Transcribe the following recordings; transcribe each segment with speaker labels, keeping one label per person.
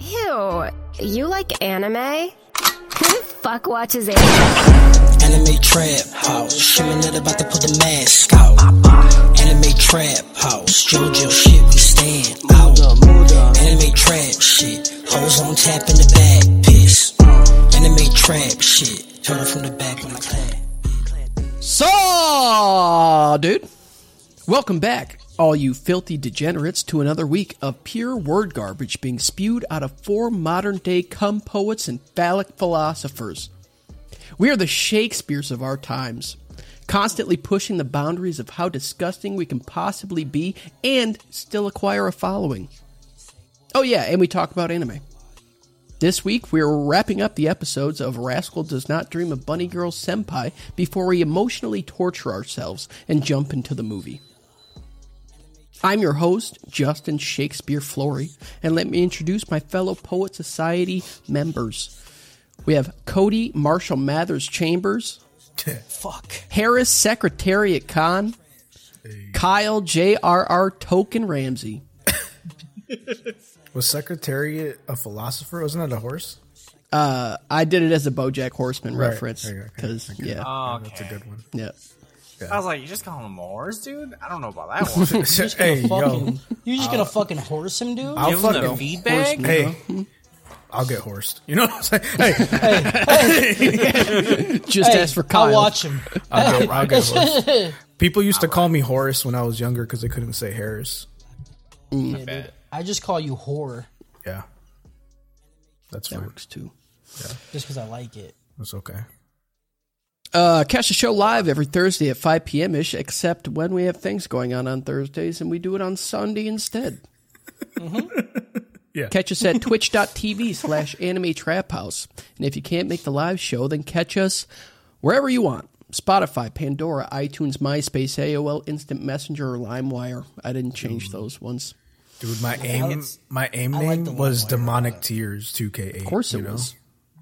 Speaker 1: Ew, you like anime? Who the fuck watches anime?
Speaker 2: Anime trap house, shimming it about to put the mask out. Anime trap house, JoJo shit, we stand out. Anime trap shit, hoes on tap in the back, piss. Anime trap shit, turn it from the back when I clap.
Speaker 3: So, dude, welcome back, all you filthy degenerates, to another week of pure word garbage being spewed out of four modern day cum poets and phallic philosophers. We are the Shakespeares of our times, constantly pushing the boundaries of how disgusting we can possibly be and still acquire a following. Oh, yeah, and we talk about anime. This week, we are wrapping up the episodes of Rascal Does Not Dream of Bunny Girl Senpai before we emotionally torture ourselves and jump into the movie. I'm your host, Justin Shakespeare Flory, and let me introduce my fellow Poet Society members. We have Cody Marshall Mathers Chambers, Harris Secretariat Khan, Kyle J.R.R. Token Ramsey.
Speaker 4: Was Secretariat a philosopher? Wasn't that a horse?
Speaker 3: I did it as a BoJack Horseman
Speaker 4: Right,
Speaker 3: reference
Speaker 4: okay, okay,
Speaker 3: because yeah,
Speaker 4: Oh, that's a good one.
Speaker 3: yeah.
Speaker 5: I was like, you just calling him a horse, dude? I don't know about that one.
Speaker 4: hey, yo,
Speaker 6: fucking, you're just gonna fucking horse him, dude.
Speaker 4: I'll
Speaker 5: Give him the
Speaker 4: fucking
Speaker 5: feedback.
Speaker 4: hey, I'll get horsed. You know what I'm saying? Hey,
Speaker 3: Just ask for Kyle.
Speaker 6: I'll watch him.
Speaker 4: I'll get, I'll get horsed. People used to call me Horace when I was younger because they couldn't say Harris.
Speaker 6: I just call you whore
Speaker 4: Yeah, that's
Speaker 3: That
Speaker 4: fine.
Speaker 3: works too.
Speaker 6: just because I like it.
Speaker 4: That's okay.
Speaker 3: Uh, catch the show live every Thursday at 5 p.m. ish, except when we have things going on on Thursdays and we do it on Sunday instead.
Speaker 4: Yeah.
Speaker 3: Catch us at twitch.tv slash anime trap house. And if you can't make the live show, then catch us wherever you want Spotify, Pandora, iTunes, MySpace, AOL, Instant Messenger, or LimeWire. I didn't change those ones.
Speaker 4: Dude, my aim,
Speaker 6: it's-
Speaker 4: my aim
Speaker 6: I like
Speaker 4: name
Speaker 6: the one
Speaker 4: was
Speaker 6: where-
Speaker 4: Demonic Tears 2K8. Of
Speaker 3: course it was.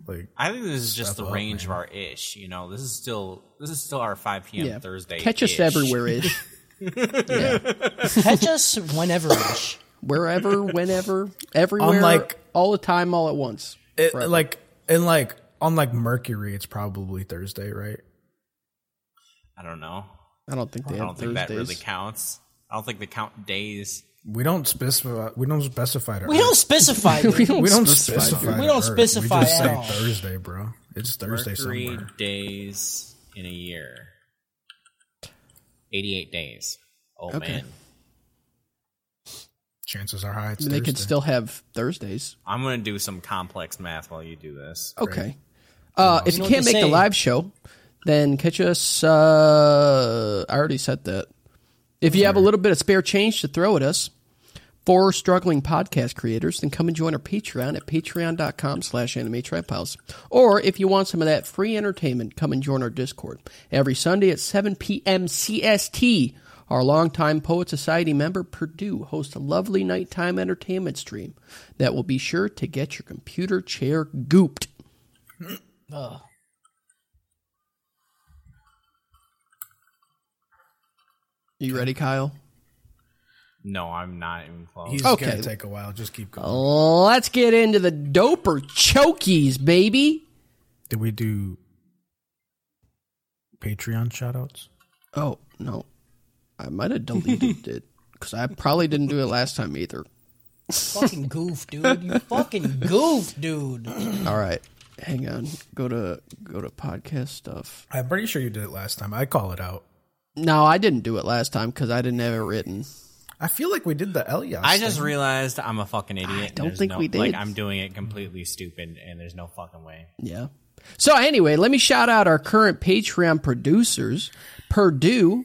Speaker 4: Like,
Speaker 5: I think this is just the
Speaker 4: up,
Speaker 5: range of our ish. You know, this is still this is still our 5 p.m.
Speaker 3: Yeah.
Speaker 5: Thursday.
Speaker 3: Catch us everywhere ish.
Speaker 6: Catch us whenever. ish.
Speaker 3: Wherever, whenever, everywhere.
Speaker 4: Unlike-
Speaker 3: all the time, all at once.
Speaker 4: it, like, and like, on like Mercury, it's probably Thursday, right?
Speaker 5: I don't know.
Speaker 3: I don't think they
Speaker 5: I
Speaker 3: have
Speaker 5: don't think that really
Speaker 3: Thursdays.
Speaker 5: counts. I don't think they count days.
Speaker 4: We don't specify. We don't specify.
Speaker 6: We don't specify. dude.
Speaker 4: We don't
Speaker 3: specify,
Speaker 4: specify.
Speaker 3: dude.
Speaker 6: We don't
Speaker 4: Earth.
Speaker 6: specify
Speaker 4: We just
Speaker 6: at
Speaker 4: say
Speaker 6: all.
Speaker 4: Thursday, bro. It's Thursday
Speaker 5: Mercury
Speaker 4: somewhere.
Speaker 5: days in a year. 88 days. Oh man,
Speaker 4: Chances are high. It's
Speaker 3: They
Speaker 4: Thursday.
Speaker 3: could still have Thursdays.
Speaker 5: I'm gonna do some complex math while you do this.
Speaker 3: Okay. Uh, if you
Speaker 6: know what
Speaker 3: can't
Speaker 6: they
Speaker 3: make the
Speaker 6: say.
Speaker 3: live show, then catch us. Uh, I already said that. If you have a little bit of spare change to throw at us for struggling podcast creators, then come and join our Patreon at patreon.com slash anime trap house. Or if you want some of that free entertainment, come and join our Discord. Every Sunday at 7 p.m. CST, our longtime Poet Society member Purdue hosts a lovely nighttime entertainment stream that will be sure to get your computer chair gooped.
Speaker 6: Ugh.
Speaker 3: You ready, Kyle?
Speaker 5: No, I'm not even close.
Speaker 4: He's
Speaker 3: Okay.
Speaker 4: gonna take a while. Just keep going.
Speaker 3: Let's get into the doper chokies, baby.
Speaker 4: Did we do Patreon shoutouts?
Speaker 3: Oh no, I might have deleted it because I probably didn't do it last time either.
Speaker 6: fucking goof, dude. You fucking goof, dude.
Speaker 3: All right, hang on. Go to go to podcast stuff.
Speaker 4: I'm pretty sure you did it last time. I call it out.
Speaker 3: No, I didn't do it last time because I didn't have it written.
Speaker 4: I feel like we did the Elias.
Speaker 5: I just realized I'm a fucking idiot. and
Speaker 3: don't
Speaker 5: there's
Speaker 3: think
Speaker 5: no-
Speaker 3: we did.
Speaker 5: Like I'm doing it completely stupid, and there's no fucking way.
Speaker 3: Yeah. So anyway, let me shout out our current Patreon producers: Purdue,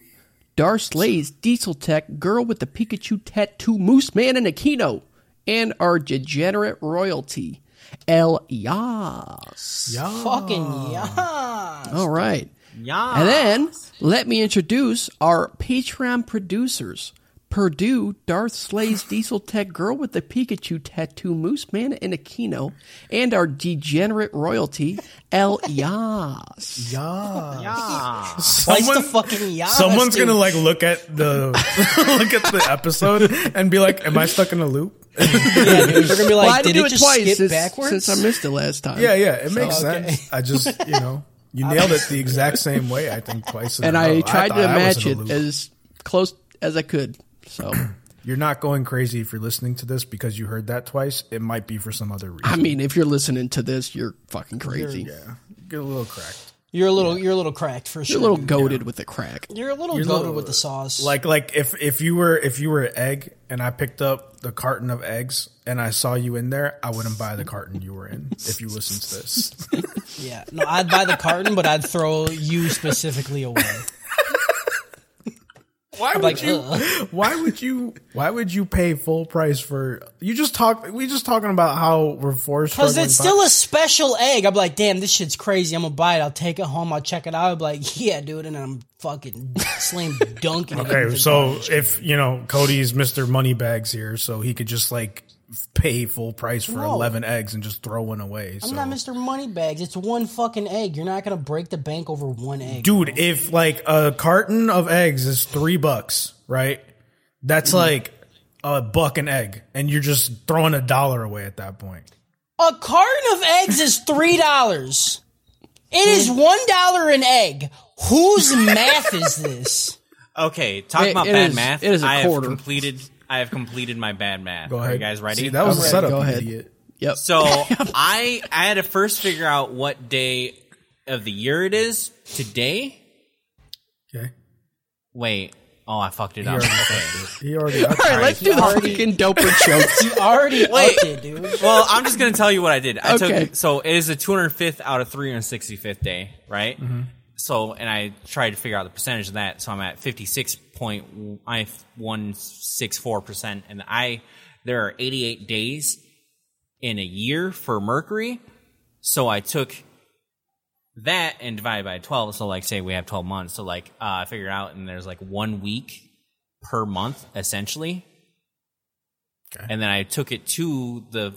Speaker 3: Darce Lays, Diesel Tech, Girl with the Pikachu Tattoo, Moose Man, and Akino, and our degenerate royalty, El Yas.
Speaker 6: Fucking yeah.
Speaker 3: All right.
Speaker 5: Yeah.
Speaker 3: And then let me introduce our Patreon producers Purdue, Darth slays Diesel Tech Girl with the Pikachu tattoo, Moose Man and Aquino, and our degenerate royalty, El Yas.
Speaker 5: Yeah.
Speaker 6: Slice the
Speaker 4: Someone-
Speaker 6: fucking Giannis,
Speaker 4: Someone's
Speaker 6: dude.
Speaker 4: gonna like look at the look at the episode and be like, "Am I stuck in a loop?"
Speaker 6: Yeah, dude. They're gonna be like,
Speaker 3: Well, I had to
Speaker 6: did
Speaker 3: do
Speaker 6: it
Speaker 3: it
Speaker 6: just
Speaker 3: twice
Speaker 6: skip
Speaker 3: since,
Speaker 6: backwards?
Speaker 3: since I missed it last time.
Speaker 4: Yeah, yeah, it makes
Speaker 6: okay.
Speaker 4: sense. I just you know you nailed it the exact same way. I think twice. in
Speaker 3: And
Speaker 4: a row.
Speaker 3: I tried
Speaker 4: thought
Speaker 3: to
Speaker 4: Oh, I was
Speaker 3: match
Speaker 4: in a
Speaker 3: it
Speaker 4: loop.
Speaker 3: as close as I could. So,
Speaker 4: You're not going crazy if you're listening to this because you heard that twice. It might be for some other reason.
Speaker 3: I mean, if you're listening to this, you're fucking crazy. You're,
Speaker 4: yeah, get a little cracked.
Speaker 6: you're a little, you're a little cracked for sure.
Speaker 3: a little goaded with the crack.
Speaker 6: You're a little
Speaker 4: You're a
Speaker 6: goaded
Speaker 4: little-
Speaker 6: with the sauce.
Speaker 4: Like like if if you were if you were an egg and I picked up the carton of eggs and I saw you in there, I wouldn't buy the carton you were in if you listened to this.
Speaker 6: yeah, no, I'd buy the carton, but I'd throw you specifically away.
Speaker 4: Why would
Speaker 6: like,
Speaker 4: you?
Speaker 6: "Ugh."
Speaker 4: Why would you? Why would you pay full price for? You just talk. We just talking about how we're forced.
Speaker 6: Because it's still a special egg. I'm like, damn, this shit's crazy. I'm gonna buy it. I'll take it home. I'll check it out. I'm like, yeah, dude, and I'm fucking slam dunking. it into
Speaker 4: okay.
Speaker 6: the
Speaker 4: So if you know Cody's Mister Moneybags here, so he could just like f- pay full price for
Speaker 6: No.
Speaker 4: eleven eggs and just throw one away. So.
Speaker 6: I'm not Mr. Moneybags. It's one fucking egg. You're not gonna break the bank over one egg.
Speaker 4: Dude, if like a carton of eggs is three bucks, right? That's
Speaker 6: Mm-hmm.
Speaker 4: like a buck an egg, and you're just throwing a dollar away at that point.
Speaker 6: A carton of eggs is three dollars. It is one dollar an egg. Whose math is this?
Speaker 5: Okay, talk
Speaker 3: It-
Speaker 5: about
Speaker 3: it
Speaker 5: bad
Speaker 3: is-
Speaker 5: math.
Speaker 3: it is a
Speaker 5: I have
Speaker 3: quarter.
Speaker 5: completed. I have completed my bad math.
Speaker 4: Go ahead,
Speaker 5: Are you guys ready?
Speaker 4: See, that was a
Speaker 3: ready.
Speaker 4: setup.
Speaker 3: Go
Speaker 4: you
Speaker 3: ahead.
Speaker 4: idiot.
Speaker 3: Yep.
Speaker 5: So I I had to first figure out what day of the year it is today.
Speaker 4: Okay.
Speaker 5: Wait. Oh, I fucked it
Speaker 4: He
Speaker 5: up.
Speaker 4: already-
Speaker 5: Okay.
Speaker 4: He already.
Speaker 3: All right, let's do the fucking doper jokes.
Speaker 6: You already
Speaker 5: Wait.
Speaker 6: upped it, dude.
Speaker 5: Well, I'm just gonna tell you what I did. I
Speaker 3: Okay.
Speaker 5: took so it is the 205th out of 365th day, right? So, and I tried to figure out the percentage of that. So I'm at 56.164 percent, and I there are 88 days in a year for Mercury. So I took that and divided by 12. So like, say we have 12 months. So like, uh, I figured out, and there's like one week per month essentially and then I took it to the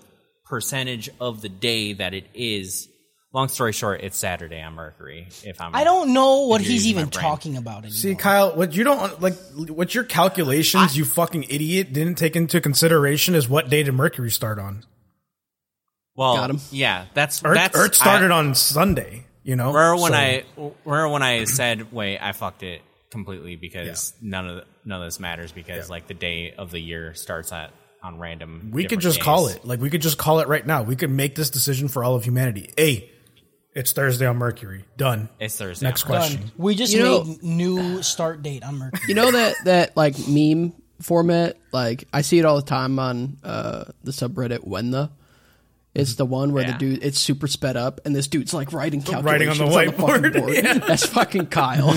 Speaker 5: percentage of the day that it is. Long story short, it's Saturday on Mercury. If I'm,
Speaker 6: I don't know what
Speaker 5: You're
Speaker 6: he's
Speaker 5: using my
Speaker 6: even
Speaker 5: brain.
Speaker 6: talking about anymore.
Speaker 4: See, Kyle, what you don't like, what your calculations, you fucking idiot, didn't take into consideration is what day did Mercury start on?
Speaker 5: Well,
Speaker 3: Got 'em.
Speaker 5: yeah, that's
Speaker 4: Earth,
Speaker 5: that's
Speaker 4: Earth started
Speaker 5: I,
Speaker 4: on Sunday. You know,
Speaker 5: Remember when
Speaker 4: So-
Speaker 5: I remember when I said, "Wait, I fucked it completely because none of the, none of this matters because like the day of the year starts at on random."
Speaker 4: we could
Speaker 5: different
Speaker 4: just call
Speaker 5: days.
Speaker 4: it. Like, we could just call it right now. We could make this decision for all of humanity. Hey, it's Thursday on Mercury. Done.
Speaker 5: It's Thursday.
Speaker 4: Next
Speaker 5: on Mercury.
Speaker 4: question.
Speaker 6: Done. We just
Speaker 3: You know-
Speaker 6: made new start date on Mercury.
Speaker 3: You know that that like meme format? Like I see it all the time on uh the subreddit when the it's the one where the
Speaker 5: Yeah.
Speaker 3: dude it's super sped up and this dude's like writing
Speaker 4: Writing
Speaker 3: calculations
Speaker 4: on the
Speaker 3: on the
Speaker 4: whiteboard,
Speaker 3: fucking board. That's fucking Kyle.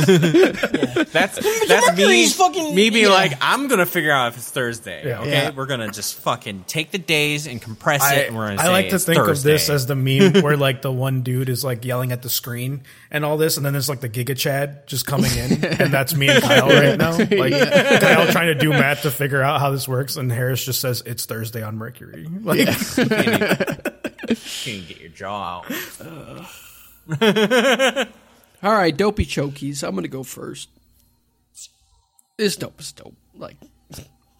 Speaker 5: That's that's me.
Speaker 6: Mercury's fucking-
Speaker 5: me being
Speaker 6: yeah.
Speaker 5: like, I'm gonna figure out if it's Thursday.
Speaker 4: Yeah.
Speaker 5: Okay,
Speaker 3: Yeah.
Speaker 5: we're gonna just fucking take the days and compress it, and we're gonna
Speaker 4: I
Speaker 5: say
Speaker 4: like to
Speaker 5: it's
Speaker 4: think of this
Speaker 5: Thursday.
Speaker 4: as the meme where like the one dude is like yelling at the screen and all this, and then there's like the Giga Chad just coming in, and that's me and Kyle right now. Like Kyle trying to do math to figure out how this works, and Harris just says it's Thursday on Mercury. Like,
Speaker 5: You can get your jaw out.
Speaker 3: All right, dopey chokies. I'm gonna go first. This dope is dope. Like,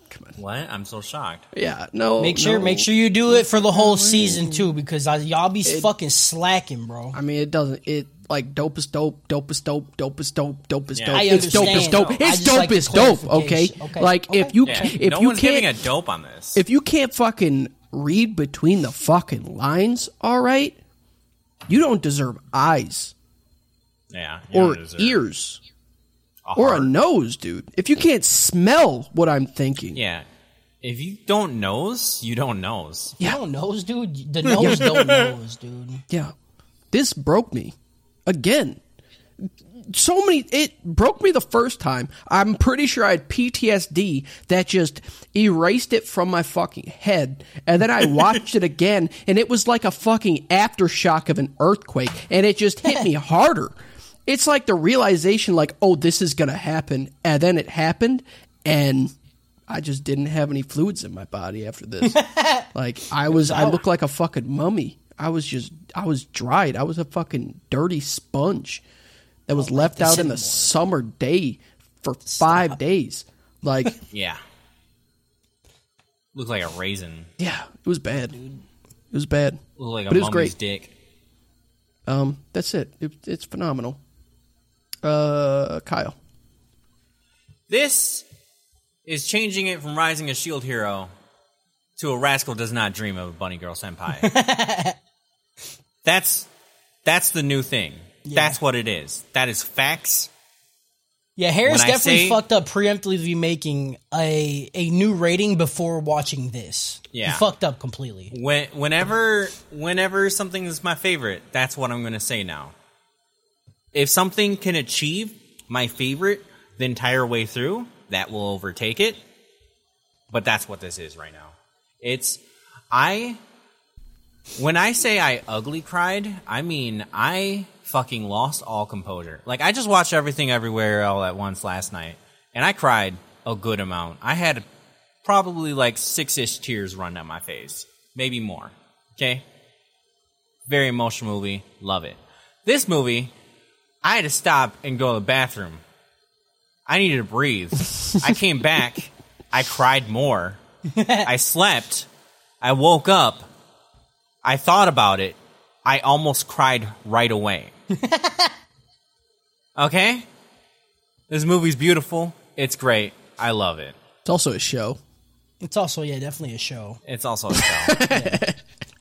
Speaker 3: come on.
Speaker 5: What? I'm so shocked.
Speaker 3: Yeah, no.
Speaker 6: Make sure,
Speaker 3: no.
Speaker 6: make sure you do it for the whole season too, because I, y'all be fucking slacking, bro.
Speaker 3: I mean, it doesn't. It like dope is dope, dope is dope, dope is dope, dope is dope.
Speaker 6: I
Speaker 3: it's dope is
Speaker 6: understand.
Speaker 3: dope.
Speaker 6: I
Speaker 3: It's
Speaker 6: just
Speaker 3: dope
Speaker 6: like
Speaker 3: is dope. Okay?
Speaker 6: clarification. Okay,
Speaker 3: Like
Speaker 6: okay.
Speaker 3: if you
Speaker 5: Yeah,
Speaker 3: if
Speaker 5: no
Speaker 3: you
Speaker 5: one's
Speaker 3: can't
Speaker 5: giving a dope on this.
Speaker 3: if you can't fucking read between the fucking lines, all right, you don't deserve eyes
Speaker 5: yeah, you
Speaker 3: or
Speaker 5: don't deserve
Speaker 3: ears or a
Speaker 5: heart.
Speaker 3: nose, dude. If you can't smell what I'm thinking,
Speaker 5: Yeah, if you don't nose, you don't nose.
Speaker 6: You don't nose, dude. The nose don't nose, dude.
Speaker 3: Yeah. This broke me. Again. So many it broke me the first time. I'm pretty sure I had PTSD that just erased it from my fucking head. And then I watched it again and it was like a fucking aftershock of an earthquake and it just hit me harder. It's like the realization like, "Oh, this is going to happen." And then it happened and I just didn't have any fluids in my body after this. like I was, I looked like a fucking mummy. I was just, I was dried. I was a fucking dirty sponge that
Speaker 6: Oh
Speaker 3: was left out in the summer day for five days. Like,
Speaker 5: Yeah. Looked like a raisin.
Speaker 3: yeah, it was bad. It was bad.
Speaker 5: Looked like a
Speaker 3: But it was
Speaker 5: mummy's
Speaker 3: great.
Speaker 5: dick.
Speaker 3: Um, that's it. it. It's phenomenal. Uh, Kyle.
Speaker 5: This is changing it from Rising a Shield E Hero to a rascal does not dream of a bunny girl senpai. that's that's the new thing. That's what it is. That is facts.
Speaker 6: Yeah, Harris
Speaker 5: When I
Speaker 6: definitely
Speaker 5: say-
Speaker 6: fucked up preemptively making a a new rating before watching this.
Speaker 5: Yeah.
Speaker 6: he fucked up completely.
Speaker 5: When, whenever whenever something is my favorite, that's what I'm going to say now. If something can achieve my favorite the entire way through, that will overtake it. But that's what this is right now. It's I when I say I ugly cried, I mean I fucking lost all composure. Like I just watched everything everywhere all at once last night and I cried a good amount. I had probably like six ish tears run down my face, maybe more. Okay? Very emotional movie. Love it. This movie, I had to stop and go to the bathroom. I needed to breathe. I came back. I cried more. I slept. I woke up. I thought about it. I almost cried right away. okay? This movie's beautiful. It's great. I love it.
Speaker 3: It's also a show.
Speaker 6: It's also yeah, definitely a show.
Speaker 5: It's also a show.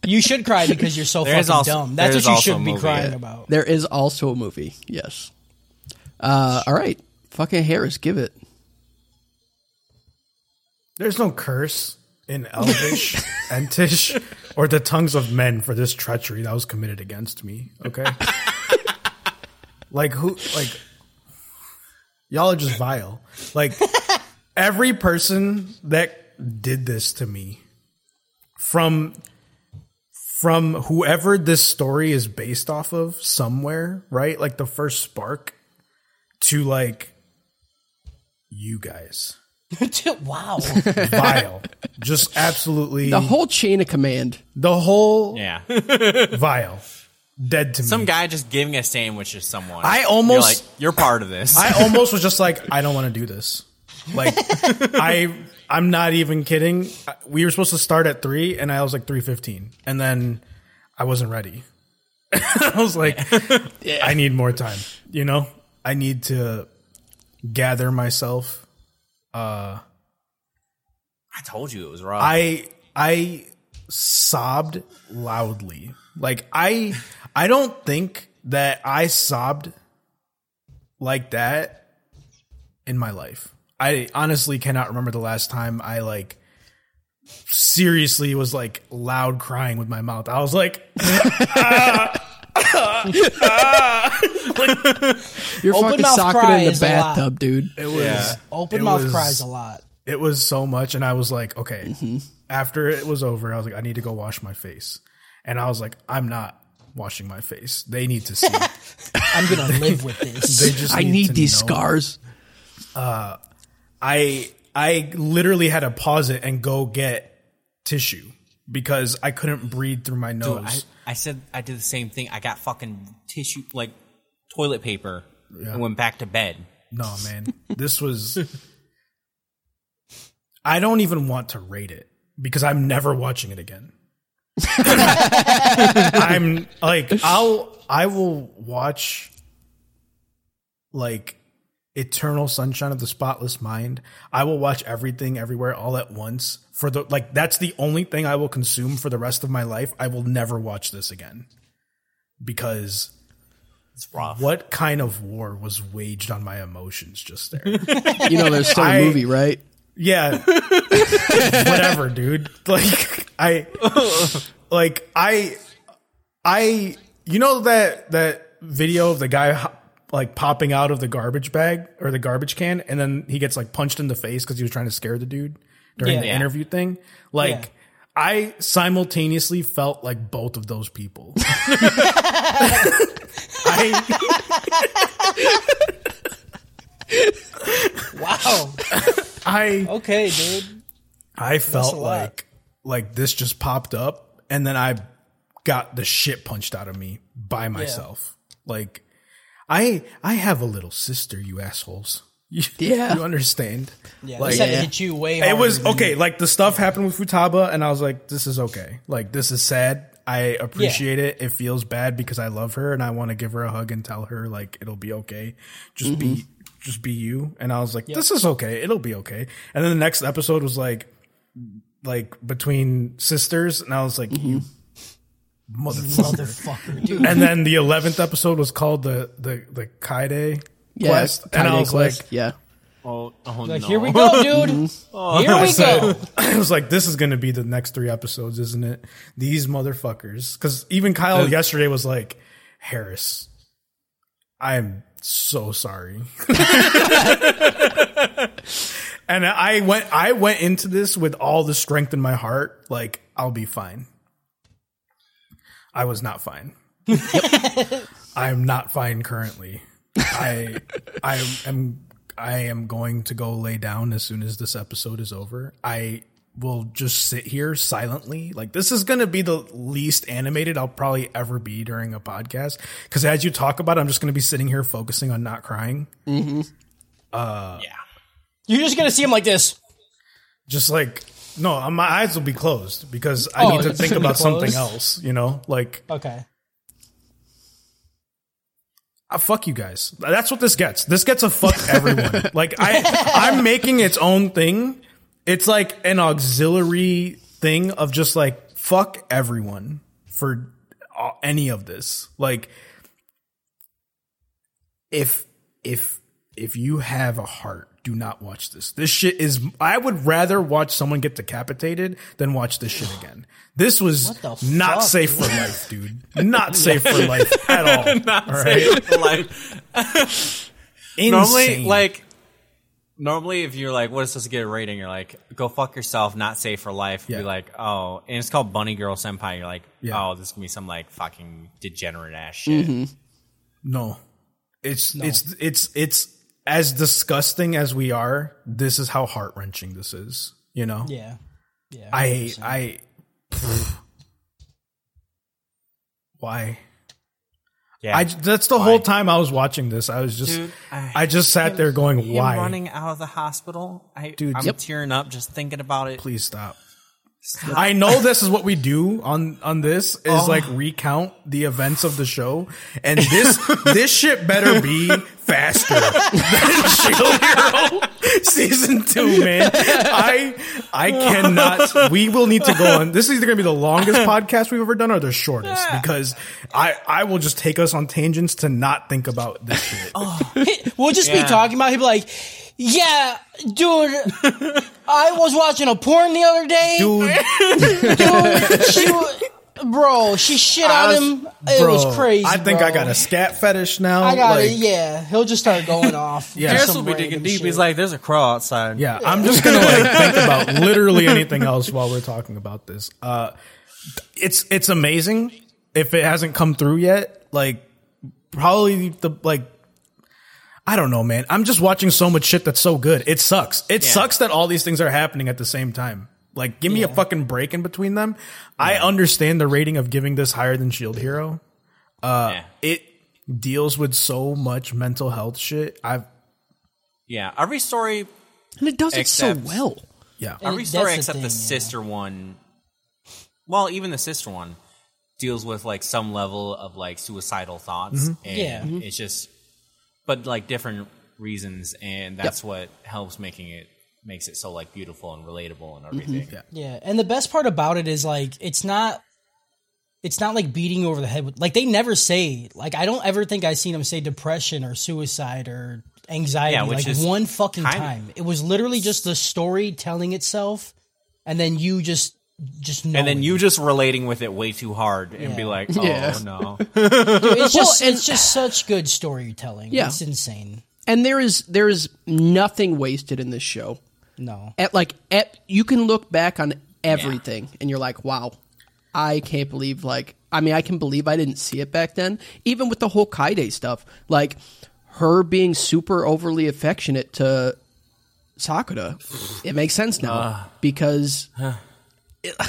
Speaker 6: You should cry because you're so
Speaker 5: There is
Speaker 6: fucking
Speaker 5: also-
Speaker 6: dumb.
Speaker 5: there
Speaker 6: That's
Speaker 5: is
Speaker 6: what you
Speaker 5: also a
Speaker 6: should be
Speaker 5: movie,
Speaker 6: crying
Speaker 5: yeah.
Speaker 6: about.
Speaker 3: There is also a movie. Yes. Uh, all right. Fucking Harris, give it.
Speaker 4: There's no curse in Elvish, Entish, or the tongues of men for this treachery that was committed against me. Okay. like who like y'all are just vile. Like every person that did this to me from from whoever this story is based off of somewhere, right? Like the first spark to like you guys
Speaker 6: Dude, wow.
Speaker 4: vile. Just absolutely
Speaker 3: The whole chain of command.
Speaker 5: yeah.
Speaker 4: vile. Dead to
Speaker 5: Some
Speaker 4: me.
Speaker 5: guy just giving a sandwich to someone.
Speaker 4: I
Speaker 5: You're
Speaker 4: almost-
Speaker 5: like, you're part of this.
Speaker 4: I almost was just like, I don't want to do this. Like I I'm not even kidding. We were supposed to start at three and I was like three fifteen. And then I wasn't ready. I was like, I need more time. You know? I need to gather myself.
Speaker 5: I told you it was rough.
Speaker 4: I I sobbed loudly. Like I I don't think that I sobbed like that in my life. I honestly cannot remember the last time I like seriously was like loud crying with my mouth. I was like
Speaker 3: You're
Speaker 6: Open
Speaker 3: fucking
Speaker 6: mouth cry
Speaker 3: Sakura in the
Speaker 6: is a lot.
Speaker 3: bathtub, dude.
Speaker 4: it was
Speaker 6: Open
Speaker 4: It
Speaker 6: mouth
Speaker 4: was-
Speaker 6: cries a lot.
Speaker 4: it was so much and i was like okay after it was over i was like i need to go wash my face and i was like i'm not washing my face they need to see
Speaker 6: I'm gonna live with this.
Speaker 4: they just
Speaker 3: I need
Speaker 4: to
Speaker 3: these
Speaker 4: know.
Speaker 3: scars.
Speaker 4: i i literally had to pause it and go get tissue because i couldn't breathe through my
Speaker 5: Dude, I,
Speaker 4: nose
Speaker 5: I said I did the same thing. I got fucking tissue, like toilet paper, and went back to bed.
Speaker 4: no man this was i don't even want to rate it because i'm never watching it again i'm like i'll i will watch like eternal sunshine of the spotless mind i will watch everything everywhere all at once for the like that's the only thing i will consume for the rest of my life i will never watch this again because
Speaker 5: It's rough.
Speaker 4: what kind of war was waged on my emotions just there?
Speaker 3: You know, there's still a
Speaker 4: I-
Speaker 3: movie, right?
Speaker 4: yeah. Whatever, dude. Like I like I I you know that that video of the guy ho- like popping out of the garbage bag or the garbage can and then he gets like punched in the face cuz he was trying to scare the dude during
Speaker 6: Yeah.
Speaker 4: the
Speaker 6: Yeah.
Speaker 4: interview thing? Like I simultaneously felt like both of those people. I
Speaker 6: Wow.
Speaker 4: I
Speaker 6: Okay, dude.
Speaker 4: I felt
Speaker 6: a lot.
Speaker 4: like like this just popped up and then I got the shit punched out of me by myself. Like I I have a little sister, you assholes. You,
Speaker 3: Yeah.
Speaker 4: you understand?
Speaker 6: Yeah,
Speaker 4: Like-
Speaker 6: this had to hit you way harder.
Speaker 4: It was
Speaker 6: than-
Speaker 4: okay, like the stuff happened with Futaba and I was like this is okay. Like this is sad. I appreciate it. It feels bad because I love her and I want to give her a hug and tell her like it'll be okay. Just be
Speaker 6: Mm-hmm.
Speaker 4: just be you. And I was like this is okay. It'll be okay. And then the next episode was like like between sisters, and I was like, you motherfucker.
Speaker 6: Mm-hmm. Motherfucker, dude.
Speaker 4: and then the eleventh episode was called the the the Kaide
Speaker 3: Yeah,
Speaker 4: quest, and I
Speaker 3: Kaide
Speaker 4: was
Speaker 3: Quest,
Speaker 4: like,
Speaker 3: yeah.
Speaker 5: Oh, oh
Speaker 6: Like,
Speaker 5: no.
Speaker 6: here we go, dude. Here we go.
Speaker 4: I was like, this is going to be the next three episodes, isn't it? These motherfuckers, because even Kyle yesterday was like, Harris, I'm so sorry. and I went, I went into this with all the strength in my heart, like I'll be fine. I was not fine. I'm not fine currently. I I am I am going to go lay down as soon as this episode is over. I will just sit here silently. Like this is going to be the least animated I'll probably ever be during a podcast cuz as you talk about it, I'm just going to be sitting here focusing on not crying.
Speaker 6: You're just gonna see him like this.
Speaker 4: Just like no, uh, my eyes will be closed because I
Speaker 6: Oh,
Speaker 4: need to
Speaker 6: it's
Speaker 4: think
Speaker 6: gonna be
Speaker 4: about something
Speaker 6: closed.
Speaker 4: else, you know? Like
Speaker 6: Okay.
Speaker 4: Uh, fuck you guys. That's what this gets. This gets a fuck everyone. like I, I'm making its own thing. It's like an auxiliary thing of just like fuck everyone for uh, any of this. Like if if if you have a heart, do not watch this. This shit is. I would rather watch someone get decapitated than watch this shit again. This was
Speaker 6: What the
Speaker 4: not
Speaker 6: fuck,
Speaker 4: safe for life, dude. Not safe for life at all. all right?
Speaker 5: like normally,
Speaker 4: Insane.
Speaker 5: like normally, if you're like, "What is this to get a rating?" You're like, "Go fuck yourself, not safe for life."
Speaker 4: Yeah.
Speaker 5: Be like, "Oh," and it's called Bunny Girl Senpai. You're like,
Speaker 4: Yeah. Mm-hmm.
Speaker 5: "Oh, this is gonna be some like fucking degenerate ass shit."
Speaker 4: no, it's it's it's it's as disgusting as we are. This is how heart wrenching this is. You know,
Speaker 6: Yeah. Yeah.
Speaker 4: I I. pfft. why?
Speaker 5: Yeah,
Speaker 4: I that's the whole time I was watching this. I was just
Speaker 5: Dude,
Speaker 4: I,
Speaker 5: I-
Speaker 4: just sat there going,
Speaker 5: Him
Speaker 4: why?
Speaker 5: running out of the hospital. I,
Speaker 4: Dude,
Speaker 5: I'm
Speaker 4: yep.
Speaker 5: tearing up just thinking about it.
Speaker 4: Please stop. Oh. I know this is what we do on on this is like recount the events of the show, and this this shit better be faster than Shield Hero season two, man. I I cannot. We will need to go on. This is either gonna be the longest podcast we've ever done or the shortest because I I will just take us on tangents to not think about this shit.
Speaker 6: we'll just
Speaker 5: Yeah.
Speaker 6: be talking about. He'll be like, "Yeah, dude, I was watching a porn the other day,
Speaker 4: Dude,
Speaker 6: dude. she, wa- bro, she shit on
Speaker 4: was-
Speaker 6: him. It
Speaker 4: bro,
Speaker 6: was crazy.
Speaker 4: I think I
Speaker 6: bro.
Speaker 4: got a scat fetish now.
Speaker 6: I got it.
Speaker 4: like-
Speaker 6: Yeah, he'll just start going off.
Speaker 4: Yeah.
Speaker 5: Harris
Speaker 6: Some
Speaker 5: will be digging
Speaker 6: random
Speaker 5: deep.
Speaker 6: shit.
Speaker 5: He's like, "There's a crow outside."
Speaker 4: Yeah, I'm just gonna like think about literally anything else while we're talking about this. Uh, it's it's amazing if it hasn't come through yet. Like probably the like. I don't know, man. I'm just watching so much shit that's so good. It sucks. It sucks that all these things are happening at the same time. Like, give me a fucking break in between them. I understand the rating of giving this higher than Shield Hero
Speaker 5: yeah.
Speaker 4: it deals with so much mental health shit. I've
Speaker 5: Yeah. Every story,
Speaker 3: And it does it
Speaker 5: Except-
Speaker 3: so well.
Speaker 4: yeah.
Speaker 5: every
Speaker 6: That's
Speaker 5: story
Speaker 6: the
Speaker 5: except the
Speaker 6: thing, yeah.
Speaker 5: sister one. Well, even the sister one deals with like some level of like suicidal thoughts,
Speaker 4: Mm-hmm.
Speaker 5: and
Speaker 6: Yeah. Mhm.
Speaker 5: it's just, but like different reasons, and that's what helps making it makes it so like beautiful and relatable
Speaker 4: Mm-hmm.
Speaker 5: and everything.
Speaker 6: Yeah, and the best part about it is like it's not it's not like beating you over the head with like they never say like I don't ever think I seen them say depression or suicide or anxiety
Speaker 5: Yeah, which
Speaker 6: like
Speaker 5: is
Speaker 6: one fucking
Speaker 5: kind of-
Speaker 6: time. It was literally just the story telling itself and then you just just know
Speaker 5: And then you just relating with it way too hard and be
Speaker 6: Yeah.
Speaker 5: like, oh
Speaker 3: Yeah.
Speaker 5: no.
Speaker 6: it's just
Speaker 3: and-
Speaker 6: it's just such good storytelling.
Speaker 3: Yeah.
Speaker 6: It's insane.
Speaker 3: And there is there is nothing wasted in this show.
Speaker 6: No.
Speaker 3: At like at, you can look back on everything and you're like, wow, I can't believe like I mean I can believe I didn't see it back then. Even with the whole Kaide stuff, like her being super overly affectionate to Sakura, it makes sense now
Speaker 6: Uh.
Speaker 3: because. it-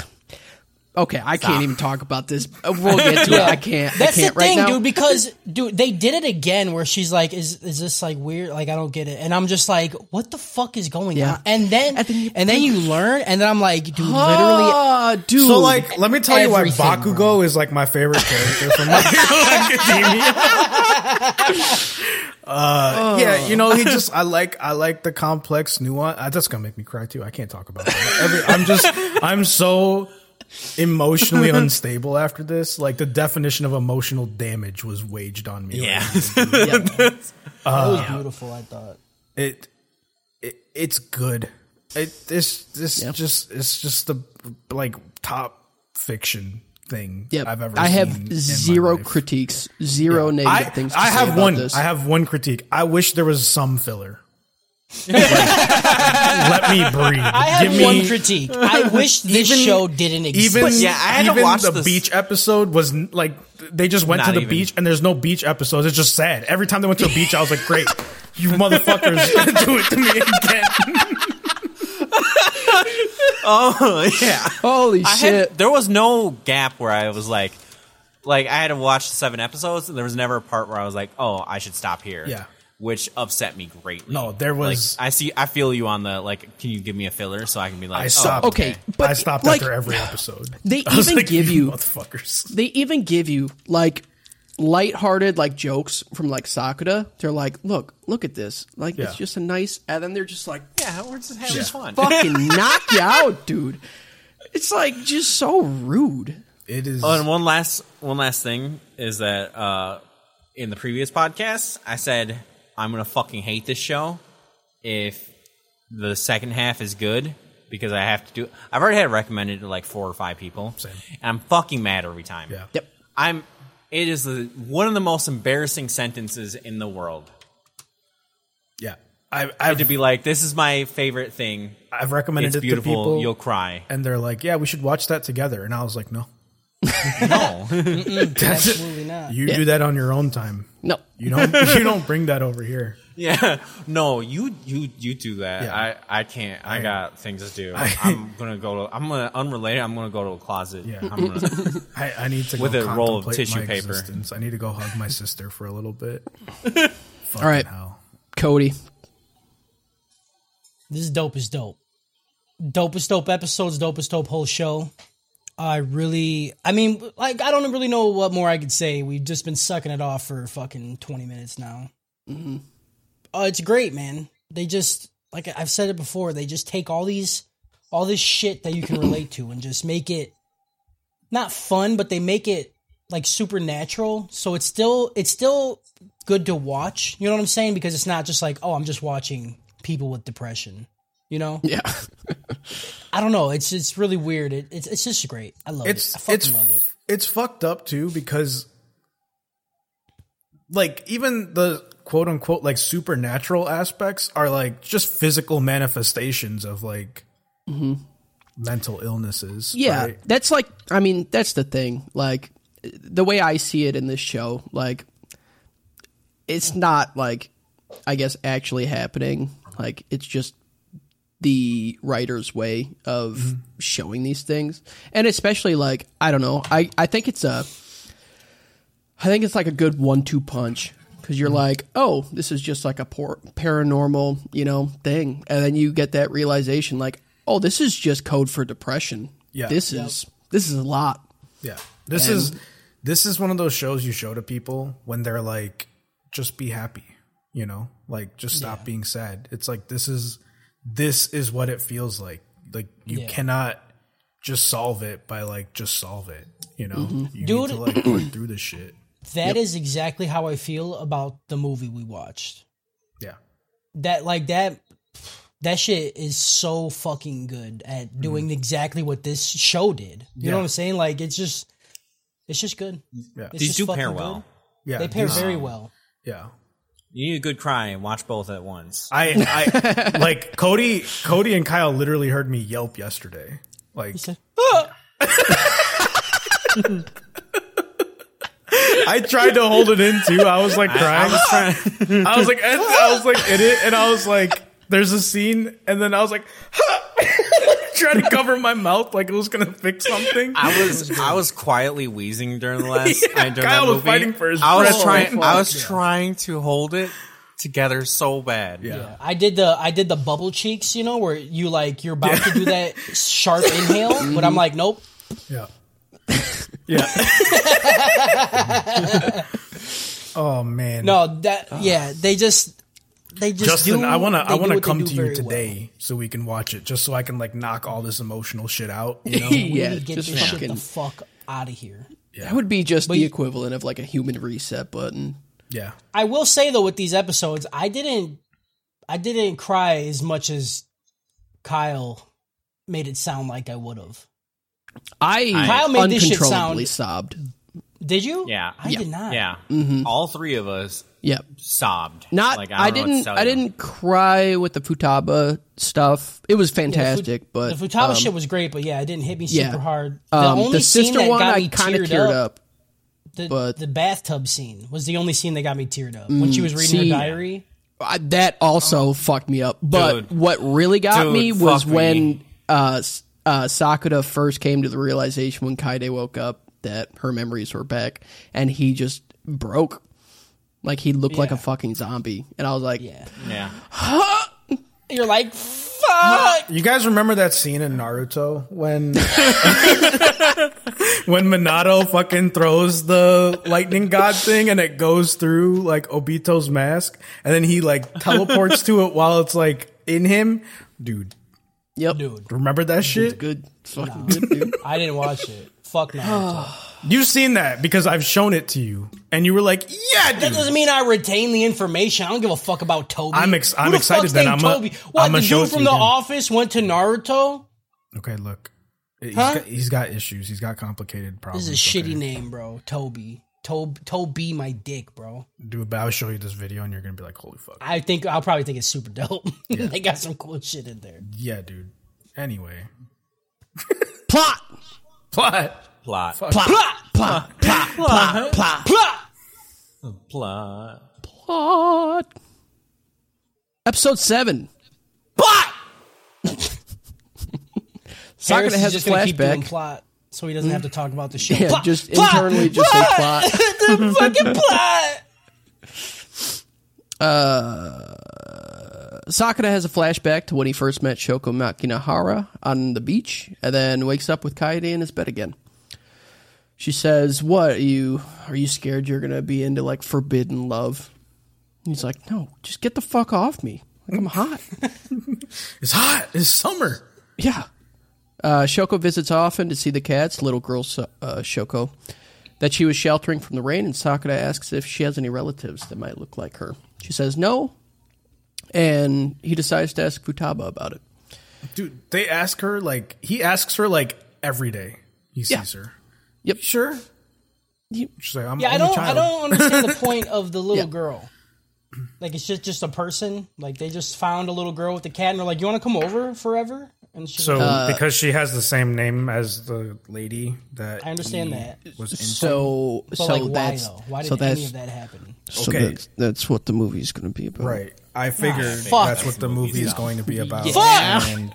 Speaker 3: okay, I can't even talk about this. Uh, We'll get to it. I can't.
Speaker 6: That's
Speaker 3: I can't
Speaker 6: the
Speaker 3: right
Speaker 6: thing,
Speaker 3: now.
Speaker 6: dude. Because dude, they did it again where she's like, "Is is this like weird? Like I don't get it." And I'm just like, "What the fuck is going
Speaker 3: Yeah.
Speaker 6: on?" And then
Speaker 3: And then you-
Speaker 6: and then you learn, and then I'm like, "Dude, literally."
Speaker 3: Ah, dude.
Speaker 4: So like, let me tell you why
Speaker 6: Everything,
Speaker 4: Bakugo
Speaker 6: bro.
Speaker 4: is like my favorite character from My Hero Academia. uh, yeah, you know, he just I like I like the complex nuance. Uh, that's gonna make me cry too. I can't talk about it. Every, I'm just I'm so emotionally unstable after this. Like the definition of emotional damage was waged on me.
Speaker 5: Yeah.
Speaker 6: That was beautiful. I thought.
Speaker 4: it, it it's good. It this this
Speaker 3: Yep.
Speaker 4: just it's just the like top fiction thing
Speaker 3: Yep.
Speaker 4: I've ever.
Speaker 3: I
Speaker 4: seen in
Speaker 3: have
Speaker 4: my
Speaker 3: zero
Speaker 4: life.
Speaker 3: critiques, zero negative
Speaker 4: I,
Speaker 3: things. To
Speaker 4: I
Speaker 3: say
Speaker 4: have
Speaker 3: about
Speaker 4: one.
Speaker 3: This.
Speaker 4: I have one critique. I wish there was some filler. Like, let me breathe.
Speaker 6: I have one critique. I wish this
Speaker 4: Even-
Speaker 6: show didn't exist.
Speaker 4: Even
Speaker 5: yeah, I had to
Speaker 4: even
Speaker 5: watch
Speaker 4: the
Speaker 5: this-
Speaker 4: beach episode was n- like they just went to
Speaker 5: Not
Speaker 4: the
Speaker 5: even.
Speaker 4: beach and there's no beach episodes. It's just sad. Every time they went to a beach, I was like, "Great, you motherfuckers, do it to me again."
Speaker 5: oh yeah.
Speaker 3: Holy
Speaker 5: I
Speaker 3: shit!
Speaker 5: had, there was no gap where I was like, like I had to watch seven episodes, and there was never a part where I was like, oh, I should stop here.
Speaker 4: Yeah.
Speaker 5: Which upset me greatly.
Speaker 4: No, there was-
Speaker 5: Like, I see. I feel you on the like. Can you give me a filler so I can be like,
Speaker 4: I
Speaker 5: oh,
Speaker 4: stopped.
Speaker 3: okay, but
Speaker 4: I stopped
Speaker 3: like,
Speaker 4: after every episode.
Speaker 3: they
Speaker 4: I was
Speaker 3: even give you-
Speaker 4: motherfuckers.
Speaker 3: they even give you like lighthearted like jokes from like Sakura. They're like, look, look at this. Like
Speaker 4: Yeah.
Speaker 3: it's just a nice, and then they're just like,
Speaker 5: oh, Yeah, we're just having fun.
Speaker 3: fucking knock you out, dude. It's like just so rude.
Speaker 4: It is.
Speaker 5: Oh, and one last one last thing is that uh, in the previous podcast, I said I'm gonna fucking hate this show if the second half is good because I have to do. I've already had it recommended to like four or five people.
Speaker 4: Same.
Speaker 5: And I'm fucking mad every time.
Speaker 4: Yeah.
Speaker 3: Yep.
Speaker 5: I'm. It is the, one of the most embarrassing sentences in the world
Speaker 4: yeah. I, I've,
Speaker 5: to be like, "This is my favorite thing.
Speaker 4: I've recommended
Speaker 5: It's
Speaker 4: it
Speaker 5: beautiful.
Speaker 4: to people.
Speaker 5: You'll cry."
Speaker 4: and they're like, "Yeah, we should watch that together." And I was like, "No,
Speaker 6: Absolutely not.
Speaker 4: you do that on your own time.
Speaker 3: No,
Speaker 4: You don't. you don't bring that over here."
Speaker 5: Yeah. No, you you you do that.
Speaker 4: Yeah.
Speaker 5: I I can't. I, got things to do. I, am gonna go to. I'm gonna unrelated. I'm gonna go to a closet.
Speaker 4: Yeah.
Speaker 5: I'm gonna,
Speaker 4: I, I need to go
Speaker 5: With a roll of
Speaker 4: contemplate
Speaker 5: tissue
Speaker 4: my
Speaker 5: paper.
Speaker 4: existence. I need to go hug my sister for a little bit.
Speaker 3: all right,
Speaker 4: Hell.
Speaker 3: Cody.
Speaker 6: This is dope is dope. Dopest dope episodes, dopest dope whole show. I really, I mean, like, I don't really know what more I could say. We've just been sucking it off for fucking 20 minutes now. Mm-hmm. Uh, it's great, man. They just, like I've said it before, they just take all these, all this shit that you can relate to and just make it not fun, but they make it like supernatural. So it's still, it's still good to watch. You know what I'm saying? Because it's not just like, oh, I'm just watching people with depression. You know?
Speaker 3: Yeah,
Speaker 6: I don't know. It's it's really weird. It, it's it's just great. I love
Speaker 4: it's
Speaker 6: it. I fucking
Speaker 4: it's
Speaker 6: love it.
Speaker 4: it's fucked up too because like even the quote unquote like supernatural aspects are like just physical manifestations of like
Speaker 6: Mm-hmm.
Speaker 4: mental illnesses.
Speaker 3: yeah.
Speaker 4: right?
Speaker 3: That's like, I mean, that's the thing. Like the way I see it in this show, like it's not like I guess actually happening. Like it's just the writer's way of showing these things. And especially like, I don't know, I, I think it's a I think it's like a good one two punch. Cause you're like, oh, this is just like a por- paranormal, you know, thing, and then you get that realization, like, oh, this is just code for depression.
Speaker 4: Yeah.
Speaker 3: this is this is a lot.
Speaker 4: Yeah. This is this is one of those shows you show to people when they're like, just be happy, you know? Like just stop being sad. It's like this is this is what it feels like. Like you cannot just solve it by like just solve it. You know? You
Speaker 6: Mm-hmm. Dude.
Speaker 4: need to like work through this shit.
Speaker 6: That is exactly how I feel about the movie we watched.
Speaker 4: Yeah.
Speaker 6: That like that that shit is so fucking good at doing exactly what this show did. You know
Speaker 4: Mm-hmm. Yeah.
Speaker 6: what I'm saying? Like it's just it's just good.
Speaker 4: Yeah.
Speaker 6: It's
Speaker 5: These
Speaker 6: just
Speaker 5: do pair
Speaker 6: fucking
Speaker 5: well. Uh,
Speaker 6: good.
Speaker 4: Yeah.
Speaker 6: They pair
Speaker 4: these-
Speaker 6: very well.
Speaker 4: Yeah.
Speaker 5: You need a good cry and watch both at once.
Speaker 4: I I like Cody Cody and Kyle literally heard me yelp yesterday. Like
Speaker 6: said,
Speaker 4: I tried to hold it in too. I was like
Speaker 5: I
Speaker 4: crying.
Speaker 5: was trying.
Speaker 4: I was like, I, I was like in it, and I was like, There's a scene, and then I was like, trying to cover my mouth like it was gonna fix something.
Speaker 5: I was I was quietly wheezing during the last.
Speaker 4: Yeah,
Speaker 5: I, during
Speaker 4: Kyle
Speaker 5: that
Speaker 4: was
Speaker 5: movie.
Speaker 4: fighting for his
Speaker 5: I was
Speaker 4: breath.
Speaker 5: trying.
Speaker 4: Oh,
Speaker 5: I
Speaker 4: fuck,
Speaker 5: was trying to hold it together so bad.
Speaker 4: yeah.
Speaker 6: I did the I did the bubble cheeks, you know, where you like you're about to do that sharp inhale,
Speaker 4: Mm-hmm.
Speaker 6: but I'm like, nope.
Speaker 4: Yeah. Yeah. oh man.
Speaker 6: No, that yeah, they just they just
Speaker 4: Ah. Justin,
Speaker 6: do-
Speaker 4: I wanna
Speaker 6: they do
Speaker 4: I wanna
Speaker 6: what they
Speaker 4: come
Speaker 6: do
Speaker 4: to you
Speaker 6: very
Speaker 4: today so we can watch it, just so I can like knock all this emotional shit out. You know?
Speaker 6: well.
Speaker 3: yeah,
Speaker 6: We need to get
Speaker 3: just
Speaker 6: this shit
Speaker 3: fucking.
Speaker 6: the fuck out of here.
Speaker 3: That would be just the
Speaker 6: you-
Speaker 3: equivalent of like a human reset button.
Speaker 4: yeah.
Speaker 6: I will say though, with these episodes, I didn't, I didn't cry as much as Kyle made it sound like I would have.
Speaker 3: I,
Speaker 6: Kyle made this shit
Speaker 3: uncontrollably
Speaker 6: sound-
Speaker 3: sobbed.
Speaker 6: Did you?
Speaker 5: Yeah.
Speaker 6: I did not.
Speaker 5: Yeah. Mm-hmm. All three of us
Speaker 3: Yep.
Speaker 5: sobbed.
Speaker 3: Mm-hmm. Not
Speaker 5: Like,
Speaker 3: I,
Speaker 5: don't
Speaker 3: didn't
Speaker 5: know what to tell
Speaker 3: I
Speaker 5: you.
Speaker 3: didn't cry with the Futaba stuff. It was fantastic, but
Speaker 6: The Futaba shit was great, but yeah, it didn't hit me
Speaker 3: Um, yeah.
Speaker 6: super hard. The
Speaker 3: um,
Speaker 6: only
Speaker 3: the
Speaker 6: scene
Speaker 3: sister
Speaker 6: that
Speaker 3: one
Speaker 6: got
Speaker 3: I
Speaker 6: me
Speaker 3: kind of
Speaker 6: teared,
Speaker 3: teared
Speaker 6: up,
Speaker 3: up.
Speaker 6: the,
Speaker 3: but- Mm,
Speaker 6: the bathtub scene was the only scene that got me teared up when she was reading
Speaker 3: see-
Speaker 6: her diary.
Speaker 3: I, that also
Speaker 6: Um,
Speaker 3: fucked me up. But
Speaker 5: Dude.
Speaker 3: what really got
Speaker 5: Dude,
Speaker 3: me was
Speaker 5: fuck
Speaker 3: when
Speaker 5: me.
Speaker 3: Uh, S- uh, Sakura first came to the realization when Kaide woke up that her memories were back, and he just broke. Like he looked like a fucking zombie, and I was like,
Speaker 6: Yeah,
Speaker 5: Yeah.
Speaker 6: you're like, fuck.
Speaker 4: You guys remember that scene in Naruto when when Minato fucking throws the lightning god thing and it goes through like Obito's mask and then he like teleports to it while it's like in him? Dude,
Speaker 3: "Yep,
Speaker 6: Dude,
Speaker 4: remember that shit?
Speaker 3: good, fucking good, dude."
Speaker 6: I didn't watch it. Fuck Naruto.
Speaker 4: You've seen that because I've shown it to you and you were like, "Yeah, dude."
Speaker 6: That doesn't mean I retain the information. I don't give a fuck about Toby.
Speaker 4: I'm ex-
Speaker 6: Who
Speaker 4: I'm
Speaker 6: the
Speaker 4: excited
Speaker 6: fuck's
Speaker 4: that
Speaker 6: named
Speaker 4: I'm a-
Speaker 6: Toby? What
Speaker 4: I'm a
Speaker 6: the
Speaker 4: show
Speaker 6: dude
Speaker 4: it to
Speaker 6: from
Speaker 4: you
Speaker 6: The
Speaker 4: then.
Speaker 6: Office went to Naruto?
Speaker 4: Okay, look. He's
Speaker 6: Huh?
Speaker 4: got, he's got issues. He's got complicated problems.
Speaker 6: This is a shitty
Speaker 4: okay?
Speaker 6: name, bro. Toby. Tob Toby, my dick, bro.
Speaker 4: Dude, but I'll show you this video and you're going to be like, "Holy fuck."
Speaker 6: I think I'll probably think it's super dope. they got some cool shit in there.
Speaker 4: yeah, dude. Anyway.
Speaker 3: Plot,
Speaker 4: Plot.
Speaker 5: Plot.
Speaker 3: plot, plot, plot, plot, plot,
Speaker 6: Plot.
Speaker 5: Plot.
Speaker 3: plot. Episode seven.
Speaker 6: Plot. Harris
Speaker 3: Sakura
Speaker 6: is
Speaker 3: has a
Speaker 6: just gonna keep doing
Speaker 3: flashback.
Speaker 6: plot, so he doesn't have to talk about the show.
Speaker 3: Yeah,
Speaker 6: plot.
Speaker 3: just
Speaker 6: plot,
Speaker 3: internally just say plot.
Speaker 6: the fucking plot.
Speaker 3: Sakura has a flashback to when he first met Shoko Makinahara on the beach, and then wakes up with Kaede in his bed again. She says, "What are you? Are you scared you're gonna be into like forbidden love?" And he's like, "No, just get the fuck off me. Like I'm hot."
Speaker 4: It's hot. It's summer.
Speaker 3: yeah. Uh, Shoko visits often to see the cats. Little girl Sa- uh, Shoko, that she was sheltering from the rain, and Sakura asks if she has any relatives that might look like her. She says no, and he decides to ask Futaba about it.
Speaker 4: Dude, they ask her like he asks her like every day he
Speaker 3: Yeah.
Speaker 4: sees her.
Speaker 3: Yep.
Speaker 4: Sure.
Speaker 3: You-
Speaker 4: She's like, I'm
Speaker 6: Yeah, I
Speaker 4: only
Speaker 6: don't. I
Speaker 4: child.
Speaker 6: don't understand the point of the little
Speaker 3: Yeah.
Speaker 6: girl. Like it's just just a person. Like they just found a little girl with a cat, and they're like, "You want to come over forever?" And she's
Speaker 4: So
Speaker 6: like,
Speaker 3: Uh,
Speaker 4: because she has the same name as the lady that
Speaker 6: "I understand that."
Speaker 4: was in
Speaker 3: So,
Speaker 6: But
Speaker 3: Mm. so
Speaker 6: like, why
Speaker 3: that's
Speaker 6: though? Why did
Speaker 3: so that's
Speaker 6: any of that happen?
Speaker 3: so
Speaker 4: Okay.
Speaker 3: that's, that's what the movie's going to be about.
Speaker 4: right. I figured
Speaker 6: fuck.
Speaker 4: that's what the movie is going to be about.
Speaker 6: Fuck!
Speaker 4: And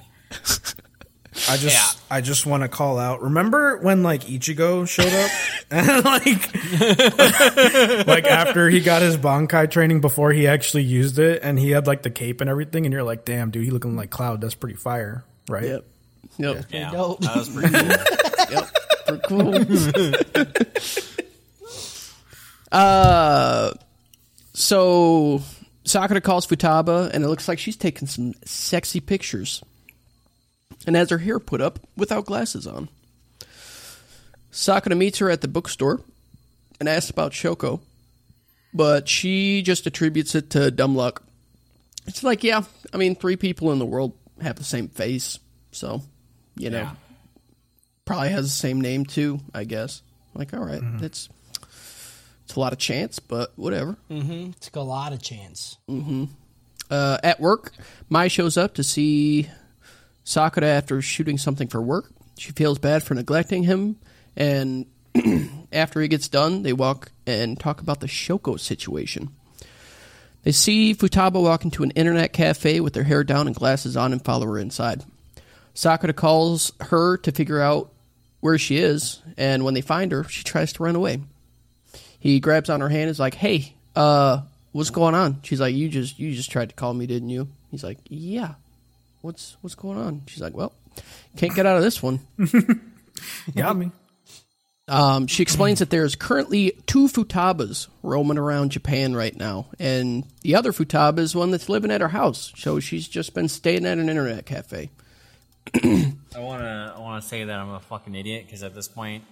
Speaker 4: I just I just want to call out. Remember when like Ichigo showed up and like like after he got his Bankai training before he actually used it and he had like the cape and everything and you're like, "Damn, dude, he looking like Cloud. That's pretty fire." Right?
Speaker 3: Yep. Yep.
Speaker 5: Yeah.
Speaker 6: dope.
Speaker 5: That was pretty cool.
Speaker 3: Pretty cool. uh, so Sakura calls Futaba, and it looks like she's taking some sexy pictures, and has her hair put up without glasses on. Sakura meets her at the bookstore, and asks about Shoko, but she just attributes it to dumb luck. It's like, yeah, I mean, three people in the world have the same face, so you know probably has the same name too. I guess. Like, all right, that's it's a lot of chance, but whatever.
Speaker 6: Mm-hmm. Took a lot of chance.
Speaker 3: Uh, at work, Mai shows up to see Sakura after shooting something for work. She feels bad for neglecting him, and after he gets done, they walk and talk about the Shoko situation. They see Futaba walk into an internet cafe with her hair down and glasses on and follow her inside. Sakura calls her to figure out where she is, and when they find her, she tries to run away. He grabs on her hand and is like, "Hey, uh, what's going on?" She's like, "You just you just tried to call me, didn't you?" He's like, "Yeah. What's what's going on?" She's like, "Well, can't get out of this one."
Speaker 4: Got me.
Speaker 3: Um, she explains that there's currently two Futabas roaming around Japan right now, and the other Futaba is one that's living at her house. So she's just been staying at an internet cafe.
Speaker 5: I wanna I wanna say that I'm a fucking idiot because at this point,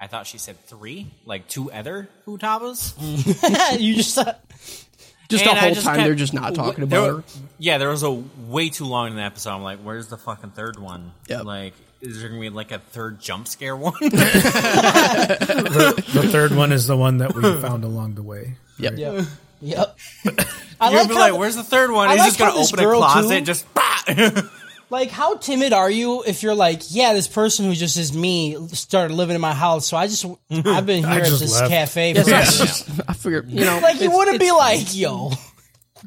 Speaker 5: I thought she said three, like two other futabas.
Speaker 6: you just uh,
Speaker 3: Just
Speaker 5: And
Speaker 3: the
Speaker 5: I
Speaker 3: whole time
Speaker 5: kept-
Speaker 3: they're just not talking
Speaker 5: there-
Speaker 3: about her.
Speaker 5: Yeah, there was a way too long in the episode. I'm like, where's the fucking third one?
Speaker 3: Yep.
Speaker 5: Like, is there gonna be like a third jump scare one?
Speaker 4: The third one is the one that we found along the way.
Speaker 3: Yep.
Speaker 6: yep. Yep. I like
Speaker 5: You'd be
Speaker 6: how,
Speaker 5: like, where's the third one?
Speaker 6: I
Speaker 5: He's
Speaker 6: like
Speaker 5: just gonna
Speaker 6: how this
Speaker 5: open a
Speaker 6: girl,
Speaker 5: closet
Speaker 6: too-
Speaker 5: and just bah!
Speaker 6: like how timid are you if you're like, yeah, this person who just is me started living in my house, so I just I've been here at
Speaker 4: Mm-hmm. just
Speaker 6: this
Speaker 4: left.
Speaker 6: cafe for
Speaker 3: I figured, you know,
Speaker 6: like you
Speaker 3: it's-
Speaker 6: wouldn't
Speaker 3: it's-
Speaker 6: be like, yo,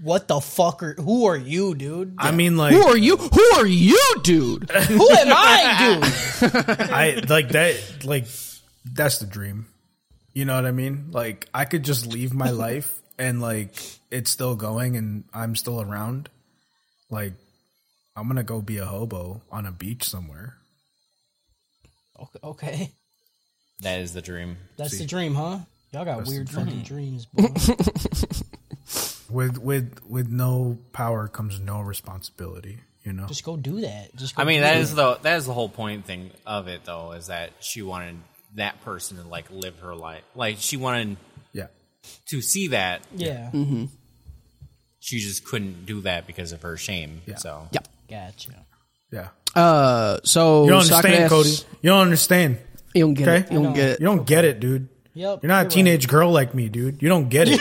Speaker 6: what the fuck are who are you, dude?
Speaker 4: I mean, like,
Speaker 3: Who are you? Who are you, dude?
Speaker 6: who am I, dude?
Speaker 4: I like that. Like, that's the dream. You know what I mean? Like, I could just leave my life and like it's still going and I'm still around. Like, I'm gonna go be a hobo on a beach somewhere.
Speaker 6: Okay, okay.
Speaker 5: that is the dream.
Speaker 6: that's the dream, huh? Y'all got weird fucking dreams, bro.
Speaker 4: With with with no power comes no responsibility. You know.
Speaker 6: just go do that. Just go
Speaker 5: I mean,
Speaker 6: do
Speaker 5: that
Speaker 6: it.
Speaker 5: is the that is the whole point thing of it though, is that she wanted that person to like live her life. Like she wanted
Speaker 4: yeah.
Speaker 5: to see that.
Speaker 6: yeah.
Speaker 5: She just couldn't do that because of her shame. So
Speaker 3: Yeah.
Speaker 6: Gotcha.
Speaker 4: Yeah.
Speaker 3: Uh, so
Speaker 4: You don't understand,
Speaker 3: Socrates-
Speaker 4: Cody. You don't understand.
Speaker 3: You don't get it.
Speaker 4: Okay.
Speaker 3: You don't get
Speaker 4: You
Speaker 3: it.
Speaker 4: don't get it, dude.
Speaker 6: Yep,
Speaker 4: You're not
Speaker 6: you're
Speaker 4: a teenage girl like me, dude. You don't get it.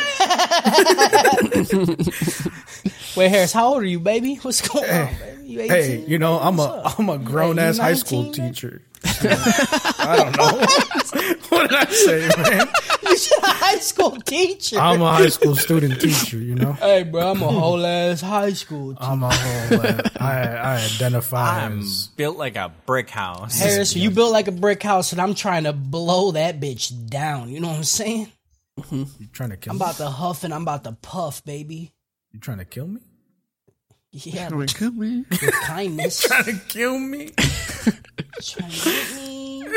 Speaker 6: Wait, Harris, how old are you, baby? What's going on, baby? You 18?
Speaker 4: hey, you know, I'm a I'm a grown ass high school
Speaker 6: 19, man?
Speaker 4: teacher. I don't know. what did I say, man?
Speaker 6: high school teacher.
Speaker 4: I'm a high school student teacher, you know.
Speaker 6: hey, bro, I'm a whole ass high school teacher.
Speaker 4: I'm a whole uh, I I identify
Speaker 5: I'm
Speaker 4: as
Speaker 5: built like a brick house.
Speaker 6: Harris, you built like a brick house, and I'm trying to blow that bitch down. You know what I'm saying?
Speaker 4: you trying to kill
Speaker 6: I'm
Speaker 4: me.
Speaker 6: about to huff and I'm about to puff, baby.
Speaker 4: You trying to kill me?
Speaker 6: Yeah, with kindness.
Speaker 4: Trying to kill me?
Speaker 6: Trying to get me.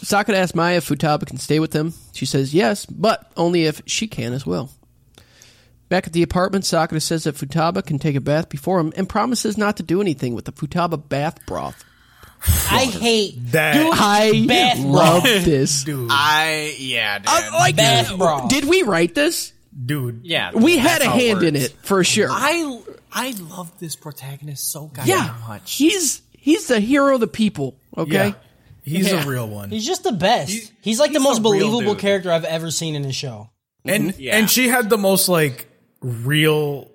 Speaker 3: Sakura asks Maya if Futaba can stay with them. She says yes, but only if she can as well. Back at the apartment, Sakura says that Futaba can take a bath before him and promises not to do anything with the Futaba bath broth.
Speaker 6: I hate
Speaker 4: That
Speaker 3: I
Speaker 6: Bath
Speaker 3: love this.
Speaker 4: dude,
Speaker 5: I yeah, dude.
Speaker 3: I- Uh, like,
Speaker 6: bath broth.
Speaker 3: did we write this?
Speaker 4: dude.
Speaker 5: yeah.
Speaker 3: We
Speaker 5: that's
Speaker 3: had a
Speaker 5: how
Speaker 3: hand in
Speaker 5: works.
Speaker 3: it for sure.
Speaker 5: I I love this protagonist so goddamn
Speaker 3: yeah,
Speaker 5: much.
Speaker 3: he's he's the hero of the people. Okay,
Speaker 4: Yeah. He's
Speaker 3: Yeah.
Speaker 4: a real one.
Speaker 6: He's just the best. he's like the
Speaker 5: he's
Speaker 6: most
Speaker 5: the real
Speaker 6: believable
Speaker 5: dude.
Speaker 6: character I've ever seen in a show.
Speaker 4: and
Speaker 5: Yeah.
Speaker 4: and she had the most like real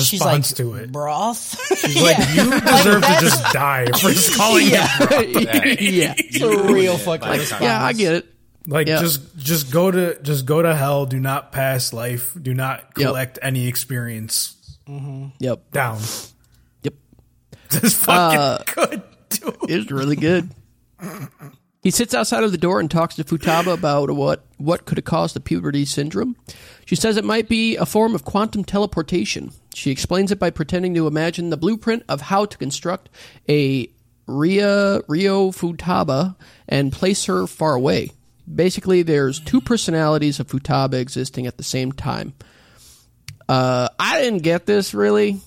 Speaker 6: She's like
Speaker 4: response to it.
Speaker 6: broth.
Speaker 4: Like you deserve to
Speaker 6: that's-
Speaker 4: just die for calling it
Speaker 3: yeah,
Speaker 6: It's a real fucking
Speaker 5: Like,
Speaker 6: response.
Speaker 3: yeah. I get it.
Speaker 4: Like
Speaker 3: Yeah.
Speaker 4: just just go to just go to hell. Do not pass life. Do not
Speaker 3: Yep.
Speaker 4: collect any experience
Speaker 3: Yep,
Speaker 4: down.
Speaker 3: yep.
Speaker 4: This fucking
Speaker 3: Uh,
Speaker 4: good dude.
Speaker 3: It's really good. He sits outside of the door and talks to Futaba about what, what could have caused the puberty syndrome. She says it might be a form of quantum teleportation. She explains it by pretending to imagine the blueprint of how to construct a Ria, Rio Futaba and place her far away. Basically, there's two personalities of Futaba existing at the same time. Uh, I didn't get this really.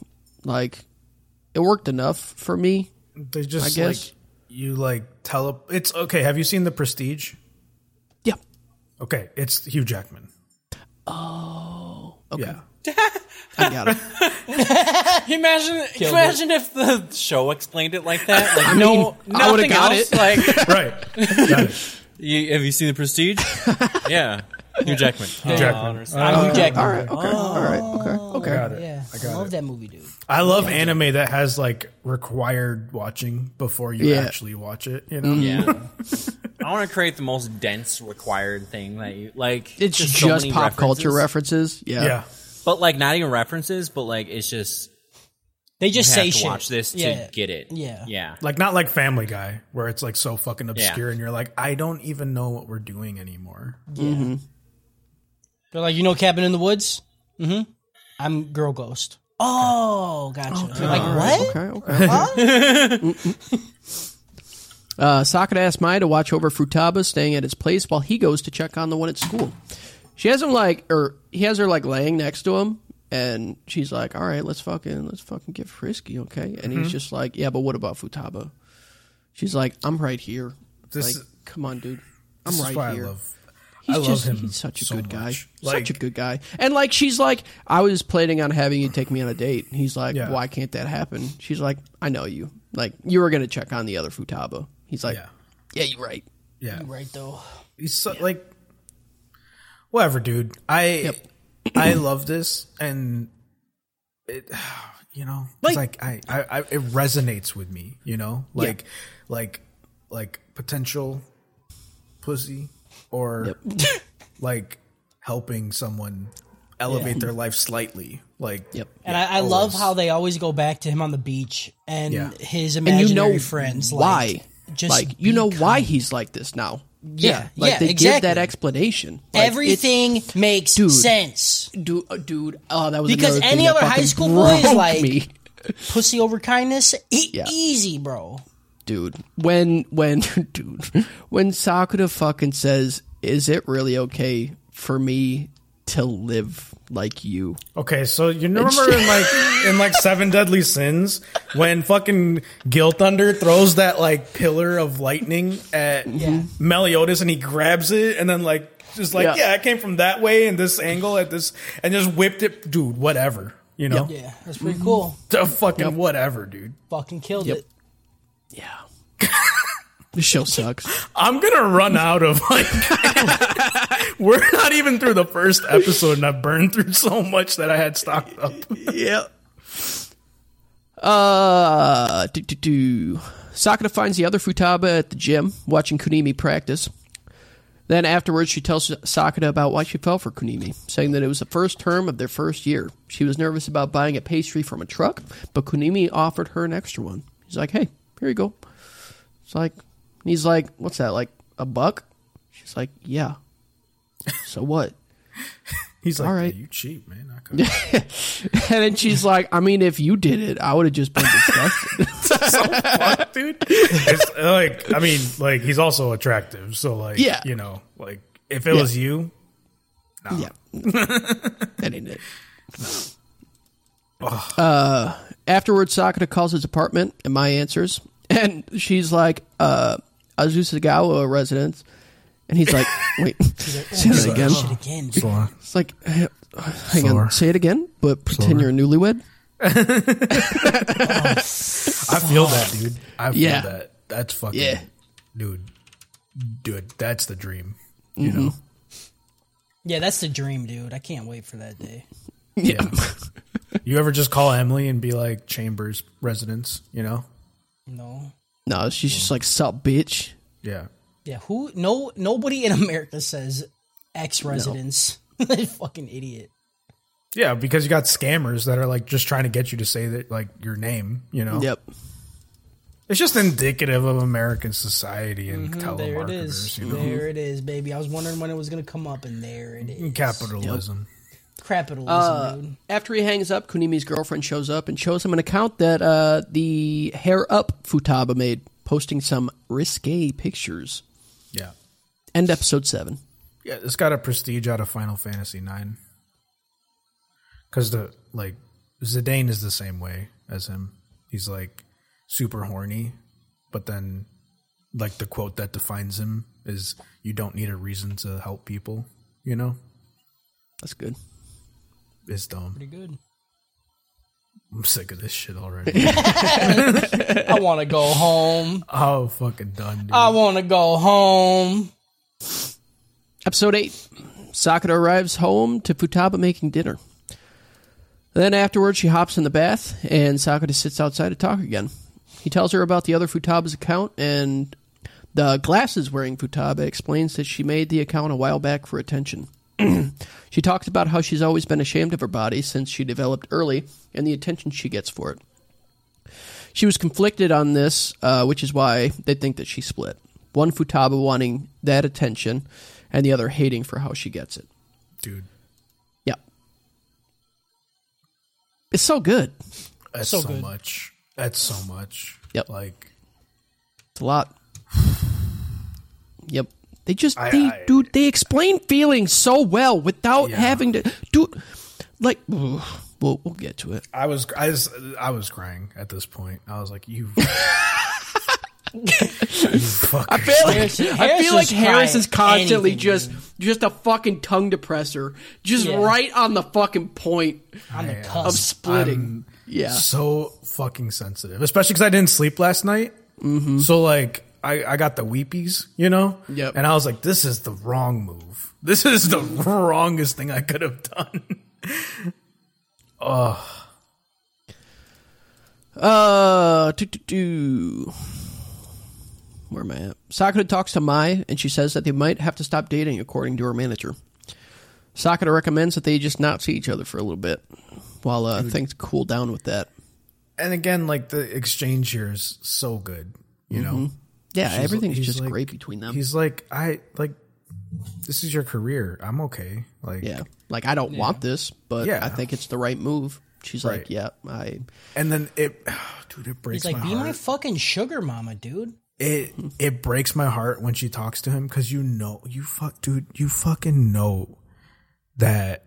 Speaker 3: Like, it worked enough for me.
Speaker 4: They just
Speaker 3: I guess.
Speaker 4: like you like tele. It's okay. Have you seen the Prestige?
Speaker 3: Yeah.
Speaker 4: Okay, it's Hugh Jackman. Oh, okay. Yeah.
Speaker 3: I got it.
Speaker 5: Imagine, imagine if the show explained it like that. Like, no,
Speaker 3: I would've
Speaker 5: nothing
Speaker 3: got
Speaker 5: else.
Speaker 3: it.
Speaker 5: Like,
Speaker 4: Right. Got it.
Speaker 5: you, have you seen The Prestige? yeah, Hugh Jackman.
Speaker 4: Hugh Jackman.
Speaker 6: I'm Hugh Jackman.
Speaker 3: All right. Okay. All right. Okay. Okay.
Speaker 4: Got it.
Speaker 6: Yeah, I, love that movie, dude.
Speaker 4: I love anime that has like required watching before you
Speaker 3: Yeah. Mm-hmm.
Speaker 4: actually watch it. You know.
Speaker 5: Yeah, I want to create the most dense required thing that you like.
Speaker 3: It's just,
Speaker 5: so many
Speaker 3: pop culture references.
Speaker 5: references.
Speaker 3: Yeah.
Speaker 4: yeah.
Speaker 5: but like not even references, but like it's just
Speaker 6: They just
Speaker 5: you
Speaker 6: say
Speaker 5: have to
Speaker 6: shit.
Speaker 5: watch this
Speaker 6: yeah.
Speaker 5: to get it.
Speaker 6: Yeah.
Speaker 5: yeah.
Speaker 4: Like not like Family Guy, where it's like so fucking obscure, and you're like, I don't even know what we're doing anymore.
Speaker 6: They're like, you know, Cabin in the Woods. Mm-hmm. I'm Girl Ghost. Oh, gotcha. You're like what?
Speaker 3: Okay, okay. Eh? uh, Socket asked Maya to watch over Futaba staying at his place while he goes to check on the one at school. She has him like, or he has her like laying next to him, and she's like, "All right, let's fucking let's fucking get frisky, okay?" And
Speaker 4: Mm-hmm.
Speaker 3: he's just like, "Yeah, but what about Futaba?" She's like, "I'm right here."
Speaker 4: This
Speaker 3: like,
Speaker 4: is-
Speaker 3: come on, dude, I'm
Speaker 4: This
Speaker 3: right
Speaker 4: is why
Speaker 3: here.
Speaker 4: I love.
Speaker 3: He's
Speaker 4: I love
Speaker 3: just
Speaker 4: him
Speaker 3: he's such a
Speaker 4: so
Speaker 3: good guy.
Speaker 4: much.
Speaker 3: such
Speaker 4: Like-
Speaker 3: a good guy. And like she's like, I was planning on having you take me on a date. And he's like,
Speaker 4: Yeah.
Speaker 3: Why can't that happen? She's like, I know you. Like you were gonna check on the other Futaba. He's like,
Speaker 4: Yeah,
Speaker 3: Yeah, you're right.
Speaker 4: yeah.
Speaker 6: Right though.
Speaker 4: He's so, like, whatever, dude. I I love this, and it, you know, it's
Speaker 6: Like-
Speaker 4: like I, I, I, it resonates with me. You know, like, like, like potential pussy, or like helping someone elevate their life slightly. Like,
Speaker 3: Yep.
Speaker 6: And I, I love how they always go back to him on the beach and
Speaker 4: Yeah.
Speaker 6: his
Speaker 3: And
Speaker 6: imaginary
Speaker 3: you know
Speaker 6: friends.
Speaker 3: why.
Speaker 6: Like, just
Speaker 3: like
Speaker 6: be
Speaker 3: you know
Speaker 6: kind.
Speaker 3: why he's like this now.
Speaker 6: Yeah,
Speaker 3: like
Speaker 6: yeah,
Speaker 3: they
Speaker 6: exactly.
Speaker 3: give that explanation. Like,
Speaker 6: Everything makes
Speaker 3: Dude.
Speaker 6: sense.
Speaker 3: it, dude, uh, dude. Oh, that was
Speaker 6: Because
Speaker 3: another thing
Speaker 6: any
Speaker 3: that
Speaker 6: other high
Speaker 3: fucking
Speaker 6: school boy is
Speaker 3: broke
Speaker 6: like-
Speaker 3: me.
Speaker 6: Pussy over kindness. E-
Speaker 3: Yeah.
Speaker 6: Easy, bro.
Speaker 3: dude. When when dude, when Sakura fucking says, "Is it really okay for me to live like you?"
Speaker 4: Okay, so you remember in like in like Seven Deadly Sins when fucking Gil Thunder throws that like pillar of lightning at Meliodas and he grabs it and then like just like
Speaker 3: Yeah.
Speaker 4: yeah. it came from that way and this angle at this and just whipped it, dude. Whatever, you know,
Speaker 6: Yeah, that's pretty cool.
Speaker 4: Duh, fucking whatever, dude.
Speaker 6: Fucking killed
Speaker 3: Yep.
Speaker 6: it.
Speaker 3: Yeah. This show sucks.
Speaker 4: I'm gonna run out of like. we're not even through the first episode and I've burned through so much that I had stocked up.
Speaker 3: yeah. Uh, do, do, do. Sakura finds the other Futaba at the gym watching Kunimi practice. Then afterwards, she tells Sakata about why she fell for Kunimi, saying that it was the first term of their first year. She was nervous about buying a pastry from a truck, but Kunimi offered her an extra one. He's like, "Hey, here you go." It's like, and he's like, "What's that? Like a buck?" She's like, "Yeah." So what?
Speaker 4: He's like,
Speaker 3: All right.
Speaker 4: "Yeah, you cheap man. I could.
Speaker 3: and then she's like, "I mean, if you did it, I would have just been disgusted."
Speaker 4: dude. It's uh, like I mean, like he's also attractive, so like
Speaker 3: Yeah.
Speaker 4: you know, like if it was you,
Speaker 3: Yeah. that ain't it. Uh, afterwards, Sakata calls his apartment, and Maya answers. And she's like, uh, Azusagawa residence. And he's like, wait, say that again.
Speaker 6: Shit again.
Speaker 3: It's like, eh, hang on, say it again, but pretend you're a newlywed.
Speaker 4: I feel that, dude. I feel
Speaker 3: Yeah.
Speaker 4: that. That's fucking
Speaker 3: Yeah.
Speaker 4: dude. Dude, that's the dream. You
Speaker 3: Mm-hmm.
Speaker 4: know.
Speaker 6: Yeah, that's the dream, dude. I can't wait for that day.
Speaker 4: Yeah. you ever just call Emily and be like Chambers residence, you know?
Speaker 6: No.
Speaker 3: No, she's just like, sup, bitch.
Speaker 4: Yeah.
Speaker 6: Yeah, who? No, nobody in America says ex residents. fucking idiot.
Speaker 4: Yeah, because you got scammers that are like just trying to get you to say that like your name, you know.
Speaker 3: Yep.
Speaker 4: It's just indicative of American society and
Speaker 6: Mm-hmm, There
Speaker 4: telemarketers,
Speaker 6: it is.
Speaker 4: you know.
Speaker 6: There it is, baby. I was wondering when it was going to come up, and there
Speaker 3: Mm-hmm.
Speaker 6: it is.
Speaker 4: Capitalism.
Speaker 6: Capitalism,
Speaker 3: Uh.
Speaker 6: dude.
Speaker 3: After he hangs up, Kunimi's girlfriend shows up and shows him an account that uh, the hair up Futaba made, posting some risque pictures.
Speaker 4: Yeah.
Speaker 3: End episode seven.
Speaker 4: Yeah, it's got a prestige out of Final Fantasy Nine. Because the like Zidane is the same way as him. He's like super horny, but then like the quote that defines him is you don't need a reason to help people, you know?
Speaker 3: That's good.
Speaker 4: It's dumb.
Speaker 6: Pretty good.
Speaker 4: I'm sick of this shit already.
Speaker 6: I want to go home.
Speaker 4: oh fucking done, dude.
Speaker 6: I want to go home.
Speaker 3: Episode eight. Sakura arrives home to Futaba making dinner. Then afterwards, she hops in the bath, and Sakura sits outside to talk again. He tells her about the other Futaba's account and The glasses wearing Futaba explains that she made the account a while back for attention. she talks about how she's always been ashamed of her body since she developed early and the attention she gets for it. She was conflicted on this, uh, which is why they think that she split. One Futaba wanting that attention, and the other hating for how she gets it.
Speaker 4: dude.
Speaker 3: Yeah. It's so good.
Speaker 4: That's so,
Speaker 6: So good.
Speaker 4: much. That's so much.
Speaker 3: Yep.
Speaker 4: Like
Speaker 3: It's a lot. Yep. They just
Speaker 4: I-
Speaker 3: they
Speaker 4: I-
Speaker 3: dude they explain feelings so well without
Speaker 4: Yeah.
Speaker 3: having to dude like ugh, we'll we'll get to it.
Speaker 4: I was, I was, I was crying at this point. I was like, you. you fucker.
Speaker 3: I feel like,
Speaker 6: Harris-
Speaker 3: I
Speaker 6: Harris
Speaker 3: feel like
Speaker 6: is
Speaker 3: Harris
Speaker 6: crying
Speaker 3: is constantly
Speaker 6: anything,
Speaker 3: just just a fucking tongue depressor, just
Speaker 6: Yeah.
Speaker 3: right on the fucking point
Speaker 6: on the
Speaker 3: of
Speaker 6: cusp.
Speaker 3: splitting. yeah,
Speaker 4: so fucking sensitive, especially because I didn't sleep last night. So like, I, I got the weepies, you know.
Speaker 3: Mm-hmm. Yep.
Speaker 4: And I was like, this is the wrong move. This is the wrongest thing I could have done.
Speaker 3: Uh, do, do, do. Where am I at? Sakura talks to Mai, and she says that they might have to stop dating, according to her manager. Sakura recommends that they just not see each other for a little bit while uh, things cool down with that.
Speaker 4: And again, like the exchange here is so good, you know.
Speaker 3: Yeah,
Speaker 4: She's-
Speaker 3: Mm-hmm. everything's
Speaker 4: he's
Speaker 3: just
Speaker 4: like-
Speaker 3: great between them.
Speaker 4: He's like, I like. This is your career. I'm okay. Like,
Speaker 3: Yeah, like I don't want this, but
Speaker 4: Yeah.
Speaker 3: I think it's the right move. She's like,
Speaker 4: Right.
Speaker 3: yeah, I.
Speaker 4: And then it, dude, it breaks
Speaker 6: He's like,
Speaker 4: my
Speaker 6: be
Speaker 4: heart.
Speaker 6: my fucking sugar mama, dude.
Speaker 4: it it breaks my heart when she talks to him because you know you fuck, dude, you fucking know that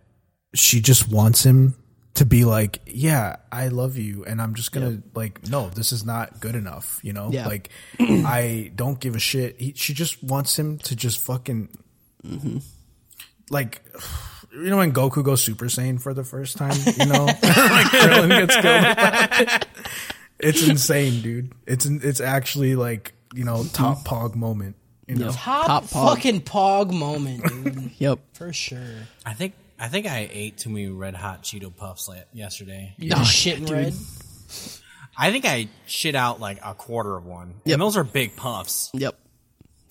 Speaker 4: she just wants him to be like, yeah, I love you, and I'm just gonna like, no, this is not good enough. You know,
Speaker 3: Yeah.
Speaker 4: like I don't give a shit. He, she just wants him to just fucking
Speaker 6: Mm-hmm.
Speaker 4: like. You know when Goku goes Super Saiyan for the first time, you know, like Krillin gets killed. it's insane, dude. It's it's actually like you know top
Speaker 6: Mm-hmm.
Speaker 4: pog moment. You know,
Speaker 6: Top,
Speaker 3: Top pog.
Speaker 6: fucking pog moment, dude.
Speaker 3: Yep.
Speaker 6: For sure.
Speaker 5: I think I think I ate too many Red Hot Cheeto Puffs la- yesterday.
Speaker 6: You're shitting red.
Speaker 5: I think I shit out like a quarter of one,
Speaker 3: Yep.
Speaker 5: and those are big puffs.
Speaker 3: Yep.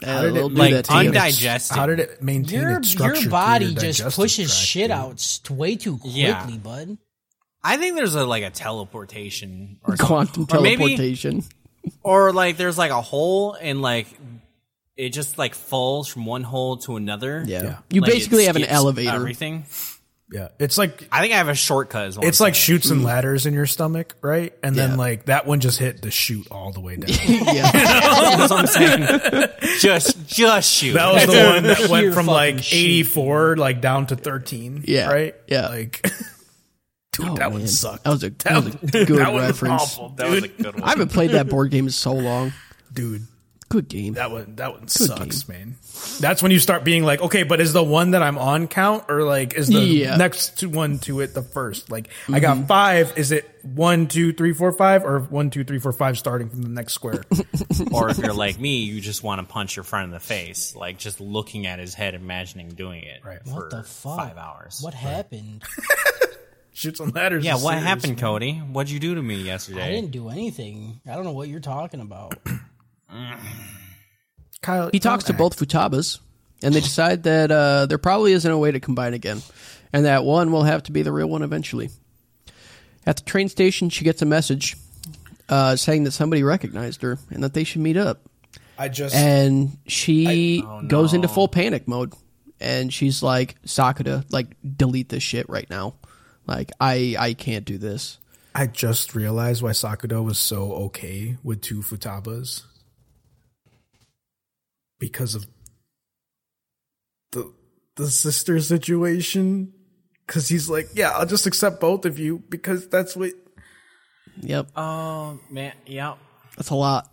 Speaker 4: How
Speaker 3: Uh,
Speaker 4: did it
Speaker 3: they'll do
Speaker 5: like,
Speaker 3: that to you.
Speaker 5: undi- undigested.
Speaker 4: How did it maintain
Speaker 6: Your,
Speaker 4: its structure?
Speaker 6: your
Speaker 4: through
Speaker 6: body
Speaker 4: your
Speaker 6: just
Speaker 4: digestive
Speaker 6: pushes
Speaker 4: tract,
Speaker 6: shit
Speaker 4: dude?
Speaker 6: out st- way too quickly,
Speaker 5: Yeah.
Speaker 6: bud.
Speaker 5: I think there's a like a teleportation or something.
Speaker 3: quantum
Speaker 5: Or maybe-
Speaker 3: teleportation.
Speaker 5: or like there's like a hole and like it just like falls from one hole to another.
Speaker 3: Yeah.
Speaker 4: Yeah.
Speaker 3: You
Speaker 5: Like, it
Speaker 3: basically have an
Speaker 5: skips
Speaker 3: elevator.
Speaker 5: Everything.
Speaker 4: Yeah, it's like
Speaker 5: I think I have a shortcut. As well.
Speaker 4: it's like shoots
Speaker 6: Mm.
Speaker 4: and ladders in your stomach, right? And
Speaker 3: Yeah.
Speaker 4: then like that one just hit the chute all the way down.
Speaker 3: Yeah.
Speaker 5: That's what I'm saying. just just shoot.
Speaker 4: That was the one that
Speaker 6: Sheer
Speaker 4: went
Speaker 6: fucking
Speaker 4: from like
Speaker 6: shoot.
Speaker 4: eighty four like down to thirteen.
Speaker 3: Yeah.
Speaker 4: right.
Speaker 3: Yeah.
Speaker 4: like dude,
Speaker 3: Oh,
Speaker 4: that one
Speaker 3: man.
Speaker 4: sucked.
Speaker 3: That was a, that was a good
Speaker 4: that one was
Speaker 3: reference.
Speaker 4: awful, dude.
Speaker 3: I haven't played that board game in so long.
Speaker 4: dude.
Speaker 3: Good game.
Speaker 4: That one, that one sucks, man. That's when you start being like, okay, but is the one that I'm on count or like is the
Speaker 3: Yeah.
Speaker 4: next to one to it the first? Like I got five. Is it one, two, three, four, five, or one, two, three, four, five, starting from the next square?
Speaker 5: or if you're like me, you just want to punch your friend in the face, like just looking at his head, imagining doing it
Speaker 4: Right.
Speaker 5: for
Speaker 6: What the fuck?
Speaker 5: five hours.
Speaker 6: What happened?
Speaker 4: Shoots on ladders.
Speaker 5: Yeah,
Speaker 4: is
Speaker 5: what
Speaker 4: serious.
Speaker 5: happened, Cody? What'd you do to me
Speaker 6: I
Speaker 5: yesterday?
Speaker 6: didn't do anything. I don't know what you're talking about.
Speaker 4: Kyle,
Speaker 3: he talks to both Futabas, and they decide that uh, there probably isn't a way to combine again, and that one will have to be the real one eventually. At the train station, she gets a message uh, saying that somebody recognized her and that they should meet up.
Speaker 4: I just oh,
Speaker 3: And she goes into full panic mode, and she's like, "Sakura, like delete this shit right now. Like I I can't do this."
Speaker 4: I just realized why Sakudo was so okay with two futabas because of the the sister situation. Because he's like, yeah, I'll just accept both of you because that's what.
Speaker 3: Yep,
Speaker 4: Uh,
Speaker 5: Oh man, yeah.
Speaker 3: that's a lot.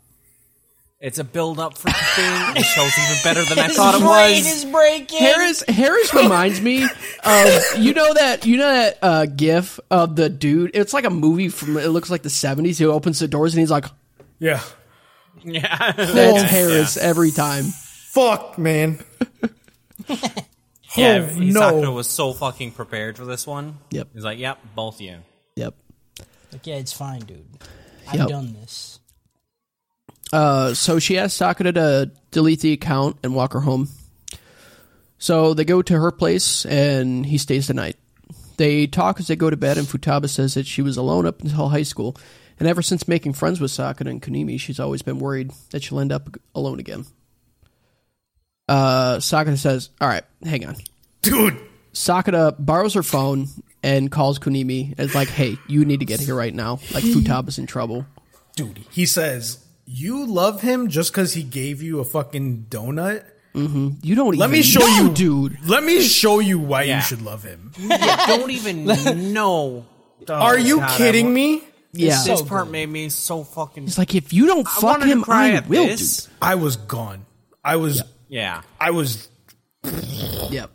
Speaker 5: It's a build up for the thing. It shows even better than I thought it
Speaker 6: His
Speaker 5: was.
Speaker 6: brain is breaking.
Speaker 3: Harris Harris reminds me of you know that you know that uh, gif of the dude. It's like a movie from it looks like the seventies. He opens the doors and he's like,
Speaker 4: Yeah.
Speaker 5: yeah.
Speaker 3: "That's Harris every time."
Speaker 4: Fuck, man.
Speaker 5: yeah,
Speaker 4: Oh,
Speaker 5: Sakura
Speaker 4: no.
Speaker 5: was so fucking prepared for this one.
Speaker 3: Yep.
Speaker 5: He's like, yep, both of you.
Speaker 3: Yep.
Speaker 6: Like, yeah, it's fine, dude. I've
Speaker 3: Yep.
Speaker 6: done this.
Speaker 3: Uh, so she asks Sakura to delete the account, and walk her home. So they go to her place, and he stays the night. They talk as they go to bed, and Futaba says that she was alone up until high school, and ever since making friends with Sakura and Kunimi, she's always been worried that she'll end up alone again. Uh, Sakura says, "All right, hang on."
Speaker 4: dude.
Speaker 3: Sakata borrows her phone and calls Kunimi as like, "Hey, you need to get here right now. Like Futaba's in trouble."
Speaker 4: Dude, he says you love him just because he gave you a fucking donut.
Speaker 3: You don't.
Speaker 4: Let
Speaker 3: even
Speaker 4: me show
Speaker 3: know,
Speaker 4: you,
Speaker 3: dude.
Speaker 4: Let me show you why
Speaker 5: Yeah.
Speaker 4: you should love him.
Speaker 5: don't even know.
Speaker 4: Are you kidding me?
Speaker 3: Yeah,
Speaker 5: This
Speaker 6: So
Speaker 5: part made me so fucking.
Speaker 3: it's like if you don't
Speaker 5: I
Speaker 3: fuck
Speaker 5: wanted
Speaker 3: him,
Speaker 5: to cry
Speaker 3: I
Speaker 5: at
Speaker 3: will,
Speaker 5: this.
Speaker 4: I was gone. I was.
Speaker 5: Yeah,
Speaker 4: I was.
Speaker 3: dude. Yep.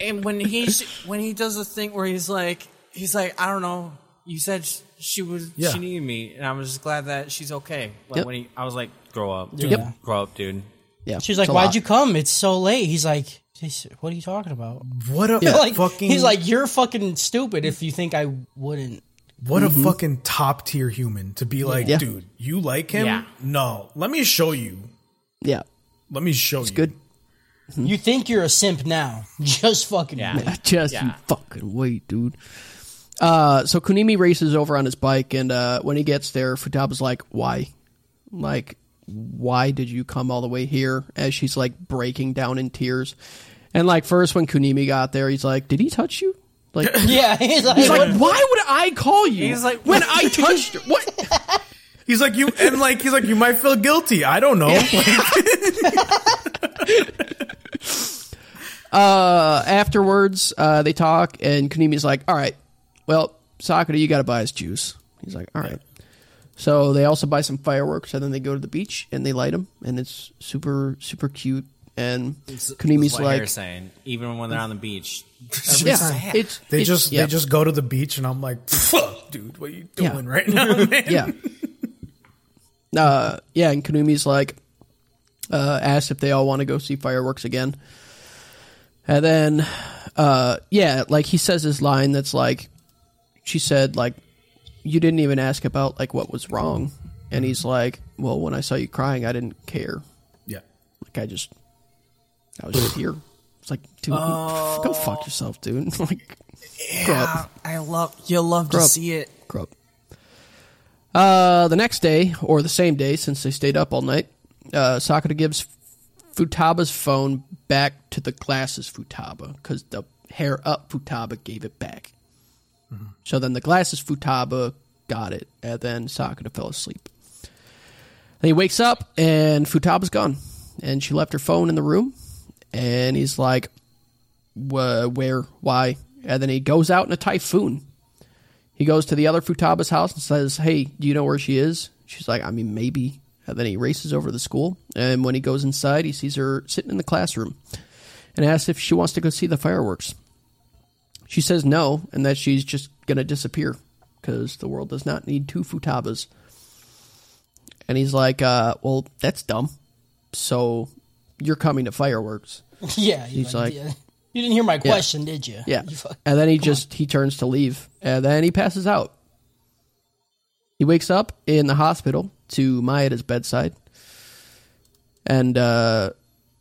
Speaker 5: and when he sh- when he does the thing where he's like, he's like, I don't know. You said sh- she was
Speaker 4: Yeah.
Speaker 5: she needed me, and I'm just glad that she's okay. Like
Speaker 3: Yep.
Speaker 5: when he, I was like, grow up,
Speaker 3: Yep.
Speaker 5: grow up, dude.
Speaker 3: Yeah.
Speaker 6: She's like,
Speaker 3: It's a
Speaker 6: "Why'd
Speaker 3: lot.
Speaker 6: you come? It's so late." He's like, "He's- "What are you talking about?"
Speaker 4: What a
Speaker 6: like,
Speaker 4: fucking.
Speaker 6: he's like, "You're fucking stupid if you think I wouldn't."
Speaker 4: what a fucking top tier human to be like,
Speaker 3: mm-hmm. Yeah.
Speaker 4: dude. You like him?
Speaker 5: Yeah.
Speaker 4: No. Let me show you.
Speaker 3: Yeah.
Speaker 4: Let me show you.
Speaker 3: Good. Hmm?
Speaker 6: You think you're a simp now? Just fucking
Speaker 5: Yeah.
Speaker 6: wait.
Speaker 3: Just you
Speaker 5: Yeah.
Speaker 3: fucking wait, dude. Uh, so Kunimi races over on his bike, and uh, when he gets there, Futaba's like, "Why? Like, why did you come all the way here?" As she's like breaking down in tears, and like first when Kunimi got there, he's like, "Did he touch you?" Like,
Speaker 6: Yeah, he's like,
Speaker 3: he's like, "Why would I call you?"
Speaker 5: He's like-
Speaker 3: "When I touched you, what?"
Speaker 4: He's like you, and like he's like you might feel guilty. I don't know.
Speaker 3: Uh, afterwards, uh, they talk, and Kunimi's like, "All right, well, Sakura, you got to buy us juice." He's like, "All right." So they also buy some fireworks, and then they go to the beach and they light them, and it's super super cute. And Kunimi's
Speaker 5: That's what
Speaker 3: like,
Speaker 5: Hera's saying, even when they're on the beach,
Speaker 3: "Yeah, it's
Speaker 4: They
Speaker 3: it's-
Speaker 4: just
Speaker 3: yeah,
Speaker 4: they just go to the beach, and I'm like, fuck, dude, what are you doing right now, man?
Speaker 3: yeah." Uh, yeah, and Kunumi's like, uh, asked if they all want to go see fireworks again. And then, uh, yeah, like he says his line that's like, she said, like, you didn't even ask about, like, what was wrong. And he's like, well, when I saw you crying, I didn't care.
Speaker 4: Yeah.
Speaker 3: Like, I just, I was just here. It's like, dude, go fuck yourself, dude. like, grow up,
Speaker 5: I love you. Love
Speaker 3: Grow
Speaker 5: to
Speaker 3: up.
Speaker 5: see it.
Speaker 3: grow up. Uh, the next day, or the same day, since they stayed up all night, uh, Sakura gives Futaba's phone back to the glasses Futaba because the hair up Futaba gave it back. So then the glasses Futaba got it, and then Sakura fell asleep. And he wakes up, and Futaba's gone, and she left her phone in the room, and he's like, "Wha- "Where? Why?" And then he goes out in a typhoon. He goes to the other Futaba's house and says, "Hey, do you know where she is?" She's like, "I mean, maybe." And then he races over to the school, and when he goes inside, he sees her sitting in the classroom, and asks if she wants to go see the fireworks. She says no, and that she's just gonna disappear because the world does not need two Futabas. And he's like, uh, "Well, that's dumb. So you're coming to fireworks."
Speaker 6: yeah,
Speaker 3: He's like-
Speaker 6: yeah. you didn't hear my question, did you?
Speaker 3: Yeah.
Speaker 6: You fuck-
Speaker 3: And then he just he turns to leave, and then he passes out. He wakes up in the hospital to Maya at his bedside, and uh,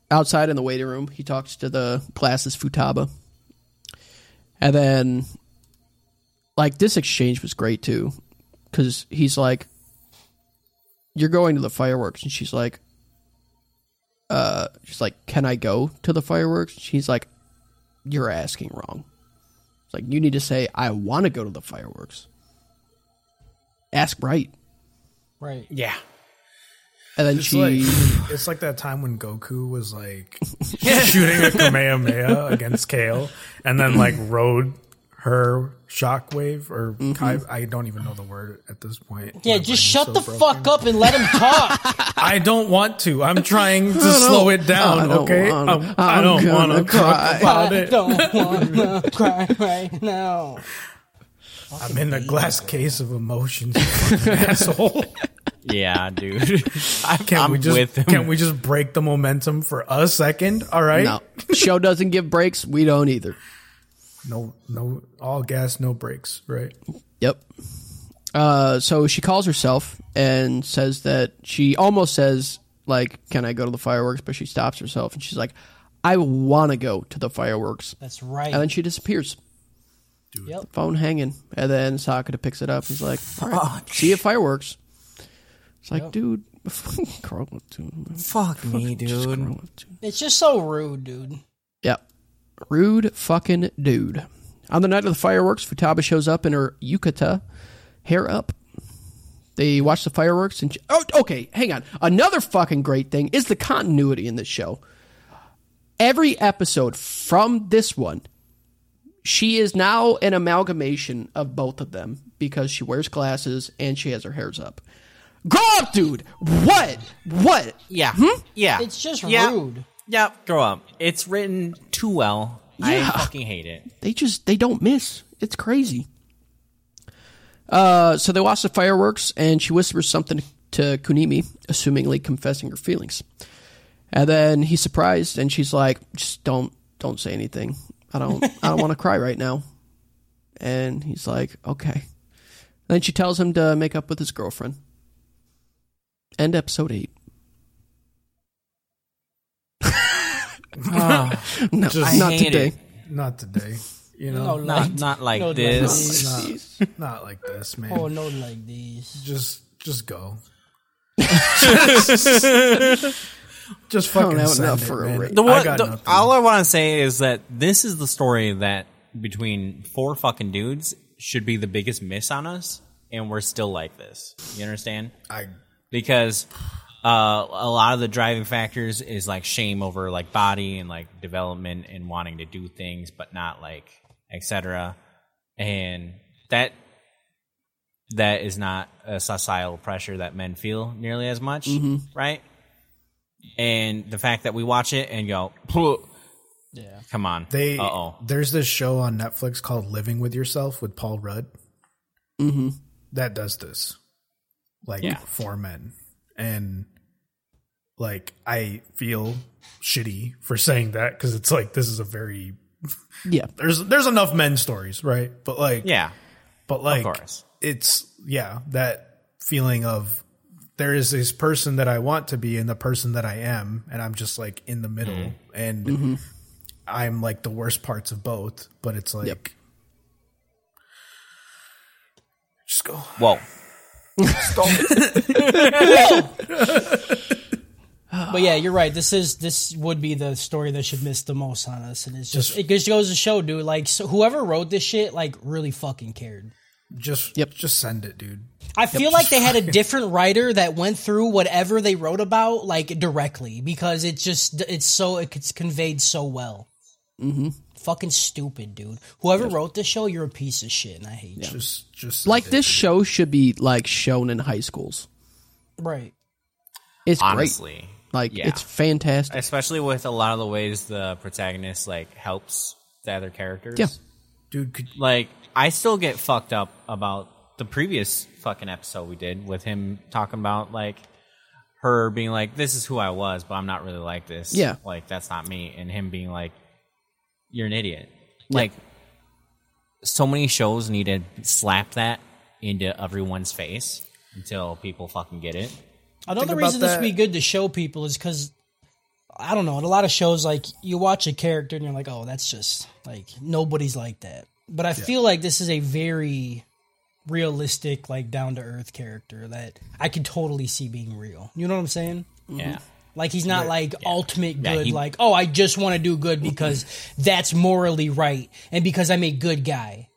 Speaker 3: outside in the waiting room, he talks to the classes Futaba, and then like this exchange was great too, because he's like, "You're going to the fireworks," and she's like. Uh, she's like, "Can I go to the fireworks?" She's like, you're asking wrong. It's like you need to say, I want to go to the fireworks. Ask right.
Speaker 6: right.
Speaker 5: Yeah,
Speaker 3: And then
Speaker 4: It's
Speaker 3: she
Speaker 4: like it's like that time when Goku was like shooting a Kamehameha against Kale, and then like rode her shockwave or Kai- I don't even know the word at this point.
Speaker 6: Yeah,
Speaker 4: My
Speaker 6: just
Speaker 4: brain's
Speaker 6: shut
Speaker 4: so
Speaker 6: the
Speaker 4: broken.
Speaker 6: fuck up and let him talk.
Speaker 4: I don't want to. I'm trying to slow it down.
Speaker 3: I don't
Speaker 4: okay,
Speaker 3: wanna.
Speaker 4: Um, I
Speaker 3: I'm
Speaker 4: don't
Speaker 3: gonna
Speaker 4: want to
Speaker 3: cry.
Speaker 4: talk about
Speaker 6: I
Speaker 4: it.
Speaker 6: don't wanna cry right now.
Speaker 4: I'm in a glass case of emotions, you fucking asshole.
Speaker 5: yeah, dude.
Speaker 4: Can
Speaker 5: I'm
Speaker 4: we just
Speaker 5: with him.
Speaker 4: can we just break the momentum for a second? All right.
Speaker 3: no. Show doesn't give breaks, we don't either.
Speaker 4: No, no, all gas, no brakes, right?
Speaker 3: Yep. Uh, so she calls herself and says that she almost says like, "Can I go to the fireworks?" But she stops herself and she's like, "I want to go to the fireworks,"
Speaker 6: That's right.
Speaker 3: and then she disappears.
Speaker 6: Yep.
Speaker 3: Phone hanging, and then Sakata picks it up and is like, "All right, see you at fireworks." It's like, dude, Carl, dude,
Speaker 5: Fuck me, dude.
Speaker 3: Carl, dude.
Speaker 6: It's just so rude, dude.
Speaker 3: Yep. Rude fucking dude. On the night of the fireworks, Futaba shows up in her yukata, hair up. They watch the fireworks and. Oh, okay, hang on. Another fucking great thing is the continuity in this show. Every episode from this one, she is now an amalgamation of both of them because she wears glasses and she has her hairs up. Grow up, dude! What? What?
Speaker 5: Yeah. Yeah.
Speaker 6: It's just
Speaker 5: Yeah.
Speaker 6: rude.
Speaker 5: Yep. Grow up. It's written too well.
Speaker 3: Yeah.
Speaker 5: I fucking hate it.
Speaker 3: they just they don't miss. It's crazy. Uh, so they watch the fireworks, and she whispers something to Kunimi, assumingly confessing her feelings. And then he's surprised, and she's like, "Just don't don't say anything. I don't I don't want to cry right now." And he's like, "Okay." Then she tells him to make up with his girlfriend. End episode eight. no,
Speaker 4: Just-
Speaker 3: not
Speaker 5: I Ah, hate
Speaker 3: today.
Speaker 5: it.
Speaker 4: Not today. You know,
Speaker 6: No,
Speaker 5: Not
Speaker 6: like,
Speaker 5: not like
Speaker 6: no, like
Speaker 5: this.
Speaker 4: not, not like this, man.
Speaker 6: oh no, like these.
Speaker 4: Just just go. just fucking
Speaker 3: have
Speaker 4: send
Speaker 3: enough
Speaker 4: it,
Speaker 3: for a
Speaker 4: man.
Speaker 3: rate.
Speaker 5: The
Speaker 4: I
Speaker 5: one,
Speaker 4: got
Speaker 5: the-
Speaker 4: nothing.
Speaker 5: all I want to say is that this is the story that between four fucking dudes should be the biggest miss on us, and we're still like this. You understand?
Speaker 4: I
Speaker 5: Because uh, a lot of the driving factors is like shame over like body and like development and wanting to do things, but not like etc. And that that is not a societal pressure that men feel nearly as much,
Speaker 3: Mm-hmm.
Speaker 5: right? And the fact that we watch it and go, "Phew,
Speaker 6: Yeah.
Speaker 5: come on,
Speaker 4: they
Speaker 5: uh-oh,
Speaker 4: there's this show on Netflix called Living with Yourself with Paul Rudd.
Speaker 3: Mm-hmm.
Speaker 4: that does this like
Speaker 5: Yeah.
Speaker 4: for men and like i feel shitty for saying that because it's like this is a very
Speaker 3: Yeah.
Speaker 4: there's there's enough men stories right but like
Speaker 5: yeah,
Speaker 4: but like
Speaker 5: course.
Speaker 4: it's yeah that feeling of there is this person that i want to be and the person that i am and i'm just like in the middle
Speaker 5: Mm-hmm.
Speaker 4: and
Speaker 3: Mm-hmm.
Speaker 4: i'm like the worst parts of both but it's like
Speaker 3: Yep.
Speaker 4: just go
Speaker 5: whoa."
Speaker 6: But yeah, you're right. This is this would be the story that should miss the most on us, and it's just it just goes to show, dude. Like so whoever wrote this shit, like really fucking cared.
Speaker 4: just
Speaker 3: Yep.
Speaker 4: just send it dude
Speaker 6: I feel like they had a different writer that went through whatever they wrote about like directly because it just it's so it's conveyed so well. Mm-hmm. Fucking stupid, dude. Whoever wrote this show, you're a piece of shit, and I hate you.
Speaker 4: just just
Speaker 3: Like this show should be like shown in high schools.
Speaker 6: Right.
Speaker 3: It's
Speaker 5: Honestly,
Speaker 3: great. Like
Speaker 5: yeah.
Speaker 3: it's fantastic.
Speaker 5: especially with a lot of the ways the protagonist like helps the other characters.
Speaker 3: Yeah.
Speaker 4: dude could
Speaker 5: Like I still get fucked up about the previous fucking episode we did with him talking about like her being like, "This is who I was, but I'm not really like this."
Speaker 3: Yeah.
Speaker 5: like that's not me, and him being like, "You're an idiot." Like so many shows need to slap that into everyone's face until people fucking get it.
Speaker 6: Another
Speaker 4: about
Speaker 6: reason this would be
Speaker 4: that.
Speaker 6: good to show people is because I don't know. In a lot of shows, like you watch a character and you're like, "Oh, that's just like nobody's like that." But I feel like this is a very realistic, like down to earth character that I could totally see being real. You know what I'm saying?
Speaker 5: Yeah,
Speaker 6: Like he's not like ultimate
Speaker 5: Yeah,
Speaker 6: good.
Speaker 5: he- Mm-hmm.
Speaker 6: like, oh, I just want to do good because that's morally right and because I'm a good guy.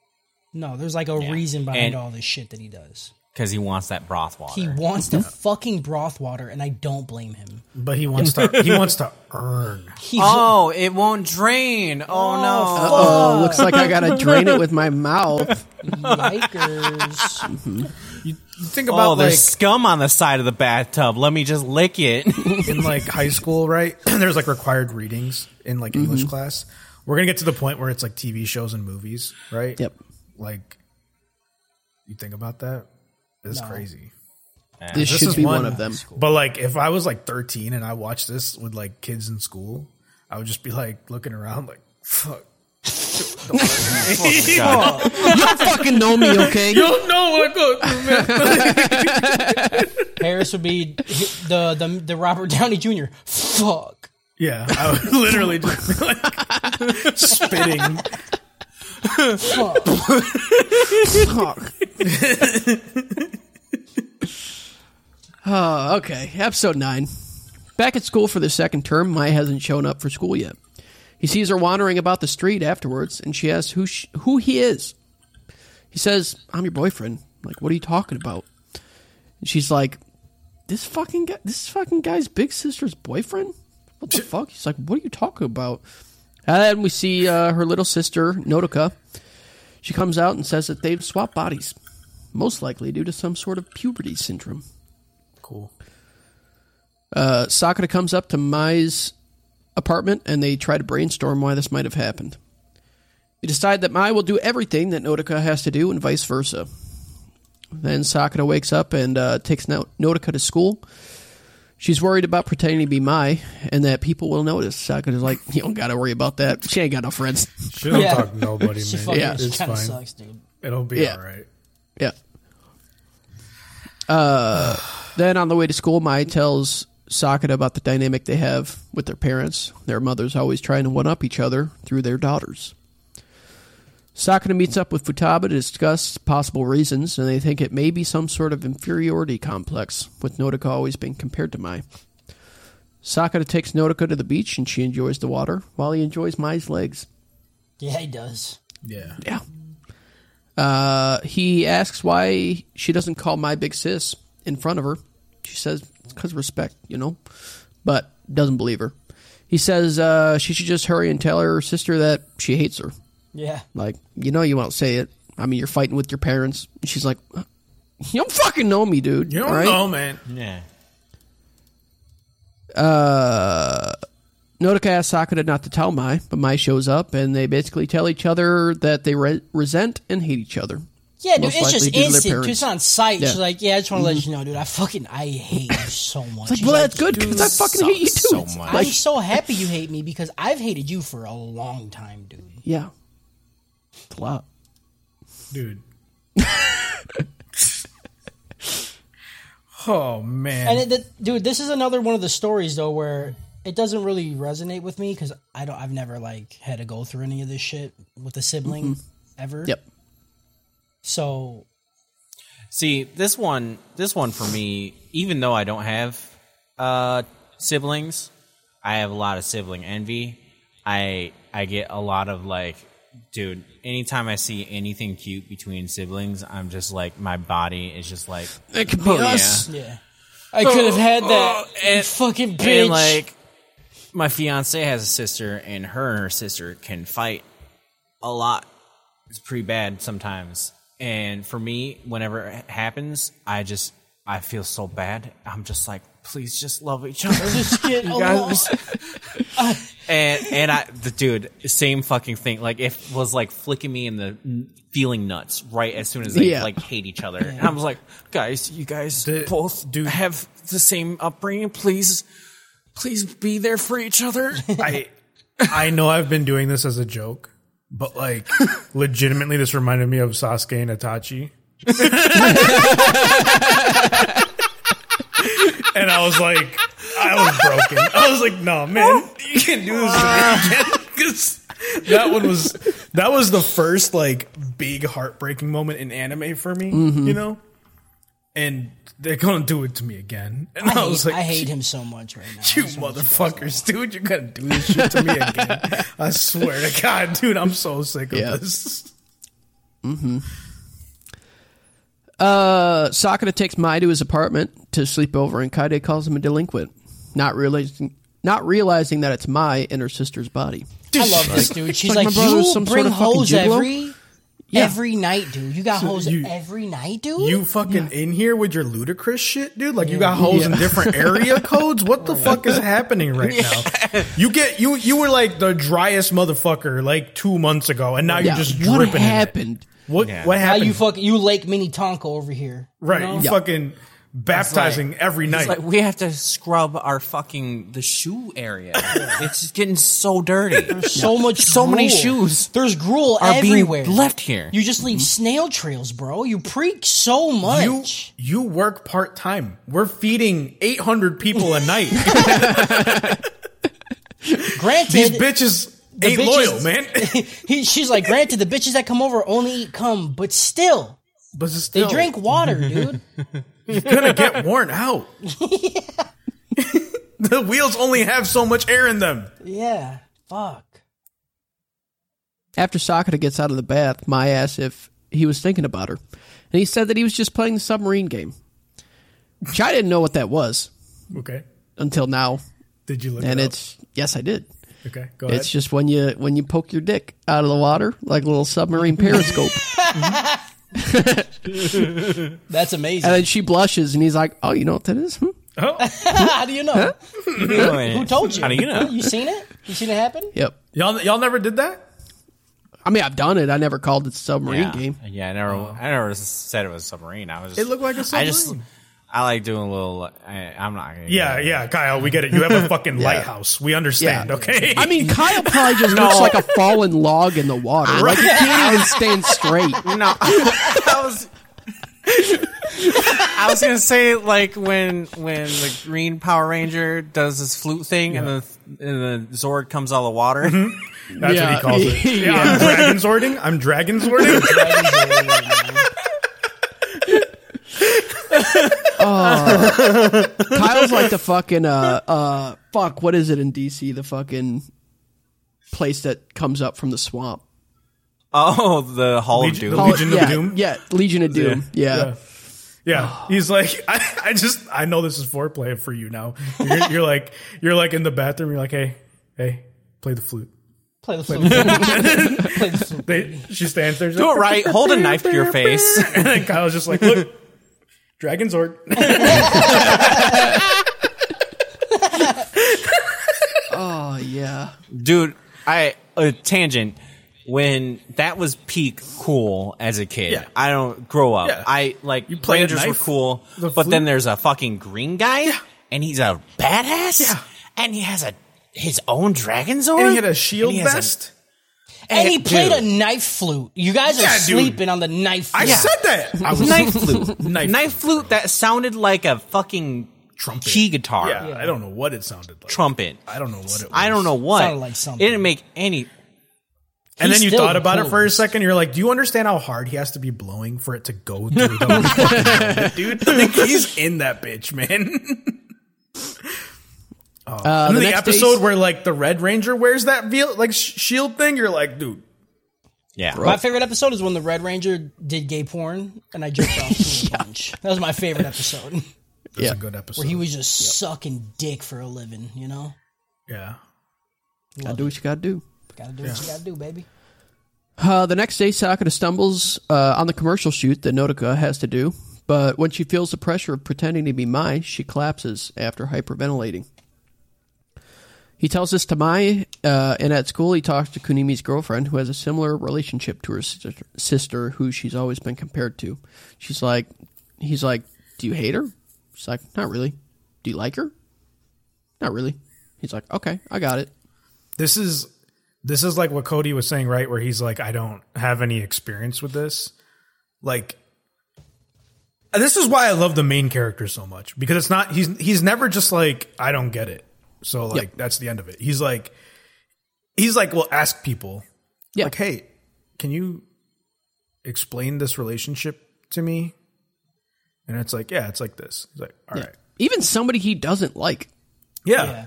Speaker 6: No, there's like a reason behind
Speaker 5: And-
Speaker 6: all this shit that he does.
Speaker 5: because he wants that broth water.
Speaker 6: He wants the fucking broth water, and I don't blame him.
Speaker 4: But he wants to. he wants to earn.
Speaker 6: He
Speaker 5: Oh, it won't drain. Oh, no.
Speaker 3: Oh, looks like I gotta drain it with my mouth.
Speaker 6: Yikers.
Speaker 4: You think
Speaker 5: Oh,
Speaker 4: about
Speaker 5: there's
Speaker 4: like
Speaker 5: scum on the side of the bathtub. Let me just lick it.
Speaker 4: in like high school, right? there's like required readings in like
Speaker 3: Mm-hmm.
Speaker 4: English class. We're gonna get to the point where it's like TV shows and movies, right?
Speaker 3: Yep.
Speaker 4: Like, you think about that? It's crazy.
Speaker 3: This,
Speaker 4: This
Speaker 3: should
Speaker 4: is
Speaker 3: be
Speaker 4: one-
Speaker 3: one, of them.
Speaker 4: But like, if I was like 13 and I watched this with like kids in school, I would just be like looking around, like, fuck.
Speaker 3: Don't fucking know me, okay?
Speaker 6: Oh,
Speaker 4: don't know what I go through, man.
Speaker 6: Harris would be the the the Robert Downey Jr. Fuck.
Speaker 4: Yeah, I was literally just like spitting.
Speaker 6: Fuck.
Speaker 3: Uh, okay, episode nine. Back at school for the second term, Maya hasn't shown up for school yet. He sees her wandering about the street afterwards, and she asks who sh who he is. He says, "I'm your boyfriend." I'm like, what are you talking about? And she's like, "This fucking guy, this fucking guy's big sister's boyfriend." What the fuck? He's like, "What are you talking about?" And then we see uh, her little sister Nodoka. She comes out and says that they've swapped bodies, most likely due to some sort of puberty syndrome.
Speaker 4: Cool.
Speaker 3: Uh, Sakura comes up to Mai's apartment and they try to brainstorm why this might have happened. They decide that Mai will do everything that Nodoka has to do and vice versa. Then Sakura wakes up and uh, takes no- Nodoka to school. She's worried about pretending to be Mai and that people will notice. Sakura's like, you don't got to worry about that. She ain't got no friends.
Speaker 4: She don't
Speaker 6: Yeah.
Speaker 4: talk to nobody,
Speaker 6: She
Speaker 4: man.
Speaker 6: fucking
Speaker 3: Yeah.
Speaker 6: she
Speaker 4: It's
Speaker 6: kind of
Speaker 4: fine.
Speaker 6: sucks, dude.
Speaker 4: It'll be
Speaker 3: Yeah.
Speaker 4: all right.
Speaker 3: Yeah. Uh, then on the way to school, Mai tells Sakata about the dynamic they have with their parents. Their mothers always trying to one up each other through their daughters. Sakata meets up with Futaba to discuss possible reasons, and they think it may be some sort of inferiority complex, with Nodoka always being compared to Mai. Sakata takes Nodoka to the beach, and she enjoys the water, while he enjoys Mai's legs.
Speaker 6: Yeah, he does.
Speaker 4: Yeah.
Speaker 3: Yeah. Uh, he asks why she doesn't call my big sis in front of her. She says, it's because respect, you know, but doesn't believe her. He says uh, she should just hurry and tell her sister that she hates her.
Speaker 6: Yeah.
Speaker 3: Like, you know, you won't say it. I mean, you're fighting with your parents. And she's like, "Uh, you don't fucking know me, dude.
Speaker 4: You don't
Speaker 3: all right?
Speaker 4: know, man.
Speaker 5: Yeah.
Speaker 3: Nodoka asks Sakura not to tell Mai, but Mai shows up, and they basically tell each other that they re- resent and hate each other.
Speaker 6: Yeah, dude,
Speaker 3: Most
Speaker 6: it's
Speaker 3: likely
Speaker 6: just
Speaker 3: due to their
Speaker 6: instant. Dude,
Speaker 3: parents.
Speaker 6: it's on site.
Speaker 3: Yeah. Mm-hmm.
Speaker 6: She's like, yeah, I just want to let you know, dude. I fucking I hate you so much.
Speaker 3: Like,
Speaker 6: She's like,
Speaker 3: well, that's good because I fucking hate you too.
Speaker 5: so
Speaker 3: It's
Speaker 5: much.
Speaker 3: like-
Speaker 6: I'm so happy you hate me because I've hated you for a long time, dude.
Speaker 3: Yeah. It's a lot.
Speaker 4: Dude. oh, man.
Speaker 6: And it, that, dude, this is another one of the stories though where it doesn't really resonate with me because I don't. I've never like had to go through any of this shit with a sibling ever.
Speaker 3: Mm-hmm. Yep.
Speaker 6: So
Speaker 5: See, this one, this one for me, even though I don't have uh, siblings, I have a lot of sibling envy. I I get a lot of like, dude. Anytime I see anything cute between siblings, I'm just like, my body is just like,
Speaker 3: It could be
Speaker 5: yeah.
Speaker 3: us.
Speaker 6: yeah, I could have had that.
Speaker 5: oh, and-
Speaker 6: you fucking bitch.
Speaker 5: and like, my fiance has a sister, and her and her sister can fight a lot. It's pretty bad sometimes. And for me, whenever it happens, I just I feel so bad. I'm just like, please just love each other.
Speaker 6: Just get along.
Speaker 5: and and I, the dude, same fucking thing. Like it was like flicking me in the feeling nuts right as soon as they
Speaker 3: Yeah.
Speaker 5: like hate each other. And I was like, guys, you guys
Speaker 4: The-
Speaker 5: both do have the same upbringing. Please, please be there for each other.
Speaker 4: I I know I've been doing this as a joke, but like legitimately this reminded me of Sasuke and Itachi. and I was like I was broken. I was like, no, man, you can't do this to me again. 'Cause that one was that was the first like big heartbreaking moment in anime for me,
Speaker 6: Mm-hmm.
Speaker 4: you know? And they're gonna do it to me again. And
Speaker 6: I
Speaker 4: I,
Speaker 6: hate,
Speaker 4: was like,
Speaker 6: I hate him so much right now.
Speaker 4: you motherfuckers, dude, you're gonna do this shit to me again. I swear to God, dude, I'm so sick of
Speaker 3: Yeah.
Speaker 4: this.
Speaker 3: Uh, Sakata takes Mai to his apartment to sleep over, and Kaide calls him a delinquent, not realizing not realizing that it's Mai in her sister's body.
Speaker 6: I love this dude. She's
Speaker 3: like
Speaker 6: like,
Speaker 3: my brother was
Speaker 6: you
Speaker 3: some sort
Speaker 6: bring
Speaker 3: of fucking
Speaker 6: hoes
Speaker 3: gigolo?"
Speaker 6: every every night, dude. You got hoes
Speaker 4: you-
Speaker 6: every night, dude.
Speaker 4: You fucking in here with your ludicrous shit, dude? Like you got holes in different area codes? What the fuck is happening right now? You get you you were like the driest motherfucker like two months ago, and now
Speaker 3: Yeah,
Speaker 4: you're just dripping.
Speaker 3: what
Speaker 4: in it.
Speaker 3: happened?
Speaker 4: What
Speaker 5: Yeah.
Speaker 4: what
Speaker 6: How
Speaker 4: happened?
Speaker 6: you fuck you Lake Mini Tonka over here?
Speaker 4: right,
Speaker 6: You know?
Speaker 4: you fucking baptizing every night.
Speaker 5: It's like we have to scrub our fucking the shoe area. it's just getting so dirty.
Speaker 6: So much,
Speaker 5: So many
Speaker 6: gruel.
Speaker 5: shoes
Speaker 6: There's gruel
Speaker 5: are being
Speaker 6: everywhere.
Speaker 5: left here.
Speaker 6: You just leave snail trails, bro. You preach so
Speaker 4: you
Speaker 6: much.
Speaker 4: you work part time. We're feeding 800 people a night.
Speaker 6: Granted,
Speaker 4: These bitches ain't loyal,
Speaker 6: bitches-
Speaker 4: man.
Speaker 6: he, she's like, granted, the bitches that come over only eat cum, but still,
Speaker 4: but it's
Speaker 6: they
Speaker 4: still,
Speaker 6: drink water, dude.
Speaker 4: gonna get worn out. the wheels only have so much air in them.
Speaker 6: yeah, fuck.
Speaker 3: After Sakata gets out of the bath, Mai asks if he was thinking about her, and he said that he was just playing the submarine game, which I didn't know what that was
Speaker 4: Okay.
Speaker 3: until now,
Speaker 4: Did you look?
Speaker 3: and
Speaker 4: it up?
Speaker 3: it's yes, I did.
Speaker 4: okay. Go ahead.
Speaker 3: It's just when you when you poke your dick out of the water like a little submarine periscope,
Speaker 6: That's
Speaker 3: and
Speaker 6: amazing.
Speaker 3: then she blushes, and he's like, "Oh, you know what that is? Hmm?
Speaker 6: How do you know?
Speaker 5: Who
Speaker 6: Who told you?
Speaker 5: How do you know?
Speaker 6: You seen it? You seen it happen?
Speaker 3: Yep.
Speaker 4: y'all y'all never did that.
Speaker 3: I mean, I've done it. I never called it submarine
Speaker 5: yeah.
Speaker 3: game.
Speaker 5: Yeah, I never, I never s- said it was a submarine. I was. Just,
Speaker 4: It looked like a
Speaker 5: I just,
Speaker 4: submarine.
Speaker 5: I like doing a little. I, I'm not. Gonna
Speaker 4: Yeah, yeah, Kyle, we get it. You have a fucking lighthouse. We understand.
Speaker 3: Yeah.
Speaker 4: Okay.
Speaker 3: I mean, Kyle probably just looks like a fallen log in the water. Like he can't even stand straight.
Speaker 5: No, I was. I was gonna say like when when the Green Power Ranger does his flute thing and the and the Zord comes out of the water.
Speaker 4: that's what
Speaker 3: yeah.
Speaker 4: he calls it. Yeah, I'm dragon swording. I'm dragon swording.
Speaker 3: Kyle's like the fucking uh uh fuck. What is it in DC? The fucking place that comes up from the swamp.
Speaker 5: Oh, the Hall of
Speaker 4: Legion-
Speaker 5: Doom.
Speaker 4: the Legion of
Speaker 3: yeah,
Speaker 4: Doom?
Speaker 3: Yeah, Legion of Doom. Yeah.
Speaker 4: Yeah. Yeah, he's like, I, I just, I know this is foreplay for you now. You're, you're like, you're like in the bathroom. You're like, hey, hey, play the flute.
Speaker 6: Play the flute. Play the flute.
Speaker 4: They, she stands there. she's
Speaker 5: Do
Speaker 4: like,
Speaker 5: it right. Hold a knife to your face.
Speaker 4: And then Kyle's just like, look, Dragon Zord.
Speaker 3: Oh yeah.
Speaker 5: dude i a tangent when that was peak cool as a kid
Speaker 4: Yeah.
Speaker 5: i don't grow up
Speaker 4: Yeah.
Speaker 5: i like you
Speaker 4: play a
Speaker 5: rangers were
Speaker 4: knife,
Speaker 5: cool
Speaker 4: the
Speaker 5: but then
Speaker 4: flute.
Speaker 5: there's a fucking green guy and he's a badass
Speaker 4: Yeah.
Speaker 5: and he has a his own dragon zord
Speaker 4: And he had a shield
Speaker 5: And he has a-
Speaker 4: vest.
Speaker 6: And he
Speaker 5: Dude.
Speaker 6: played a knife flute. You guys are
Speaker 4: Yeah, dude.
Speaker 6: sleeping on the knife
Speaker 4: I
Speaker 6: flute.
Speaker 4: said that. I was
Speaker 5: knife flute
Speaker 4: Knife
Speaker 5: knife, flute that sounded like a fucking
Speaker 4: trumpet.
Speaker 5: key guitar
Speaker 4: Yeah, I don't know what it sounded like.
Speaker 5: trumpet
Speaker 4: I don't know what it was.
Speaker 5: i don't know what
Speaker 6: Sounded like something.
Speaker 5: it didn't make any
Speaker 6: He's
Speaker 4: And then you
Speaker 6: still
Speaker 4: thought about it for a
Speaker 6: cold.
Speaker 4: second. You're like, do you understand how hard he has to be blowing for it to go through the dude? Like, he's in that bitch, man.
Speaker 3: Uh,
Speaker 4: and then the
Speaker 3: next day's-
Speaker 4: episode where like the Red Ranger wears that veil, like sh- shield thing, you're like, dude,
Speaker 5: yeah
Speaker 6: My favorite episode is when the Red Ranger did gay porn and I jerked off to him a bunch. That was my favorite episode.
Speaker 4: that's
Speaker 3: Yeah.
Speaker 4: a good episode.
Speaker 6: Where he was just sucking dick for a living, you know?
Speaker 4: yeah.
Speaker 3: Gotta do what you gotta do.
Speaker 6: Gotta do what you gotta do, baby.
Speaker 3: Uh, the next day, Sakata stumbles uh, on the commercial shoot that Nodoka has to do, but when she feels the pressure of pretending to be Mai, she collapses after hyperventilating. He tells this to Mai, uh, and at school, he talks to Kunimi's girlfriend, who has a similar relationship to her sister, sister, who she's always been compared to. She's like, he's like, Do you hate her? She's like, Not really. Do you like her? Not really. He's like, Okay, I got it.
Speaker 4: This is this is like what Cody was saying, right? Where he's like, I don't have any experience with this. Like this is why I love the main character so much because it's not he's he's never just like I don't get it. So like that's the end of it. He's like he's like well ask people
Speaker 3: Yeah.
Speaker 4: like hey, can you explain this relationship to me? And it's like yeah, it's like this. He's like all right,
Speaker 3: Even somebody he doesn't like.
Speaker 4: yeah.
Speaker 6: Yeah.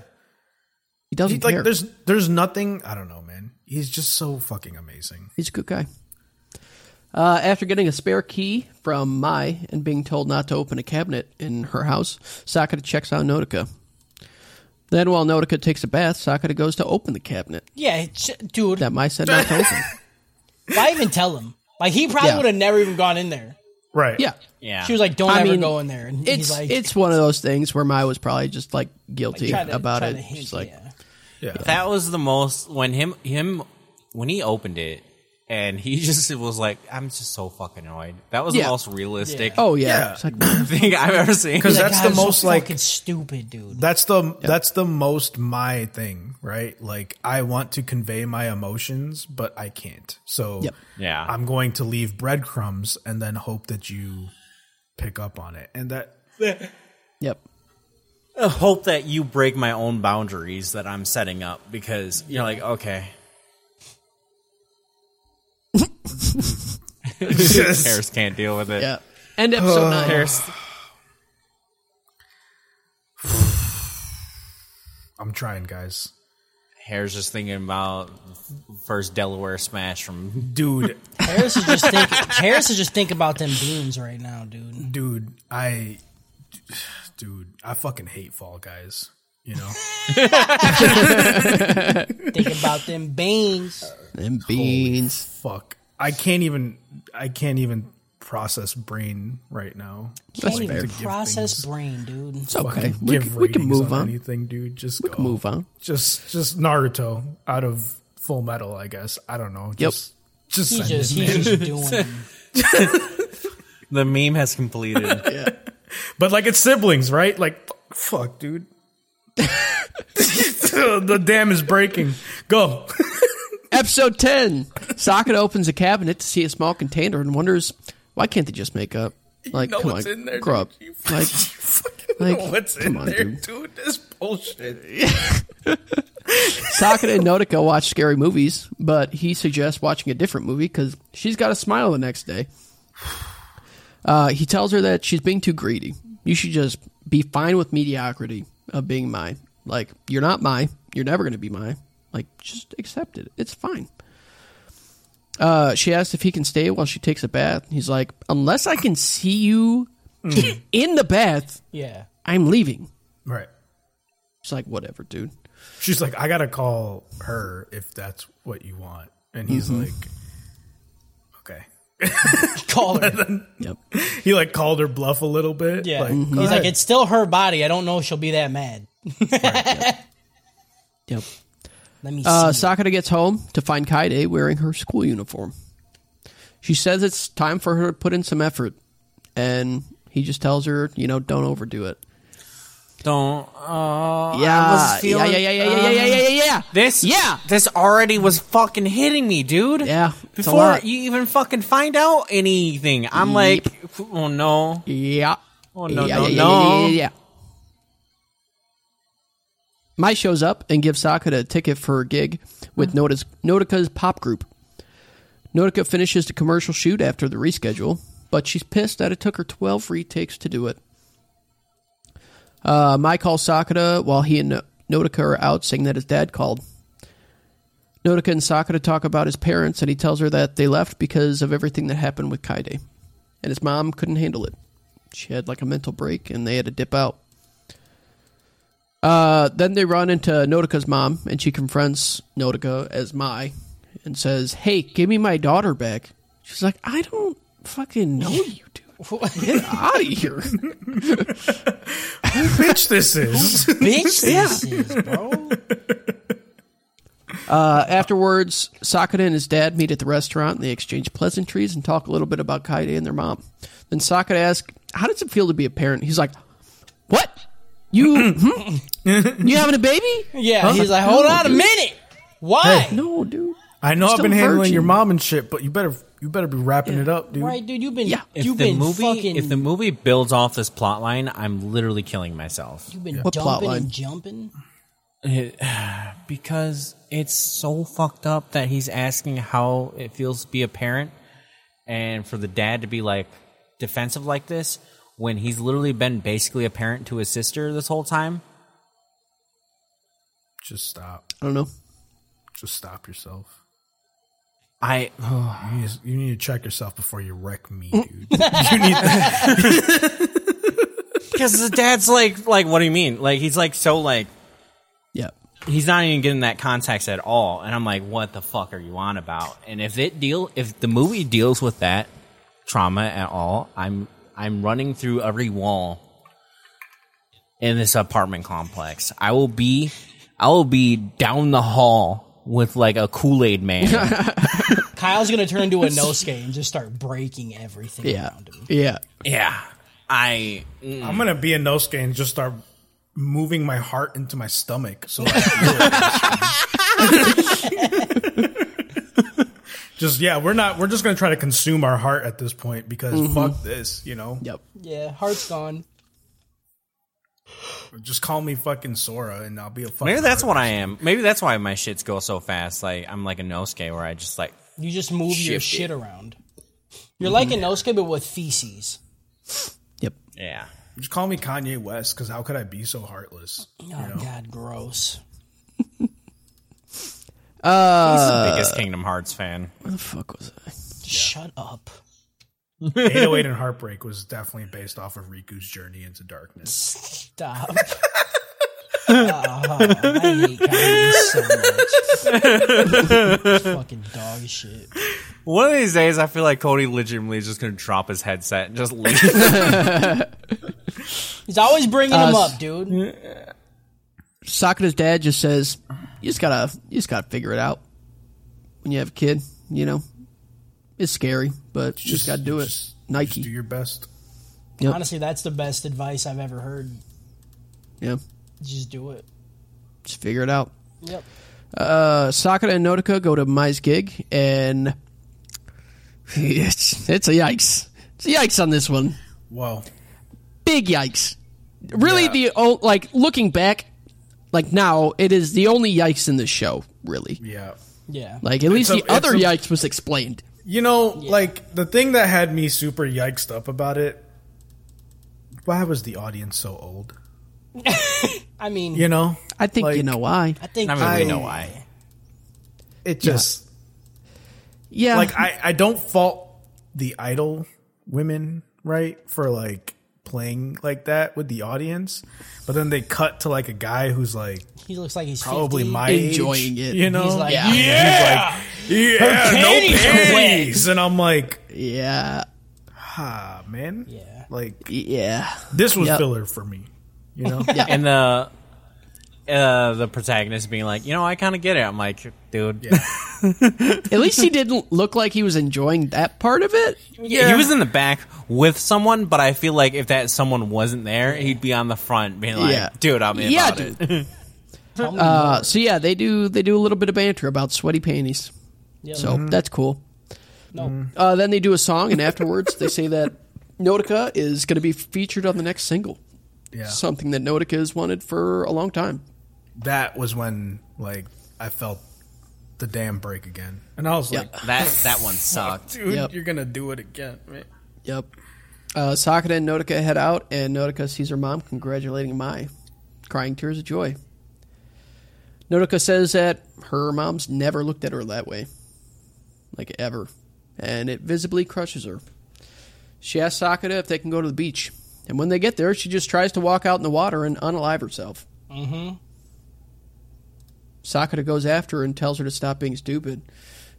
Speaker 3: He doesn't
Speaker 4: He- like
Speaker 3: care.
Speaker 4: there's there's nothing I don't know, man. He's just so fucking amazing.
Speaker 3: He's a good guy. Uh, after getting a spare key from Mai and being told not to open a cabinet in her house, Sakata checks out Nodoka. Then, while Nodoka takes a bath, Sakata goes to open the cabinet
Speaker 6: Yeah, it's- dude,
Speaker 3: that Mai said not to open.
Speaker 6: why even tell him? Like, he probably
Speaker 3: Yeah.
Speaker 6: would have never even gone in there.
Speaker 4: Right.
Speaker 3: Yeah,
Speaker 5: yeah
Speaker 6: She was like, don't
Speaker 3: I
Speaker 6: ever
Speaker 3: mean,
Speaker 6: go in there. And
Speaker 3: it's
Speaker 6: he's like,
Speaker 3: it's one of those things where Mai was probably just like guilty
Speaker 6: trying to-
Speaker 3: about
Speaker 6: trying
Speaker 3: it.
Speaker 6: to hint,
Speaker 3: She's like,
Speaker 6: yeah.
Speaker 5: That was the most when him him when he opened it and he just was like, "I'm just so fucking annoyed." That was
Speaker 3: Yeah.
Speaker 5: the most realistic
Speaker 3: Oh yeah.
Speaker 4: Yeah.
Speaker 3: It's like,
Speaker 5: thing I've ever seen.
Speaker 4: Because
Speaker 6: Like,
Speaker 4: that's
Speaker 6: "Ah,
Speaker 4: the
Speaker 6: this is
Speaker 4: most like
Speaker 6: fucking stupid, dude.
Speaker 4: that's the that's the most my thing, right? Like I want to convey my emotions, but I can't. So
Speaker 3: Yep.
Speaker 5: Yeah.
Speaker 4: I'm going to leave breadcrumbs and then hope that you pick up on it. And that
Speaker 3: yep.
Speaker 5: I hope that you break my own boundaries that I'm setting up because you're like, okay. Harris can't deal with it.
Speaker 3: Yeah. And episode nine.
Speaker 5: Harris,
Speaker 4: I'm trying, guys.
Speaker 5: Harris just thinking about first Delaware smash from
Speaker 4: Dude,
Speaker 6: Harris is just think Harris is just thinking about them beans right now, dude.
Speaker 4: dude, I dude, I fucking hate Fall Guys, you know.
Speaker 6: Thinking about them beans.
Speaker 3: And beans.
Speaker 4: Fuck. I can't even I can't even process brain right now.
Speaker 6: Can't
Speaker 4: fair.
Speaker 6: even
Speaker 4: To give
Speaker 6: process brain,
Speaker 4: things-
Speaker 6: dude.
Speaker 3: It's okay.
Speaker 4: Fucking
Speaker 3: We
Speaker 4: give
Speaker 3: can, we can
Speaker 4: ratings
Speaker 3: move on.
Speaker 4: Anything, dude. Just go.
Speaker 3: Move on.
Speaker 4: Just just Naruto out of Full Metal, I guess. I don't know. Just just,
Speaker 6: He
Speaker 4: send
Speaker 6: just
Speaker 4: it.
Speaker 6: he's just doing.
Speaker 5: the meme has completed.
Speaker 4: but like it's siblings, right? Like f- fuck, dude. the dam is breaking. Go.
Speaker 3: Episode 10. Socket opens a cabinet to see a small container and wonders, why can't they just make up? Like,
Speaker 4: know
Speaker 3: come
Speaker 4: what's
Speaker 3: on,
Speaker 4: in there,
Speaker 3: grow up.
Speaker 4: dude. You
Speaker 3: Like,
Speaker 4: fucking
Speaker 3: Like,
Speaker 4: know what's in
Speaker 3: come on,
Speaker 4: there,
Speaker 3: dude.
Speaker 4: dude. This bullshit.
Speaker 3: Socket and Notica watch scary movies, but he suggests watching a different movie because she's got a smile the next day. Uh, he tells her that she's being too greedy. You should just be fine with mediocrity of being my. Like, you're not my. You're never going to be my. Like, just accept it. It's fine. Uh, she asks if he can stay while she takes a bath. He's like, unless I can see you in the bath,
Speaker 6: Yeah.
Speaker 3: I'm leaving.
Speaker 4: Right.
Speaker 3: She's like, whatever, dude.
Speaker 4: She's like, I gotta call her if that's what you want. And he's
Speaker 3: Mm-hmm.
Speaker 4: like, okay.
Speaker 6: Call her.
Speaker 3: Yep.
Speaker 4: He like called her bluff a little bit.
Speaker 6: Yeah. Mm-hmm.
Speaker 4: Like,
Speaker 6: He's
Speaker 4: go
Speaker 6: like,
Speaker 4: ahead.
Speaker 6: it's still her body. I don't know if she'll be that mad.
Speaker 3: Yep.
Speaker 6: Let me
Speaker 3: Uh,
Speaker 6: see.
Speaker 3: Sakata gets home to find Kaede wearing her school uniform. She says it's time for her to put in some effort, and he just tells her, you know, don't overdo it.
Speaker 5: Don't. Uh,
Speaker 3: Yeah, yeah, yeah, yeah, yeah, yeah, yeah, yeah, yeah, yeah.
Speaker 5: This,
Speaker 3: yeah,
Speaker 5: this already was fucking hitting me, dude.
Speaker 3: Yeah, it's a
Speaker 5: Before
Speaker 3: lot.
Speaker 5: you even fucking find out anything, I'm like, oh no,
Speaker 3: yeah.
Speaker 5: oh no,
Speaker 3: yeah,
Speaker 5: no,
Speaker 3: yeah, yeah,
Speaker 5: no.
Speaker 3: yeah, yeah, yeah. Mai shows up and gives Sakata a ticket for her gig with
Speaker 5: Hmm.
Speaker 3: Notica's, Notica's pop group. Notica finishes the commercial shoot after the reschedule, but she's pissed that it took her 12 retakes to do it. Uh, Mai calls Sakata while he and No- Notica are out, saying that his dad called. Notica and Sakata talk about his parents, and he tells her that they left because of everything that happened with Kaide, and his mom couldn't handle it. She had like a mental break, and they had to dip out. Uh, then they run into Notica's mom, and she confronts Notica as Mai, and says, "Hey, give me my daughter back." She's like, "I don't fucking know you, dude. Get out of here."
Speaker 4: bitch, this is.
Speaker 6: bitch this is, bro.
Speaker 3: Afterwards, Sakata and his dad meet at the restaurant and they exchange pleasantries and talk a little bit about Kaede and their mom. Then Sakata asks, How does it feel to be a parent? He's like, What? You hmm? You having a baby?
Speaker 6: Yeah,
Speaker 3: Huh?
Speaker 6: he's like, hold
Speaker 3: No,
Speaker 6: on a
Speaker 3: dude.
Speaker 6: minute. Why?
Speaker 3: No, dude.
Speaker 4: I know I've
Speaker 3: Still
Speaker 4: been handling
Speaker 3: virgin.
Speaker 4: your mom and shit, but you better you better be wrapping it up, dude.
Speaker 6: Right, dude, you've been
Speaker 3: Yeah.
Speaker 5: If
Speaker 6: you've
Speaker 5: the
Speaker 6: been
Speaker 5: movie,
Speaker 6: fucking
Speaker 5: if the movie builds off this plot line, I'm literally killing myself
Speaker 6: you've been
Speaker 3: What plot
Speaker 6: dumping
Speaker 3: line?
Speaker 6: and jumping.
Speaker 5: because it's so fucked up that he's asking how it feels to be a parent, and for the dad to be like defensive like this when he's literally been basically a parent to his sister this whole time.
Speaker 4: Just stop.
Speaker 3: I don't know.
Speaker 4: Just stop yourself.
Speaker 5: I
Speaker 4: You need, you need to check yourself before you wreck me, dude. you need,
Speaker 5: because the dad's like like what do you mean? Like he's like so like
Speaker 3: Yeah.
Speaker 5: he's not even getting that context at all and i'm like what the fuck are you on about and if it deal if the movie deals with that trauma at all i'm i'm running through every wall in this apartment complex i will be i will be down the hall with like a Kool Aid man.
Speaker 6: Kyle's gonna turn into a Nosuke and just start breaking everything
Speaker 3: Yeah.
Speaker 6: around him.
Speaker 3: Yeah.
Speaker 5: yeah, I
Speaker 4: I'm gonna be a Nosuke and just start moving my heart into my stomach. So I feel it. just yeah, we're not. We're just gonna try to consume our heart at this point because fuck this, you know.
Speaker 3: Mm-hmm. Yep.
Speaker 6: Yeah, heart's gone.
Speaker 4: Just call me fucking Sora and I'll be a fucking.
Speaker 5: maybe that's
Speaker 4: heart.
Speaker 5: what I am. Maybe that's why my shits go so fast. Like I'm like a Nosuke where I just like
Speaker 6: You just move your
Speaker 5: Shift it.
Speaker 6: shit around. You're like a Nosuke but with feces.
Speaker 3: Yep.
Speaker 5: yeah.
Speaker 4: Just call me Kanye West because how could I be so heartless?
Speaker 6: Oh god, gross.
Speaker 5: He's the biggest Kingdom Hearts fan.
Speaker 3: What the fuck was I?
Speaker 6: Shut up.
Speaker 4: 808 and Heartbreak was definitely based off of Riku's journey into darkness.
Speaker 6: Stop. Ah, I hate Kanye so much. Fucking dog shit.
Speaker 5: One of these days, I feel like Cody legitimately is just going to drop his headset and just leave.
Speaker 6: He's always bringing him
Speaker 3: Uh,
Speaker 6: up, dude.
Speaker 3: Sakura's dad just says, "You just gotta, you just gotta figure it out when you have a kid. You know, it's scary, but you just gotta do it."
Speaker 4: Just-
Speaker 3: Nike.
Speaker 4: Just do your best.
Speaker 6: Honestly, that's the best advice I've ever heard.
Speaker 3: yeah,
Speaker 6: Just do it.
Speaker 3: just figure it out.
Speaker 6: Yep.
Speaker 3: Uh, Sakura and Notica go to Mai's gig, and it's it's a yikes. It's a yikes on this one.
Speaker 4: Whoa.
Speaker 3: Big yikes. Really, the o- like looking back, like now it is the only yikes in this show. Really,
Speaker 4: Yeah.
Speaker 6: Yeah.
Speaker 3: like at least
Speaker 4: a-
Speaker 3: the other
Speaker 4: it's a-
Speaker 3: yikes was explained.
Speaker 4: You know, like the thing that had me super yikesed up about it. Why was the audience so old?
Speaker 6: I mean,
Speaker 4: You know,
Speaker 3: I think you
Speaker 4: Like-
Speaker 3: know why.
Speaker 6: I think
Speaker 5: I mean, we
Speaker 4: I-
Speaker 5: know why.
Speaker 4: it just
Speaker 3: Yeah,
Speaker 4: like I, I don't fault the idol women right for like playing like that with the audience, but then they cut to like a guy who's like
Speaker 6: he looks like he's
Speaker 4: probably
Speaker 6: 50.
Speaker 4: my
Speaker 3: Enjoying
Speaker 4: age,
Speaker 3: it.
Speaker 4: You know,
Speaker 6: He's like,
Speaker 3: Yeah.
Speaker 4: yeah, he's like, yeah, no
Speaker 6: panties are wet.
Speaker 4: panties, and I'm like,
Speaker 3: yeah,
Speaker 4: ah, man,
Speaker 6: Yeah.
Speaker 4: like
Speaker 3: yeah.
Speaker 4: this was
Speaker 3: Yep.
Speaker 4: filler for me, you know.
Speaker 5: And the uh, the protagonist being like, you know, I kind of get it. I'm like, dude, yeah.
Speaker 3: At least he didn't look like he was enjoying that part of it.
Speaker 5: he was in the back with someone, but I feel like if that someone wasn't there, he'd be on the front being like,
Speaker 3: Yeah.
Speaker 5: dude, I'm in
Speaker 3: Yeah,
Speaker 5: about it.
Speaker 6: Tell me
Speaker 3: Uh, so yeah, they do they do a little bit of banter about sweaty panties.
Speaker 6: Yeah.
Speaker 3: So
Speaker 5: Mm-hmm.
Speaker 3: that's cool.
Speaker 6: No.
Speaker 4: Mm.
Speaker 3: Uh, then they do a song, and afterwards they say that Notica is going to be featured on the next single.
Speaker 4: Yeah.
Speaker 3: Something that Notica has wanted for a long time.
Speaker 4: that was when like I felt the damn break again, and I was like,
Speaker 5: That that one sucked.
Speaker 4: dude,
Speaker 3: Yep.
Speaker 4: you're gonna do it again, man.
Speaker 3: Yep. Uh, Sakata and Notica head out, and Notica sees her mom congratulating Mai, crying tears of joy. Notica says that her mom's never looked at her that way, like ever, and it visibly crushes her. She asks Sakata if they can go to the beach, and when they get there, she just tries to walk out in the water and unalive herself. Mm-hmm. Sakata goes after her and tells her to stop being stupid,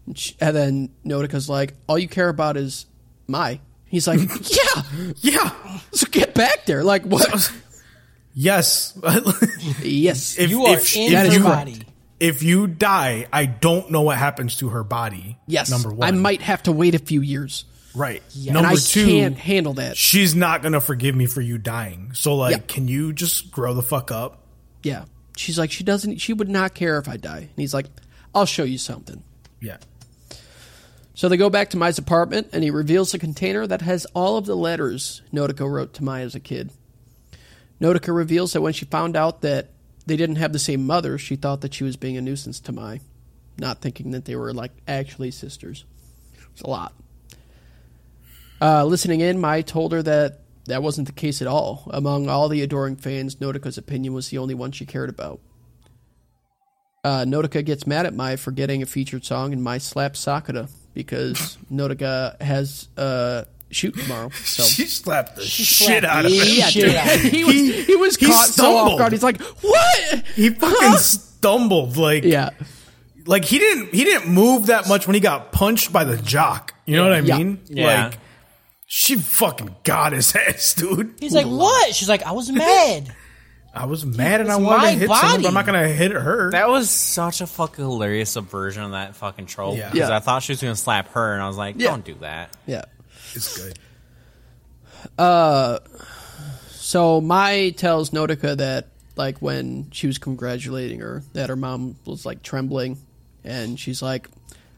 Speaker 3: and, she, and then Notica's like, "All you care about is Mai." He's like, "Yeah,
Speaker 4: Yeah.
Speaker 3: so get back there!" Like what?
Speaker 4: Yes. if,
Speaker 3: yes,
Speaker 6: you are in
Speaker 3: that is
Speaker 6: her
Speaker 3: correct.
Speaker 6: body.
Speaker 4: if you die, I don't know what happens to her body.
Speaker 3: yes.
Speaker 4: Number one.
Speaker 3: I might have to wait a few years,
Speaker 4: Right.
Speaker 3: and
Speaker 4: Number
Speaker 3: I
Speaker 4: 2
Speaker 3: can't handle that.
Speaker 4: she's not gonna forgive me for you dying. So like,
Speaker 3: Yeah.
Speaker 4: can you just grow the fuck up?
Speaker 3: Yeah. She's like, she doesn't. She would not care if I die. And he's like, "I'll show you something."
Speaker 4: Yeah.
Speaker 3: So they go back to Maya's apartment, and he reveals a container that has all of the letters Notica wrote to Maya as a kid. Notica reveals that when she found out that they didn't have the same mother, she thought that she was being a nuisance to Maya, not thinking that they were like actually sisters. It's a lot. Uh, listening in, Maya told her that that wasn't the case at all. Among all the adoring fans, Notica's opinion was the only one she cared about. Uh, Notica gets mad at Mai for getting a featured song, and Mai slaps Sakata because Notica has uh, shoot tomorrow. So
Speaker 4: She slapped the shit out of him.
Speaker 3: yeah, dude. he was he, was
Speaker 4: he
Speaker 3: caught so off
Speaker 4: stumbled.
Speaker 3: guard. He's like, what?
Speaker 4: He fucking stumbled. Like
Speaker 3: yeah,
Speaker 4: like he didn't he didn't move that much when he got punched by the jock. You know what I
Speaker 3: Yeah.
Speaker 4: mean?
Speaker 5: Yeah.
Speaker 4: Like she fucking got his ass, dude.
Speaker 6: He's like, what? She's like, I was mad.
Speaker 4: I was mad and I
Speaker 6: It's
Speaker 4: wanted
Speaker 6: my
Speaker 4: to hit someone,
Speaker 6: body.
Speaker 4: but I'm not gonna hit her.
Speaker 5: That was such a fucking hilarious subversion of that fucking trope.
Speaker 4: Yeah.
Speaker 5: Because
Speaker 3: Yeah.
Speaker 5: I thought she was going to slap her, and I was like,
Speaker 3: Yeah.
Speaker 5: don't do that.
Speaker 3: Yeah.
Speaker 4: It's good.
Speaker 3: So Mai tells Notica that like when she was congratulating her, that her mom was like trembling, and she's like,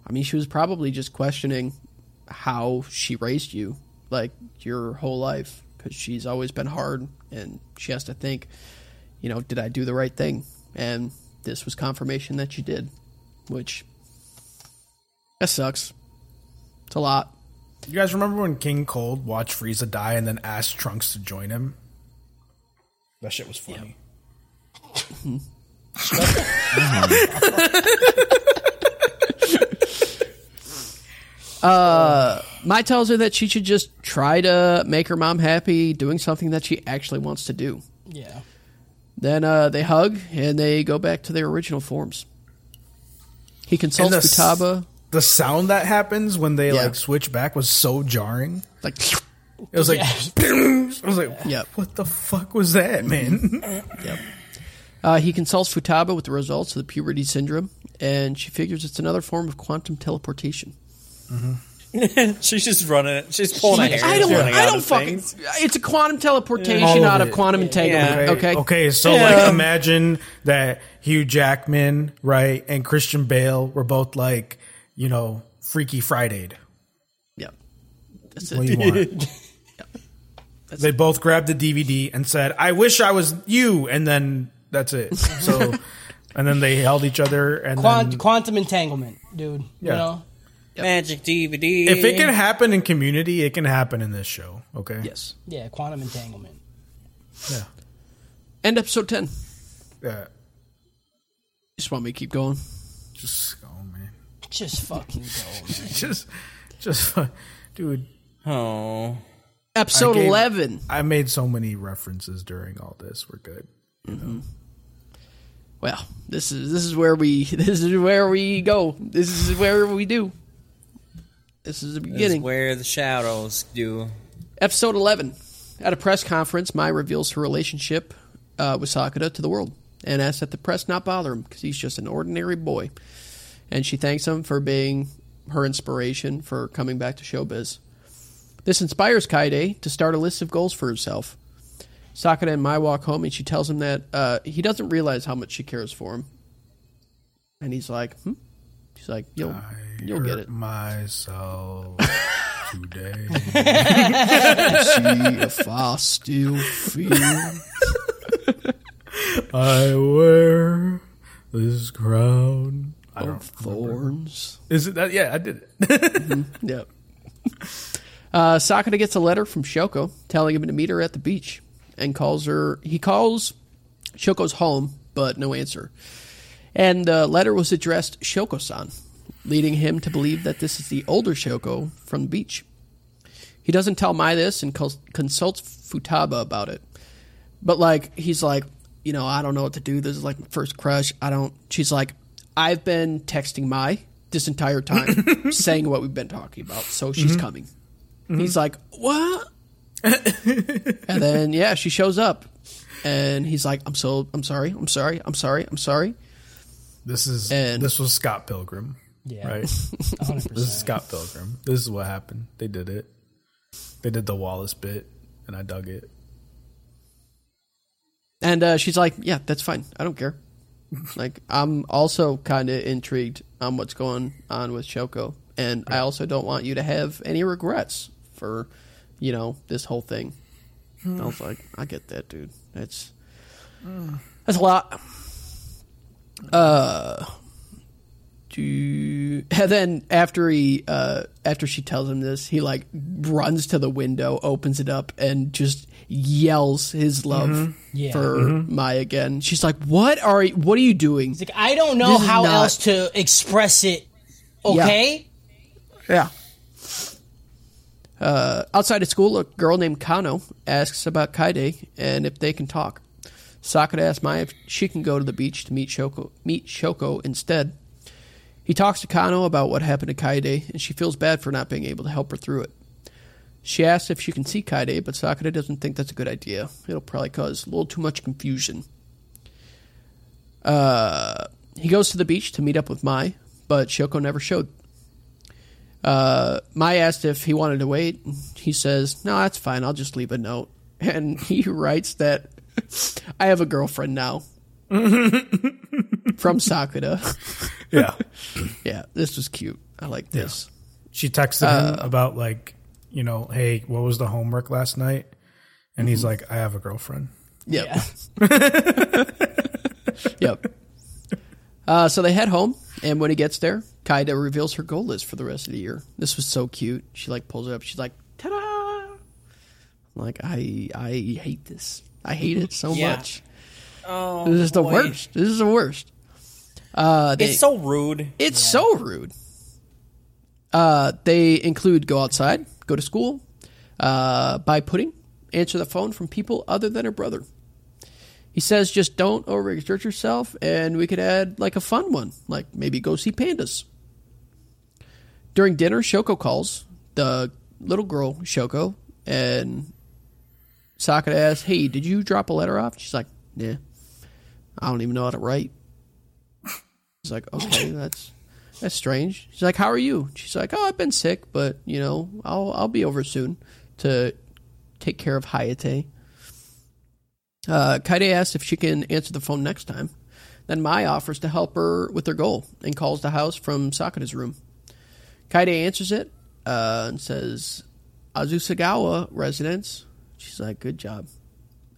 Speaker 3: I mean, she was probably just questioning how she raised you, like your whole life, because she's always been hard, and she has to think, you know, did I do the right thing? And this was confirmation that she did, which that sucks. It's a lot.
Speaker 4: You guys remember when King Cold watched Frieza die and then asked Trunks to join him? That shit was funny.
Speaker 3: Mai tells her that she should just try to make her mom happy doing something that she actually wants to do.
Speaker 6: Yeah.
Speaker 3: Then uh, they hug and they go back to their original forms. He consults
Speaker 4: And the s-
Speaker 3: Futaba,
Speaker 4: The sound that happens when they
Speaker 3: Yeah.
Speaker 4: like switch back was so jarring.
Speaker 3: like,
Speaker 4: It was like, I was like,
Speaker 3: Yep.
Speaker 4: what the fuck was that, man?
Speaker 3: uh, he consults Futaba with the results of the puberty syndrome, and she figures it's another form of quantum teleportation.
Speaker 7: Mm-hmm. She's just running it. She's pulling her hair.
Speaker 3: I don't,
Speaker 7: running
Speaker 3: I
Speaker 7: out
Speaker 3: don't
Speaker 7: of
Speaker 3: fucking.
Speaker 7: things.
Speaker 3: It's a quantum teleportation
Speaker 4: All of
Speaker 3: out of
Speaker 4: it.
Speaker 3: quantum entanglement. Okay,
Speaker 4: Okay. So like, imagine that Hugh Jackman, right, and Christian Bale were both like, you know, Freaky Friday.
Speaker 3: yeah, that's
Speaker 4: What do
Speaker 3: it.
Speaker 4: you want? They both grabbed the DVD and said, "I wish I was you," and then that's it. So, and then they held each other, and
Speaker 6: Quant-
Speaker 4: then,
Speaker 6: quantum entanglement, dude.
Speaker 4: Yeah.
Speaker 6: You know?
Speaker 7: Magic DVD.
Speaker 4: if it can happen in Community, it can happen in this show. Okay.
Speaker 3: Yes.
Speaker 6: Yeah, quantum entanglement.
Speaker 4: Yeah.
Speaker 3: End episode ten.
Speaker 4: Yeah.
Speaker 3: Just want me to keep going.
Speaker 4: Just go, man.
Speaker 6: Just fucking go. man.
Speaker 4: Just, just, dude.
Speaker 7: Oh.
Speaker 3: Episode
Speaker 4: gave-
Speaker 3: eleven.
Speaker 4: I made so many references during all this. We're good.
Speaker 3: Well, this is this is where we this is where we go. This is where we do. This is the
Speaker 7: Is
Speaker 3: beginning.
Speaker 7: where the shadows do.
Speaker 3: Episode 11. At a press conference, Mai reveals her relationship uh, with Sakata to the world and asks that the press not bother him because he's just an ordinary boy. And she thanks him for being her inspiration for coming back to showbiz. This inspires Kaide to start a list of goals for herself. Sakata and Mai walk home, and she tells him that uh, he doesn't realize how much she cares for him. And he's like, hmm? She's like, you'll, you'll get it.
Speaker 4: Myself today.
Speaker 3: See if I still feel
Speaker 4: I wear this crown. I
Speaker 3: of thorns.
Speaker 4: Is it that? Yeah, I did it.
Speaker 3: Yep. Uh, Sakata gets a letter from Shoko telling him to meet her at the beach and calls her. He calls Shoko's home, but no answer. And the letter was addressed Shoko san, leading him to believe that this is the older Shoko from the beach. He doesn't tell Mai this and cons- consults Futaba about it. But, like, he's like, you know, I don't know what to do. This is like my first crush. I don't. She's like, I've been texting Mai this entire time, saying what we've been talking about. So she's coming. He's like, what? and then yeah, she shows up, and he's like, I'm so I'm sorry, I'm sorry, I'm sorry, I'm sorry.
Speaker 4: This is
Speaker 3: And-
Speaker 4: this was Scott Pilgrim.
Speaker 6: Yeah.
Speaker 4: Right. this is Scott Pilgrim. This is what happened. They did it. They did the Wallace bit, and I dug it.
Speaker 3: And uh, she's like, yeah, that's fine. I don't care. Like I'm also kind of intrigued on what's going on with Shoko, and I also don't want you to have any regrets for, you know, this whole thing. I was like, I get that, dude. That's that's a lot. Uh, do- and then after he uh, after she tells him this, he like runs to the window, opens it up, and just yells his love
Speaker 6: Yeah.
Speaker 3: for Mai again. She's like, "What are you- what are you doing?"
Speaker 6: It's like, I don't know
Speaker 3: This is
Speaker 6: how
Speaker 3: not-
Speaker 6: else to express it. Okay?
Speaker 3: Yeah. Uh, outside of school, a girl named Kano asks about Kaide and if they can talk. Sakura asks Maya if she can go to the beach to meet Shoko, meet Shoko instead. He talks to Kano about what happened to Kaide, and she feels bad for not being able to help her through it. She asks if she can see Kaede, but Sakura doesn't think that's a good idea. It'll probably cause a little too much confusion. Uh, he goes to the beach to meet up with Mai, but Shoko never showed. Uh, Mai asked if he wanted to wait. He says, No, that's fine. I'll just leave a note. And he writes that I have a girlfriend now. From Sakura.
Speaker 4: Yeah.
Speaker 3: yeah, this was cute. I like this.
Speaker 4: She texted
Speaker 7: Uh,
Speaker 4: him about like, you know, hey, what was the homework last night? And
Speaker 7: Mm-hmm.
Speaker 4: he's like, I have a girlfriend.
Speaker 3: Yep. yep. Uh, so they head home, and when he gets there, Kaida reveals her goal list for the rest of the year. This was so cute. She like pulls it up. She's like, "Ta-da!" I'm like I I hate this. I hate it so
Speaker 7: Yeah.
Speaker 3: much. Oh, this is the
Speaker 7: boy.
Speaker 3: worst. This is the worst. Uh, they,
Speaker 7: It's so rude.
Speaker 3: it's so rude. Uh, they include go outside, go to school, uh, buy pudding, answer the phone from people other than her brother. He says just don't overexert yourself, and we could add like a fun one, like maybe go see pandas. During dinner, Shoko calls the little girl Shoko, and Sakura asks, "Hey, did you drop a letter off?" She's like, "Nah, I don't even know how to write." She's like, okay, that's that's strange. She's like, how are you? She's like, oh, I've been sick, but you know, I'll I'll be over soon to take care of Hayate. Uh, Kaede asks if she can answer the phone next time. Then Mai offers to help her with her goal and calls the house from Sakura's room. Kaede answers it uh, and says, Azusagawa residence. She's like, good job.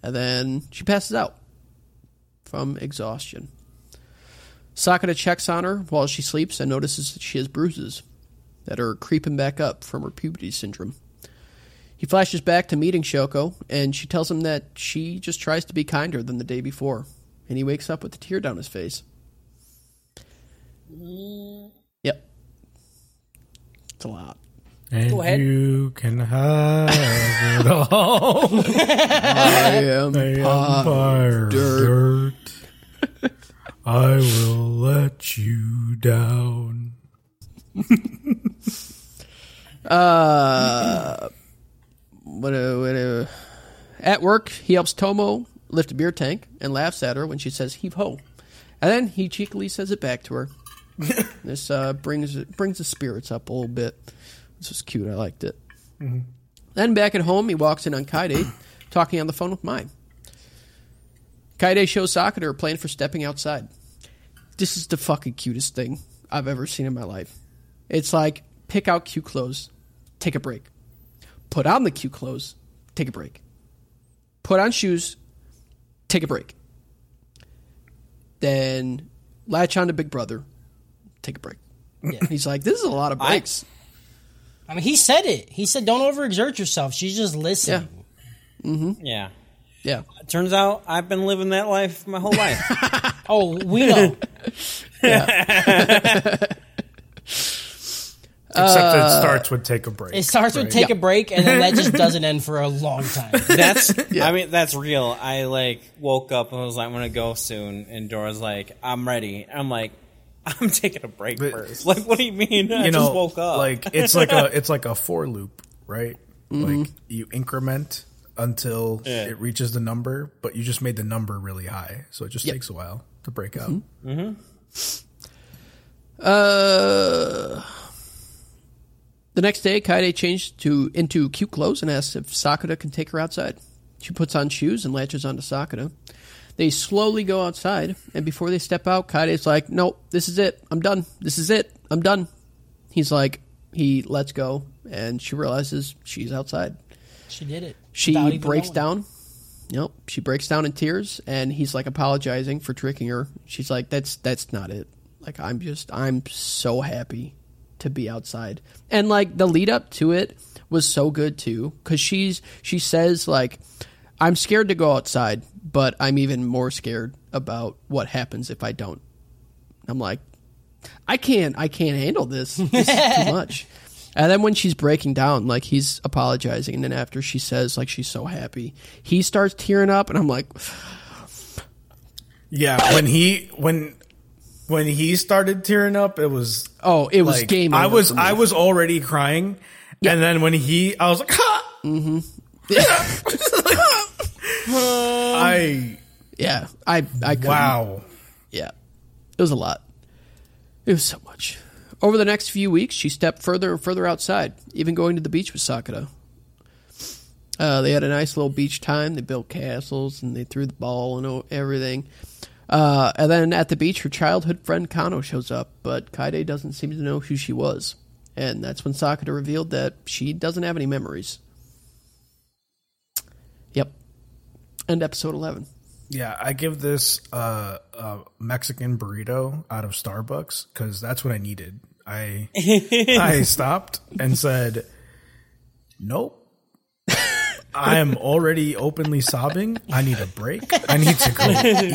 Speaker 3: And then she passes out from exhaustion. Sakata checks on her while she sleeps and notices that she has bruises that are creeping back up from her puberty syndrome. He flashes back to meeting Shoko, and she tells him that she just tries to be kinder than the day before, and he wakes up with a tear down his face. Yep. It's a lot.
Speaker 4: And
Speaker 7: Go ahead.
Speaker 4: you can have it all.
Speaker 3: I am
Speaker 4: Empire dirt. I will let you down.
Speaker 3: what a, what a- At work, he helps Tomo lift a beer tank and laughs at her when she says heave ho. And then he cheekily says it back to her. this uh, brings brings the spirits up a little bit. This was cute. I liked it. Then back at home, he walks in on Kaide talking on the phone with Mai. Kaide shows Sakura her plan for stepping outside. This is the fucking cutest thing I've ever seen in my life. It's like pick out cute clothes, take a break put on the cute clothes, take a break. Put on shoes, take a break. Then latch on to Big Brother, take a break. He's like, this is a lot of breaks.
Speaker 6: I mean, he said it. He said, "Don't overexert yourself." She's just listening.
Speaker 7: Yeah.
Speaker 3: yeah.
Speaker 7: It turns out I've been living that life my whole life.
Speaker 6: Oh, we know.
Speaker 4: Except that
Speaker 7: Uh,
Speaker 4: it starts with take a break.
Speaker 6: It starts with take a break, and then that just doesn't end for a long time.
Speaker 7: That's I mean that's real. I like woke up and was like I'm gonna go soon, and Dora's like I'm ready. I'm like I'm taking a break
Speaker 4: But-
Speaker 7: first. Like what do you mean? I
Speaker 4: you know,
Speaker 7: just woke up.
Speaker 4: like it's like a it's like a for loop, right?
Speaker 7: Mm-hmm.
Speaker 4: Like you increment until it reaches the number, but you just made the number really high, so it just takes a while to break
Speaker 7: Mm-hmm.
Speaker 4: out.
Speaker 3: Uh, the next day, Kaede changed to into cute clothes and asks if Sakura can take her outside. She puts on shoes and latches onto Sakura. They slowly go outside, and before they step out, Kaede's like, "Nope, this is it. I'm done. This is it. I'm done." He's like, he lets go, and she realizes she's outside.
Speaker 6: She did it. without
Speaker 3: She
Speaker 6: even
Speaker 3: breaks
Speaker 6: knowing.
Speaker 3: down. Nope. She breaks down in tears, and he's like apologizing for tricking her. She's like, "That's that's not it. Like I'm just I'm so happy to be outside." And like the lead up to it was so good too, because she's she says like, "I'm scared to go outside, but I'm even more scared about what happens if I don't." I'm like, I can't I can't handle this. This is too much. And then when she's breaking down, like he's apologizing, and then after she says like she's so happy, he starts tearing up, and I'm like,
Speaker 4: Yeah, when he when when he started tearing up, it was
Speaker 3: oh, it was
Speaker 4: like,
Speaker 3: game.
Speaker 4: I
Speaker 3: over
Speaker 4: was
Speaker 3: for me.
Speaker 4: I was already crying, and then when he, I was like, ha!
Speaker 3: Mm-hmm.
Speaker 4: I
Speaker 3: Yeah, I I couldn't.
Speaker 4: wow.
Speaker 3: Yeah. It was a lot. It was so much. Over the next few weeks, she stepped further and further outside, even going to the beach with Sakura. Uh, they had a nice little beach time. They built castles and they threw the ball and o- everything. Uh, and then at the beach, her childhood friend Kano shows up, but Kaide doesn't seem to know who she was. And that's when Sakura revealed that she doesn't have any memories. Yep. End episode 11.
Speaker 4: Yeah, I give this uh, uh, Mexican burrito out of Starbucks because that's what I needed. I I stopped and said, "Nope." I am already openly sobbing. I need a break. I need to go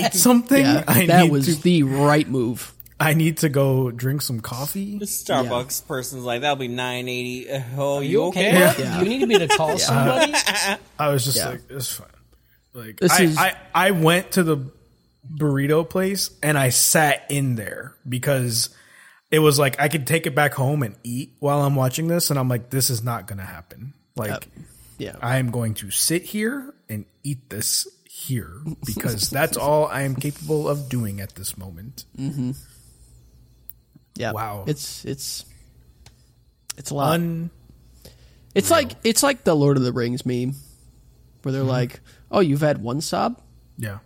Speaker 4: eat something.
Speaker 3: Yeah,
Speaker 4: I
Speaker 3: that
Speaker 4: need
Speaker 3: was
Speaker 4: to.
Speaker 3: the right move.
Speaker 4: I need to go drink some coffee.
Speaker 7: The Starbucks person's like, that'll be nine eighty. Oh,
Speaker 6: Are
Speaker 7: you,
Speaker 6: you
Speaker 7: okay?
Speaker 6: okay? bro?
Speaker 3: Yeah.
Speaker 6: Do you need me to call somebody?
Speaker 4: I was just
Speaker 3: Yeah.
Speaker 4: like, it's fine. Like
Speaker 3: This
Speaker 4: I,
Speaker 3: is-
Speaker 4: I, I went to the burrito place and I sat in there because it was like I could take it back home and eat while I'm watching this, and I'm like, this is not gonna happen. Like
Speaker 3: Yeah.
Speaker 4: I am going to sit here and eat this here because that's all I am capable of doing at this moment.
Speaker 3: Yeah.
Speaker 4: Wow.
Speaker 3: It's it's it's a lot.
Speaker 4: Un-
Speaker 3: it's like it's like the Lord of the Rings meme where
Speaker 4: Mm-hmm.
Speaker 3: they're like, "Oh, you've had one sob?
Speaker 4: yeah.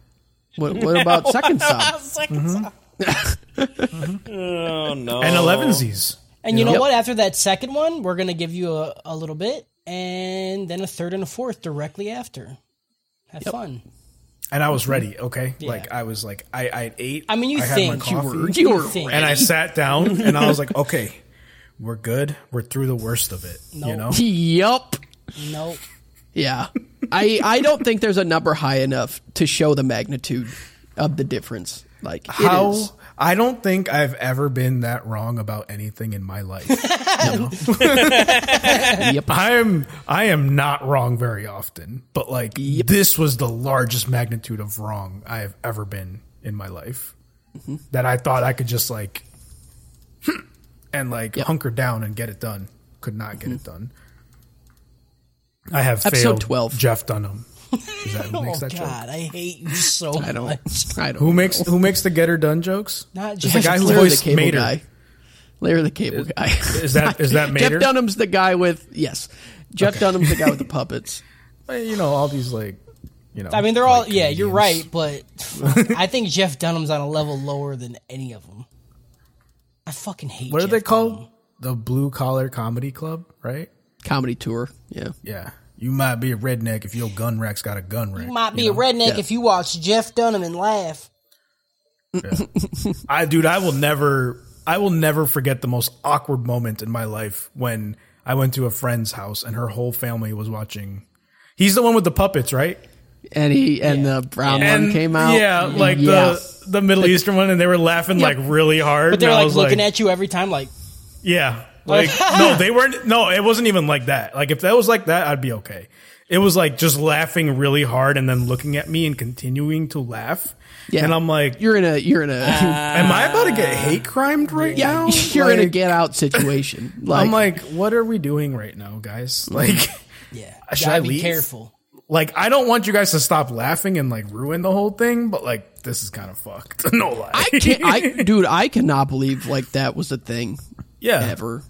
Speaker 3: What what about second sob?"
Speaker 7: Oh no.
Speaker 4: Mm-hmm. And elevensies.
Speaker 6: And you know
Speaker 3: Yep.
Speaker 6: what? After that second one, we're gonna give you a, a little bit, and then a third and a fourth directly after. Have fun.
Speaker 4: And I was ready, okay? Like I was like I, I ate.
Speaker 6: Mm-hmm. I mean, you
Speaker 4: I had my
Speaker 6: think you
Speaker 4: coffee.
Speaker 6: were,
Speaker 3: You were
Speaker 6: think.
Speaker 4: and I sat down and I was like, okay, we're good. We're through the worst of it.
Speaker 6: Nope.
Speaker 4: You know?
Speaker 3: yup.
Speaker 6: Nope.
Speaker 3: Yeah. I I don't think there's a number high enough to show the magnitude of the difference. Like it
Speaker 4: How?
Speaker 3: is-
Speaker 4: I don't think I've ever been that wrong about anything in my life.
Speaker 3: Yep.
Speaker 4: I am I am not wrong very often, but like this was the largest magnitude of wrong I have ever been in my life.
Speaker 3: Mm-hmm.
Speaker 4: That I thought I could just like and like hunker down and get it done. Could not get it done. I have
Speaker 3: Mm-hmm. Episode
Speaker 4: failed
Speaker 3: 12.
Speaker 4: Jeff Dunham. Is that who
Speaker 6: Oh
Speaker 4: makes that joke?
Speaker 6: God, I hate you so
Speaker 3: I don't
Speaker 6: much.
Speaker 3: I don't
Speaker 4: Who makes who makes the get her done jokes?
Speaker 6: Not
Speaker 4: It's
Speaker 6: Jeff
Speaker 4: the guy who
Speaker 6: Larry
Speaker 3: Larry the
Speaker 4: voiced
Speaker 3: cable
Speaker 4: Mater.
Speaker 3: guy. Larry the cable guy.
Speaker 4: Is that is that Mater?
Speaker 3: Jeff Dunham's the guy with yes. Jeff Dunham's the guy with the puppets.
Speaker 4: Uh, You know all these like you know.
Speaker 6: I mean, they're all
Speaker 4: like,
Speaker 6: yeah. You're right,
Speaker 4: comedians.
Speaker 6: but I think Jeff Dunham's on a level lower than any of them. I fucking hate.
Speaker 4: What are
Speaker 6: Jeff
Speaker 4: they
Speaker 6: Dunham.
Speaker 4: called? The Blue Collar Comedy Club, right?
Speaker 3: Comedy tour. Yeah.
Speaker 4: Yeah. You might be a redneck if your gun rack's got a gun rack.
Speaker 6: You might be a redneck
Speaker 3: Yeah.
Speaker 6: if you watch Jeff Dunham and laugh.
Speaker 4: I dude, I will never I will never forget the most awkward moment in my life when I went to a friend's house and her whole family was watching. He's the one with the puppets, right?
Speaker 3: and he and the brown one came out.
Speaker 4: Yeah, like
Speaker 3: Yeah.
Speaker 4: the the Middle Eastern one, and they were laughing like really hard.
Speaker 6: But they're
Speaker 4: and I
Speaker 6: like
Speaker 4: was
Speaker 6: looking at you every time, like
Speaker 4: Yeah. Like no, they weren't no, it wasn't even like that. Like if that was like that, I'd be okay. It was like just laughing really hard and then looking at me and continuing to laugh.
Speaker 3: Yeah.
Speaker 4: And I'm like,
Speaker 3: you're in a you're in a
Speaker 4: am I about to get hate crimed right now?
Speaker 3: you're in a
Speaker 4: Like,
Speaker 3: get out situation. Like,
Speaker 4: I'm like, what are we doing right now, guys? Like
Speaker 6: yeah.
Speaker 4: Should
Speaker 6: gotta
Speaker 4: I
Speaker 6: be
Speaker 4: leave?
Speaker 6: careful.
Speaker 4: like I don't want you guys to stop laughing and like ruin the whole thing, but like this is kind of fucked. no lie.
Speaker 3: I can't, I dude, I cannot believe like that was a thing
Speaker 4: yeah.
Speaker 3: ever.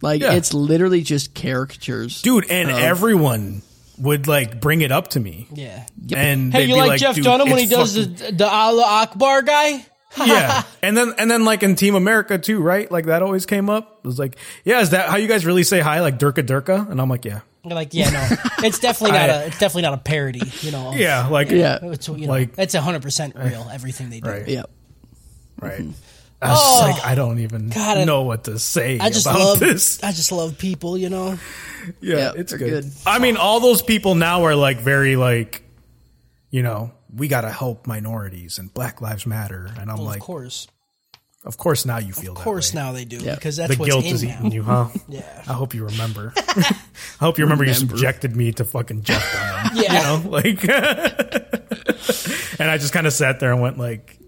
Speaker 3: Like
Speaker 4: Yeah.
Speaker 3: it's literally just caricatures,
Speaker 4: Dude, and
Speaker 3: Um,
Speaker 4: everyone would like bring it up to me.
Speaker 6: Yeah.
Speaker 4: And
Speaker 6: Hey,
Speaker 4: they'd
Speaker 6: you
Speaker 4: be
Speaker 6: like, Jeff
Speaker 4: "Dude,
Speaker 6: Dunham when he
Speaker 4: it's
Speaker 6: does
Speaker 4: fucking
Speaker 6: the the Allah Akbar guy?
Speaker 4: yeah, and then and then like in Team America too, right? Like that always came up. It was like, yeah, is that how you guys really say hi? Like Durka Durka, and I'm like, yeah,
Speaker 6: You're like, yeah, no, it's definitely not
Speaker 4: I-
Speaker 6: a it's definitely not a parody. You know, of-
Speaker 4: yeah, like
Speaker 3: yeah,
Speaker 6: It's, you know,
Speaker 4: Like- eh,
Speaker 6: that's hundred percent real. Everything they do.
Speaker 4: right,
Speaker 3: yeah.
Speaker 4: right. I was just like, I don't even
Speaker 6: God, I-
Speaker 4: know what to say
Speaker 6: Oh. I just
Speaker 4: about
Speaker 6: love
Speaker 4: this.
Speaker 6: I just love people. You know,
Speaker 4: Yeah,
Speaker 3: Yeah,
Speaker 4: it's
Speaker 3: they're
Speaker 4: good.
Speaker 3: good.
Speaker 4: I mean, all those people now are like very like, you know, we gotta help minorities and Black Lives Matter, and I'm
Speaker 6: well,
Speaker 4: like,
Speaker 6: of course,
Speaker 4: of course now you feel
Speaker 6: of course now they do because that's
Speaker 4: the
Speaker 6: what's
Speaker 4: guilt
Speaker 6: in
Speaker 4: is
Speaker 6: now.
Speaker 4: eating you, huh?
Speaker 6: Yeah.
Speaker 4: I hope you remember. I hope you remember, you subjected me to fucking Jeff Dunham.
Speaker 6: Yeah.
Speaker 4: You know, like, and I just kind of sat there and went like,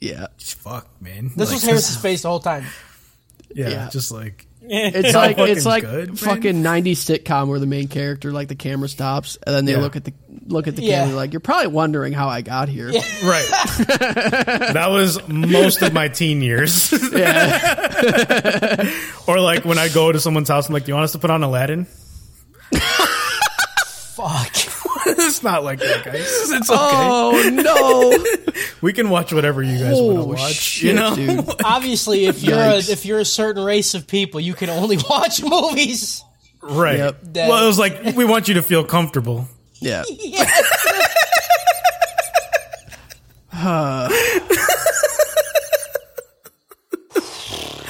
Speaker 3: yeah.
Speaker 4: "Fuck, man."
Speaker 6: This
Speaker 4: Like,
Speaker 6: was Harris's face the whole time.
Speaker 4: yeah,
Speaker 3: yeah.
Speaker 4: just like
Speaker 3: It's like it's
Speaker 4: fucking
Speaker 3: like
Speaker 4: good, man.
Speaker 3: fucking '90s sitcom where the main character, like the camera stops, and then they
Speaker 4: Yeah.
Speaker 3: look at the look at the
Speaker 6: Yeah.
Speaker 3: camera, like you're probably wondering how I got here.
Speaker 4: Right. that was most of my teen years. or like when I go to someone's house, I'm like, "Do you want us to put on Aladdin?"
Speaker 6: Fuck.
Speaker 4: it's not like that, guys. It's okay.
Speaker 3: Oh no!
Speaker 4: We can watch whatever you guys want to
Speaker 3: oh
Speaker 4: watch.
Speaker 3: shit, dude!
Speaker 6: Obviously, if you're a,
Speaker 3: Yikes.
Speaker 6: if you're a certain race of people, you can only watch movies.
Speaker 4: Right.
Speaker 3: Yep.
Speaker 4: Well, it was like we want you to feel comfortable.
Speaker 3: Yeah,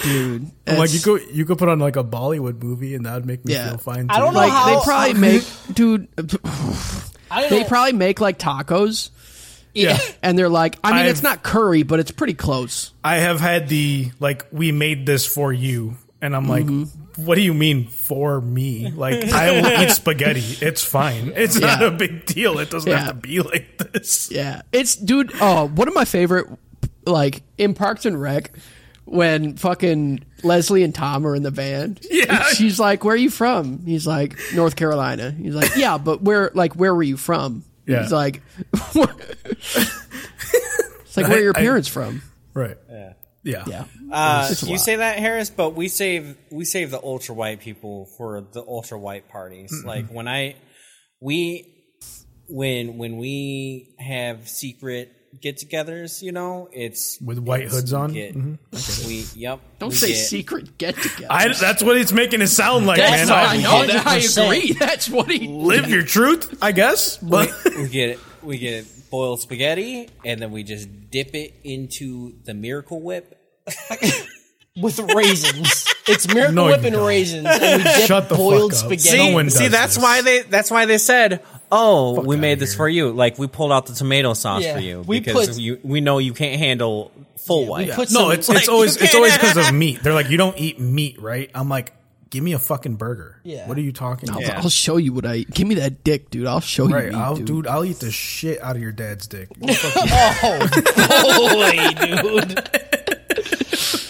Speaker 3: dude.
Speaker 4: like you
Speaker 3: It's-
Speaker 4: could you could put on like a Bollywood movie and that would make me
Speaker 3: Yeah.
Speaker 4: feel fine.
Speaker 6: I don't
Speaker 4: too.
Speaker 6: know
Speaker 3: like
Speaker 6: how-
Speaker 3: they probably make dude.
Speaker 6: I don't
Speaker 3: They
Speaker 6: know.
Speaker 3: probably make like tacos,
Speaker 6: yeah.
Speaker 3: and they're like, I mean,
Speaker 4: I've-
Speaker 3: it's not curry, but it's pretty close.
Speaker 4: I have had the like we made this for you, and I'm like, what do you mean for me? Like I will eat spaghetti. It's fine. It's not
Speaker 3: Yeah.
Speaker 4: a big deal. It doesn't
Speaker 3: Yeah.
Speaker 4: have to be like this.
Speaker 3: Yeah, it's dude. Oh, one of my favorite, like in Parks and Rec, when fucking Leslie and Tom are in the van.
Speaker 4: Yeah.
Speaker 3: she's like, "Where are you from?" He's like, "North Carolina." He's like, "Yeah, but where? Like, where were you from?"
Speaker 4: Yeah.
Speaker 3: He's like, "It's like where are your
Speaker 4: I- I-
Speaker 3: parents from?"
Speaker 4: Right. Yeah. Yeah.
Speaker 3: Yeah,
Speaker 5: Uh,
Speaker 3: It's a
Speaker 5: you
Speaker 3: lot.
Speaker 5: say that, Harris, but we save we save the ultra white people for the ultra white parties. Like when I we when when we have secret get-togethers, you know, it's
Speaker 4: With white hoods on.
Speaker 5: get- we yep.
Speaker 3: Don't
Speaker 5: we
Speaker 3: say
Speaker 5: get-
Speaker 3: secret get together.
Speaker 4: I, that's what it's making it sound like,
Speaker 6: That's
Speaker 4: man.
Speaker 6: all
Speaker 4: I
Speaker 6: I
Speaker 4: know.
Speaker 6: know. that I agree.
Speaker 3: That's what he.
Speaker 4: Live your truth, I guess. But
Speaker 5: we get we get boiled spaghetti and then we just dip it into the miracle whip.
Speaker 6: With raisins. It's Miracle
Speaker 4: No,
Speaker 6: Whip
Speaker 4: you
Speaker 6: and
Speaker 4: don't.
Speaker 6: raisins, and we dip
Speaker 4: Shut the fuck
Speaker 6: boiled
Speaker 4: up.
Speaker 6: spaghetti.
Speaker 4: No one does this.
Speaker 5: they that's why they said, "Oh, we made this
Speaker 4: here.
Speaker 5: for you." Like we pulled out the tomato sauce
Speaker 6: Yeah,
Speaker 5: for you
Speaker 6: we
Speaker 5: because
Speaker 6: put-
Speaker 5: you, we know you can't handle full white.
Speaker 6: put
Speaker 4: no,
Speaker 6: some-
Speaker 4: it's
Speaker 6: like,
Speaker 4: it's always
Speaker 5: you
Speaker 4: it's always
Speaker 5: can't-
Speaker 4: because of meat. They're like, you don't eat meat, right? I'm like, give me a fucking burger.
Speaker 6: Yeah.
Speaker 4: What are you talking about?
Speaker 5: Yeah.
Speaker 3: I'll show you what I give me that dick, dude. I'll show you,
Speaker 4: Right,
Speaker 3: me,
Speaker 4: I'll
Speaker 3: dude.
Speaker 4: dude. I'll eat the shit out of your dad's dick.
Speaker 6: Oh, boy, dude.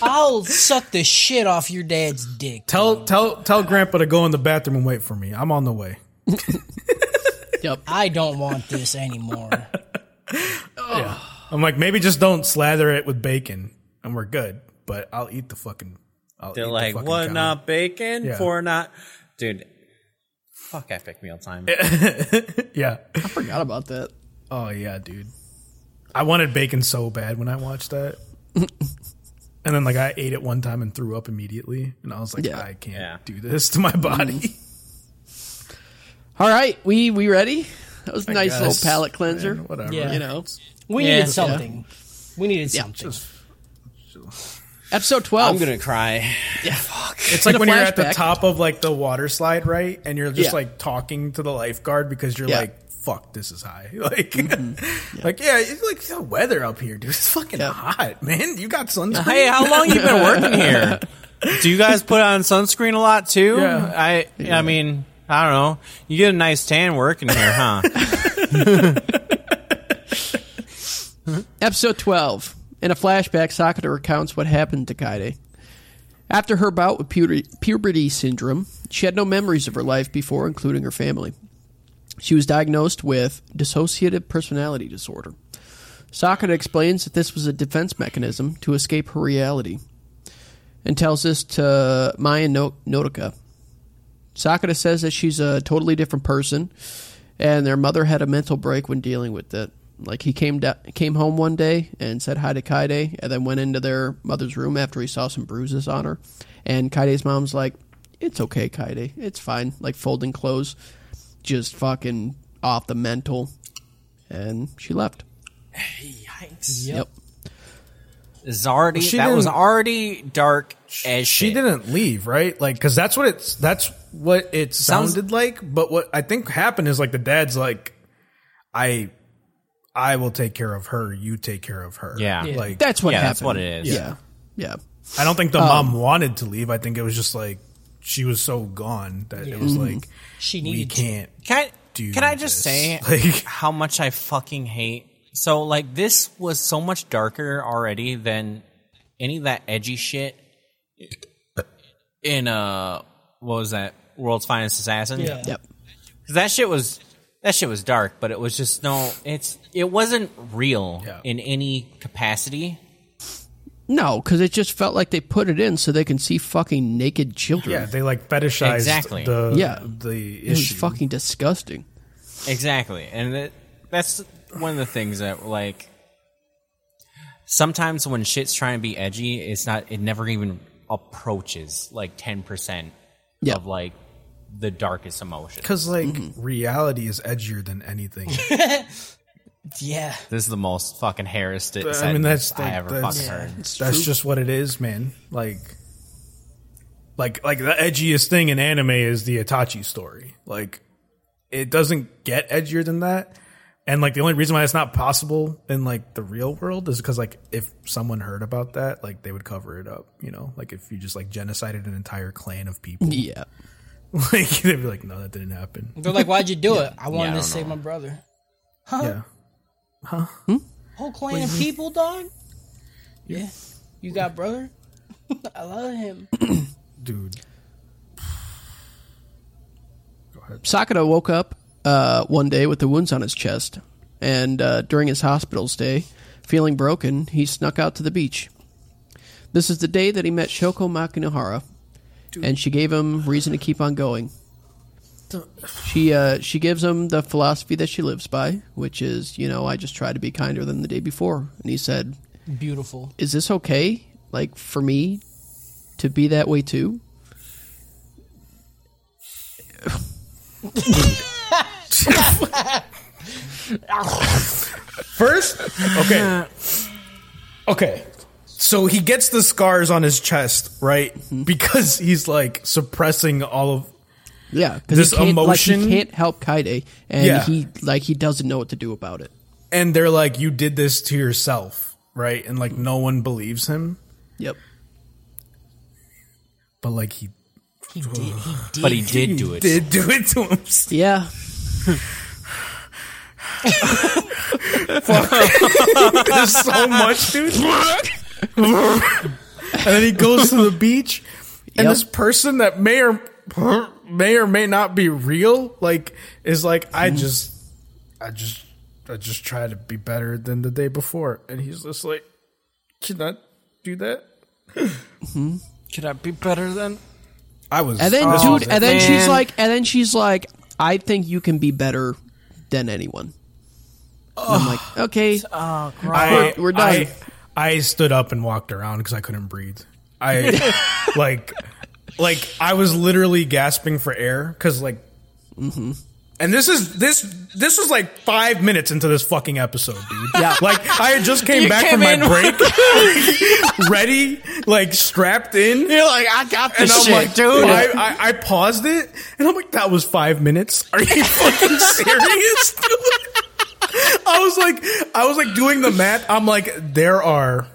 Speaker 6: I'll suck the shit off your dad's dick.
Speaker 4: tell tell tell Grandpa to go in the bathroom and wait for me. I'm on the way.
Speaker 3: Yep.
Speaker 6: I don't want this anymore.
Speaker 4: I'm like, maybe just don't slather it with bacon, and we're good. But I'll eat the fucking. I'll eat
Speaker 5: They're
Speaker 4: the
Speaker 5: like,
Speaker 4: fucking
Speaker 5: one
Speaker 4: cow."
Speaker 5: not bacon,
Speaker 4: Yeah.
Speaker 5: four not. Dude, fuck epic meal time.
Speaker 4: Yeah.
Speaker 3: I forgot about that.
Speaker 4: Oh yeah, dude. I wanted bacon so bad when I watched that. And then, like, I ate it one time and threw up immediately, and I was like,
Speaker 3: Yeah.
Speaker 4: "I can't
Speaker 5: Yeah.
Speaker 4: do this to my body."
Speaker 3: All right, we we ready? That was a
Speaker 4: I
Speaker 3: nice little
Speaker 4: guess.
Speaker 3: palate cleanser.
Speaker 4: Man, whatever.
Speaker 6: Yeah.
Speaker 3: You know,
Speaker 6: We
Speaker 5: Yeah.
Speaker 6: needed something. We needed something.
Speaker 3: episode
Speaker 5: I'm
Speaker 3: twelve.
Speaker 5: gonna cry.
Speaker 4: It's like
Speaker 3: In a
Speaker 4: when you're at the
Speaker 3: flashback.
Speaker 4: top of like the water slide, right? And you're just
Speaker 3: Yeah.
Speaker 4: like talking to the lifeguard because you're
Speaker 3: Yeah. Mm-hmm.
Speaker 4: like, "Fuck, this is high." Like, like yeah, it's like the weather up here, dude. It's fucking
Speaker 3: Yeah.
Speaker 4: hot, man. You got sunscreen?
Speaker 5: Hey, how long you been working here? Do you guys put on sunscreen a lot too?
Speaker 4: Yeah.
Speaker 5: I I mean, I don't know. You get a nice tan working here, huh?
Speaker 3: Episode 12. In a flashback, Sakata recounts what happened to Kaede. After her bout with puberty, puberty syndrome, she had no memories of her life before, including her family. She was diagnosed with dissociative personality disorder. Sakata explains that this was a defense mechanism to escape her reality and tells this to Maya no- Notica. Sakata says that she's a totally different person, and their mother had a mental break when dealing with it. Like he came da- came home one day and said hi to Kaide, and then went into their mother's room after he saw some bruises on her. And Kaide's mom's like, "It's okay, Kaide. It's fine." Like folding clothes, just fucking off the mental, and she left.
Speaker 5: Yikes!
Speaker 3: Yep.
Speaker 5: It's already
Speaker 4: She
Speaker 5: that was
Speaker 4: didn't-
Speaker 5: already dark as
Speaker 4: she
Speaker 5: shit.
Speaker 4: didn't leave, right? Like, because that's what it's that's what it
Speaker 5: Sounds-
Speaker 4: sounded like. But what I think happened is like the dad's like, "I, I will take care of her. You take care of her."
Speaker 5: Yeah. Yeah.
Speaker 4: like
Speaker 3: That's um, what
Speaker 5: Yeah,
Speaker 3: happened.
Speaker 5: that's what it is.
Speaker 3: Yeah. Yeah.
Speaker 4: I don't think the mom wanted to leave. I think it was just like she was so gone that it was like
Speaker 6: She
Speaker 4: we
Speaker 6: needed to-
Speaker 4: can't.
Speaker 5: Can I,
Speaker 4: do
Speaker 5: can I
Speaker 4: this.
Speaker 5: just say
Speaker 4: Like-
Speaker 5: how much I fucking hate? So like this was so much darker already than any of that edgy shit in uh what was that World's Finest Assassin?
Speaker 6: Yeah.
Speaker 3: Yep.
Speaker 5: Cause that shit was that shit was dark, but it was just no. It's it wasn't real
Speaker 4: Yeah.
Speaker 5: in any capacity.
Speaker 3: No, because it just felt like they put it in so they can see fucking naked children.
Speaker 4: Yeah, they like fetishized
Speaker 5: Exactly.
Speaker 4: the
Speaker 3: Yeah.
Speaker 4: the
Speaker 3: it was
Speaker 4: issue.
Speaker 3: fucking disgusting.
Speaker 5: Exactly, and it, that's one of the things that like sometimes when shit's trying to be edgy, it's not. It never even approaches like ten percent
Speaker 3: Yeah.
Speaker 5: of like the darkest emotion.
Speaker 4: because like
Speaker 3: Mm-hmm.
Speaker 4: reality is edgier than anything.
Speaker 6: Yeah.
Speaker 5: This is the most fucking harassed it.
Speaker 4: I mean, that's
Speaker 5: I
Speaker 4: like-
Speaker 5: ever
Speaker 4: that's-
Speaker 5: fucking heard.
Speaker 4: That's just what it is, man. Like, like, like the edgiest thing in anime is the Itachi story. Like, it doesn't get edgier than that. And like, the only reason why it's not possible in like the real world is because like, if someone heard about that, like, they would cover it up. You know, like if you just like genocided an entire clan of people,
Speaker 3: Yeah.
Speaker 4: like they'd be like, no, that didn't happen.
Speaker 6: They're like, why'd you do it? I wanted
Speaker 5: I
Speaker 6: to
Speaker 5: don't
Speaker 6: save
Speaker 5: know.
Speaker 6: my brother.
Speaker 4: Yeah,
Speaker 6: Whole clan of people, dog. Yeah. You got brother? I love him.
Speaker 4: dude.
Speaker 3: Sakata woke up uh, one day with the wounds on his chest, and uh, during his hospital stay, feeling broken, he snuck out to the beach. This is the day that he met Shoko Makinohara, and she gave him reason to keep on going. She uh, she gives him the philosophy that she lives by, which is, you know, I just try to be kinder than the day before. And he said,
Speaker 6: Beautiful.
Speaker 3: is this okay? Like for me to be that way too?
Speaker 4: First, okay. Okay. So he gets the scars on his chest, right? Because he's like suppressing all of
Speaker 3: Yeah, because
Speaker 4: This
Speaker 3: he can't, like,
Speaker 4: emotion-
Speaker 3: he can't help Kaide, and
Speaker 4: Yeah.
Speaker 3: he like he doesn't know what to do about it.
Speaker 4: and they're like you did this to yourself, right? And like no one believes him,
Speaker 3: Yep.
Speaker 4: but like he
Speaker 6: He did. He did.
Speaker 5: But he did do it.
Speaker 4: did do it to him.
Speaker 3: Yeah.
Speaker 4: There's so much, dude. and then he goes to the beach,
Speaker 3: Yep.
Speaker 4: and this person that may or may or may not be real, like, is like,
Speaker 3: Hmm.
Speaker 4: I just, I just, I just try to be better than the day before, and he's just like, can I do that?
Speaker 7: Could I be better than?
Speaker 4: I was,
Speaker 3: Hmm. And then,
Speaker 4: this was
Speaker 3: dude,
Speaker 4: it.
Speaker 3: and then she's
Speaker 7: Man.
Speaker 3: like, and then she's like, I think you can be better than anyone. And I'm like,
Speaker 4: Oh,
Speaker 3: okay,
Speaker 4: uh, I,
Speaker 3: we're done.
Speaker 4: I, I stood up and walked around because I couldn't breathe. I like, like I was literally gasping for air because like, and this is this this was like five minutes into this fucking episode, dude. Yeah, like I had just came back from my break, ready, like strapped in. You're like, I got this
Speaker 5: shit, dude.
Speaker 4: I, I, I paused it and I'm like, that was five minutes. Are you fucking serious? I was like, I was like doing the math. I'm like, there are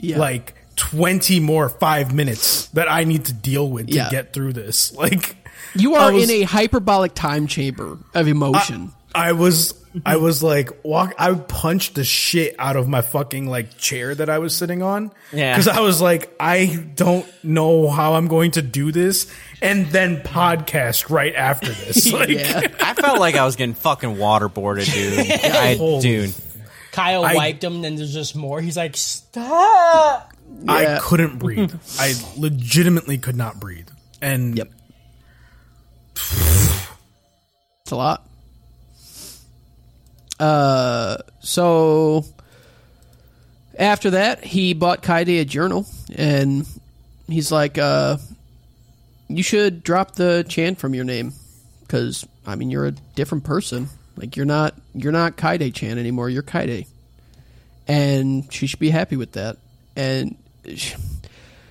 Speaker 3: yeah,
Speaker 4: like 20 more five minutes that I need to deal with to
Speaker 3: Yeah.
Speaker 4: get through this. Like,
Speaker 3: you
Speaker 4: I
Speaker 3: are
Speaker 4: was-
Speaker 3: in a hyperbolic time chamber of emotion.
Speaker 4: I was, I was like, walk, I punched the shit out of my fucking like chair that I was sitting on.
Speaker 5: Yeah.
Speaker 4: Cause I was like, I don't know how I'm going to do this. And then podcast right after this. Like,
Speaker 3: yeah,
Speaker 5: I felt like I was getting fucking waterboarded, dude. I,
Speaker 4: Holy
Speaker 5: dude,
Speaker 6: Kyle wiped him, then there's just more. He's like, stop.
Speaker 4: I
Speaker 3: Yeah.
Speaker 4: couldn't breathe. I legitimately could not breathe. And
Speaker 3: Yep. it's a lot. Uh, so after that, he bought Kaide a journal, and he's like, uh, "You should drop the Chan from your name, because I mean, you're a different person. Like, you're not you're not Kaide Chan anymore. You're Kaide, and she should be happy with that." And she,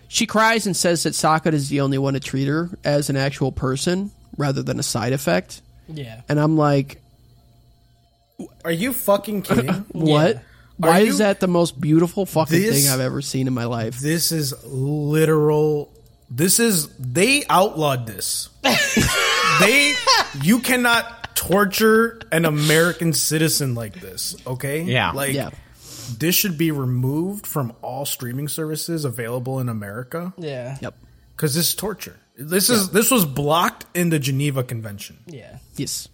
Speaker 3: she cries and says that Sakata is the only one to treat her as an actual person rather than a side effect.
Speaker 6: Yeah.
Speaker 3: And I'm like,
Speaker 4: are you fucking kidding?
Speaker 3: What?
Speaker 4: Are
Speaker 3: Why
Speaker 4: you-
Speaker 3: is that the most beautiful fucking
Speaker 4: This-
Speaker 3: thing I've ever seen in my life?
Speaker 4: This is literal. This is they outlawed this. they you cannot torture an American citizen like this. Okay,
Speaker 5: Yeah.
Speaker 4: like
Speaker 3: Yeah.
Speaker 4: this should be removed from all streaming services available in America
Speaker 6: Yeah.
Speaker 3: Yep.
Speaker 4: because this is torture. This is this was blocked in the Geneva Convention.
Speaker 6: Yeah,
Speaker 3: Yes.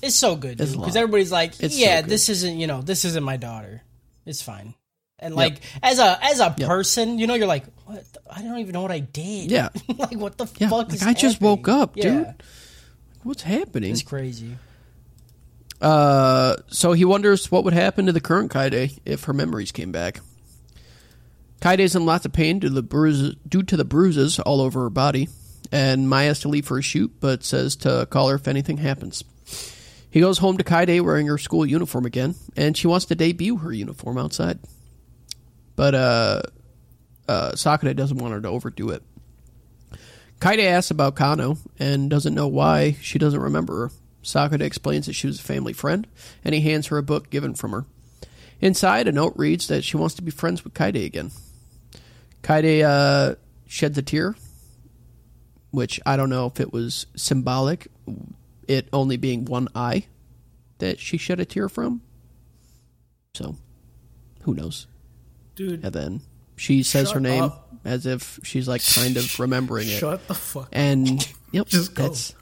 Speaker 6: it's so good
Speaker 3: It's long.
Speaker 6: because everybody's like,
Speaker 3: It's so
Speaker 6: yeah,
Speaker 3: good.
Speaker 6: this isn't you know this isn't my daughter. It's fine. And like as a as a person, you know, you're like, what? the- I don't even know what I did.
Speaker 3: Yeah.
Speaker 6: like what the
Speaker 3: Yeah,
Speaker 6: fuck?
Speaker 3: like,
Speaker 6: is
Speaker 3: I just woke
Speaker 6: happening?
Speaker 3: up,
Speaker 6: Yeah,
Speaker 3: dude. What's happening?
Speaker 6: It's crazy.
Speaker 3: Uh, so he wonders what would happen to the current Kaide if her memories came back. Kaide's in lots of pain due to the bruises, due to the bruises all over her body, and Mai has to leave for a shoot, but says to call her if anything happens. He goes home to Kaide wearing her school uniform again, and she wants to debut her uniform outside. But uh, uh, Sakura doesn't want her to overdo it. Kaide asks about Kano and doesn't know why she doesn't remember her. Sakura explains that she was a family friend, and he hands her a book given from her. Inside, a note reads that she wants to be friends with Kaide again. Kaide uh, sheds a tear, which I don't know if it was symbolic, it only being one eye that she shed a tear from. So, who knows?
Speaker 4: Dude.
Speaker 3: And then she says her
Speaker 4: Shut
Speaker 3: name
Speaker 4: up.
Speaker 3: as if she's like kind of remembering it
Speaker 4: Shut the fuck.
Speaker 3: and yep,
Speaker 4: Just go.
Speaker 3: that's-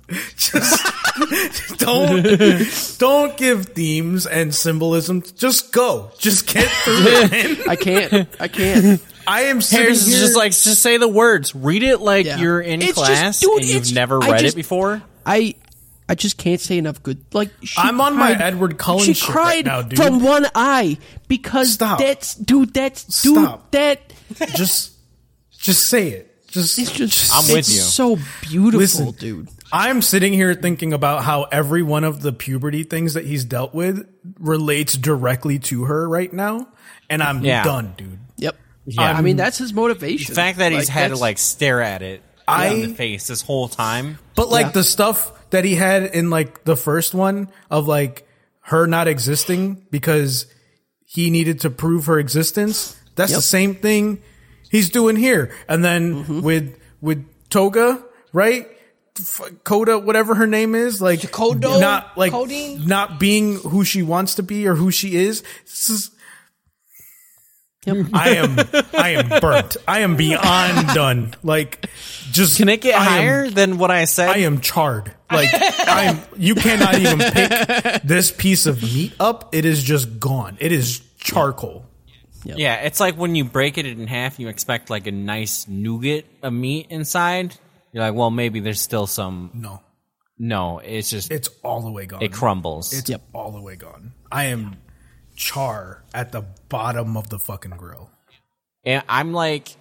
Speaker 4: Don't don't give themes and symbolism. Just go. Just get through it. man.
Speaker 3: I can't. I can't.
Speaker 4: I am
Speaker 5: Harris
Speaker 4: serious.
Speaker 5: is just like just say the words. Read it like
Speaker 3: Yeah.
Speaker 5: you're in
Speaker 3: It's just-
Speaker 5: class
Speaker 3: dude,
Speaker 5: and you've
Speaker 3: it's-
Speaker 5: never
Speaker 3: I
Speaker 5: read
Speaker 3: just-
Speaker 5: it before.
Speaker 3: I I just can't say enough good. Like she
Speaker 4: I'm on my
Speaker 3: cried-
Speaker 4: Edward Cullen
Speaker 3: She
Speaker 4: shit
Speaker 3: cried
Speaker 4: right now, dude.
Speaker 3: from one eye because
Speaker 4: Stop.
Speaker 3: that's dude. That's dude.
Speaker 4: Stop.
Speaker 3: That
Speaker 4: just just say it. Just
Speaker 3: it's just.
Speaker 5: I'm with
Speaker 3: it's
Speaker 5: you.
Speaker 3: So beautiful,
Speaker 4: Listen.
Speaker 3: dude.
Speaker 4: I'm sitting here thinking about how every one of the puberty things that he's dealt with relates directly to her right now, and I'm
Speaker 5: Yeah.
Speaker 4: done, dude.
Speaker 3: Yep. Yeah. I mean, that's his motivation.
Speaker 5: The fact that he's had to
Speaker 3: that's-
Speaker 5: like stare at it
Speaker 4: I-
Speaker 5: in the face this whole time.
Speaker 4: But like
Speaker 3: Yeah.
Speaker 4: the stuff that he had in like the first one of like her not existing because he needed to prove her existence. That's
Speaker 3: Yep.
Speaker 4: the same thing he's doing here. And then
Speaker 5: Mm-hmm.
Speaker 4: with with Toga, right? F- Coda, whatever her name is, like
Speaker 6: Jacodo?
Speaker 4: not like
Speaker 6: Codeine?
Speaker 4: not being who she wants to be or who she is. This is- I am I am burnt. I am beyond done. Like just
Speaker 5: Can it get
Speaker 4: I am-
Speaker 5: higher than what I said?
Speaker 4: I am charred. Like I'm you cannot even pick this piece of meat up. It is just gone. It is charcoal.
Speaker 5: yeah, it's like when you break it in half, you expect like a nice nougat of meat inside. You're like, well, maybe there's still some.
Speaker 4: No.
Speaker 5: No, it's just
Speaker 4: It's all the way gone.
Speaker 5: it crumbles.
Speaker 4: It's
Speaker 3: Yep.
Speaker 4: all the way gone. I am char at the bottom of the fucking grill.
Speaker 5: and I'm like,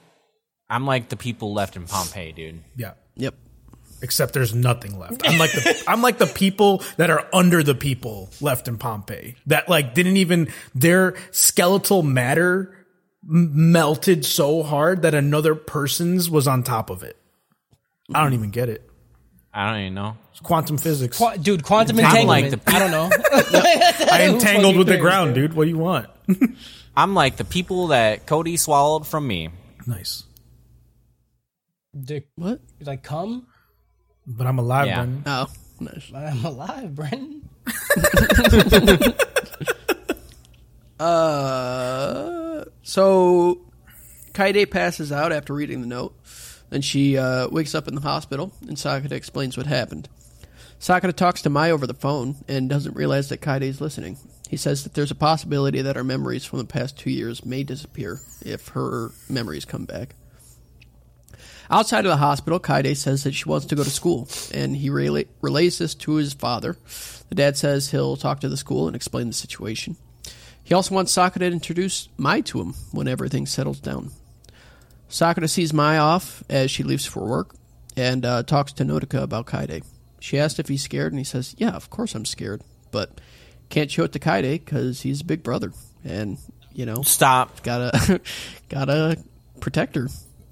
Speaker 5: I'm like the people left in Pompeii, dude.
Speaker 4: Yeah.
Speaker 3: Yep.
Speaker 4: Except there's nothing left. I'm like the I'm like the people that are under the people left in Pompeii that like didn't even their skeletal matter m- melted so hard that another person's was on top of it. I don't even get it.
Speaker 5: I don't even know.
Speaker 4: It's quantum physics.
Speaker 6: Qu- dude, quantum
Speaker 5: I'm like
Speaker 6: entanglement. I don't know.
Speaker 4: I entangled with the
Speaker 6: Fucking
Speaker 4: ground, dude. What do you want?
Speaker 5: I'm like the people that Cody swallowed from me.
Speaker 4: nice.
Speaker 6: Dick,
Speaker 3: What?
Speaker 6: like come.
Speaker 4: But I'm alive,
Speaker 5: Yeah.
Speaker 4: man.
Speaker 3: Oh, nice.
Speaker 6: I'm alive, Brendan.
Speaker 3: Uh, so Kaide passes out after reading the note, and she uh, wakes up in the hospital, and Sakata explains what happened. Sakata talks to Mai over the phone and doesn't realize that Kaide is listening. He says that there's a possibility that her memories from the past two years may disappear if her memories come back. Outside of the hospital, Kaide says that she wants to go to school, and he rela- relays this to his father. The dad says he'll talk to the school and explain the situation. He also wants Sakura to introduce Mai to him when everything settles down. Sakura sees Mai off as she leaves for work and uh, talks to Nodoka about Kaide. She asks if he's scared, and he says, Yeah, of course I'm scared, but can't show it to Kaide because he's a big brother, and, you know,
Speaker 5: Stop.
Speaker 3: gotta, gotta protect her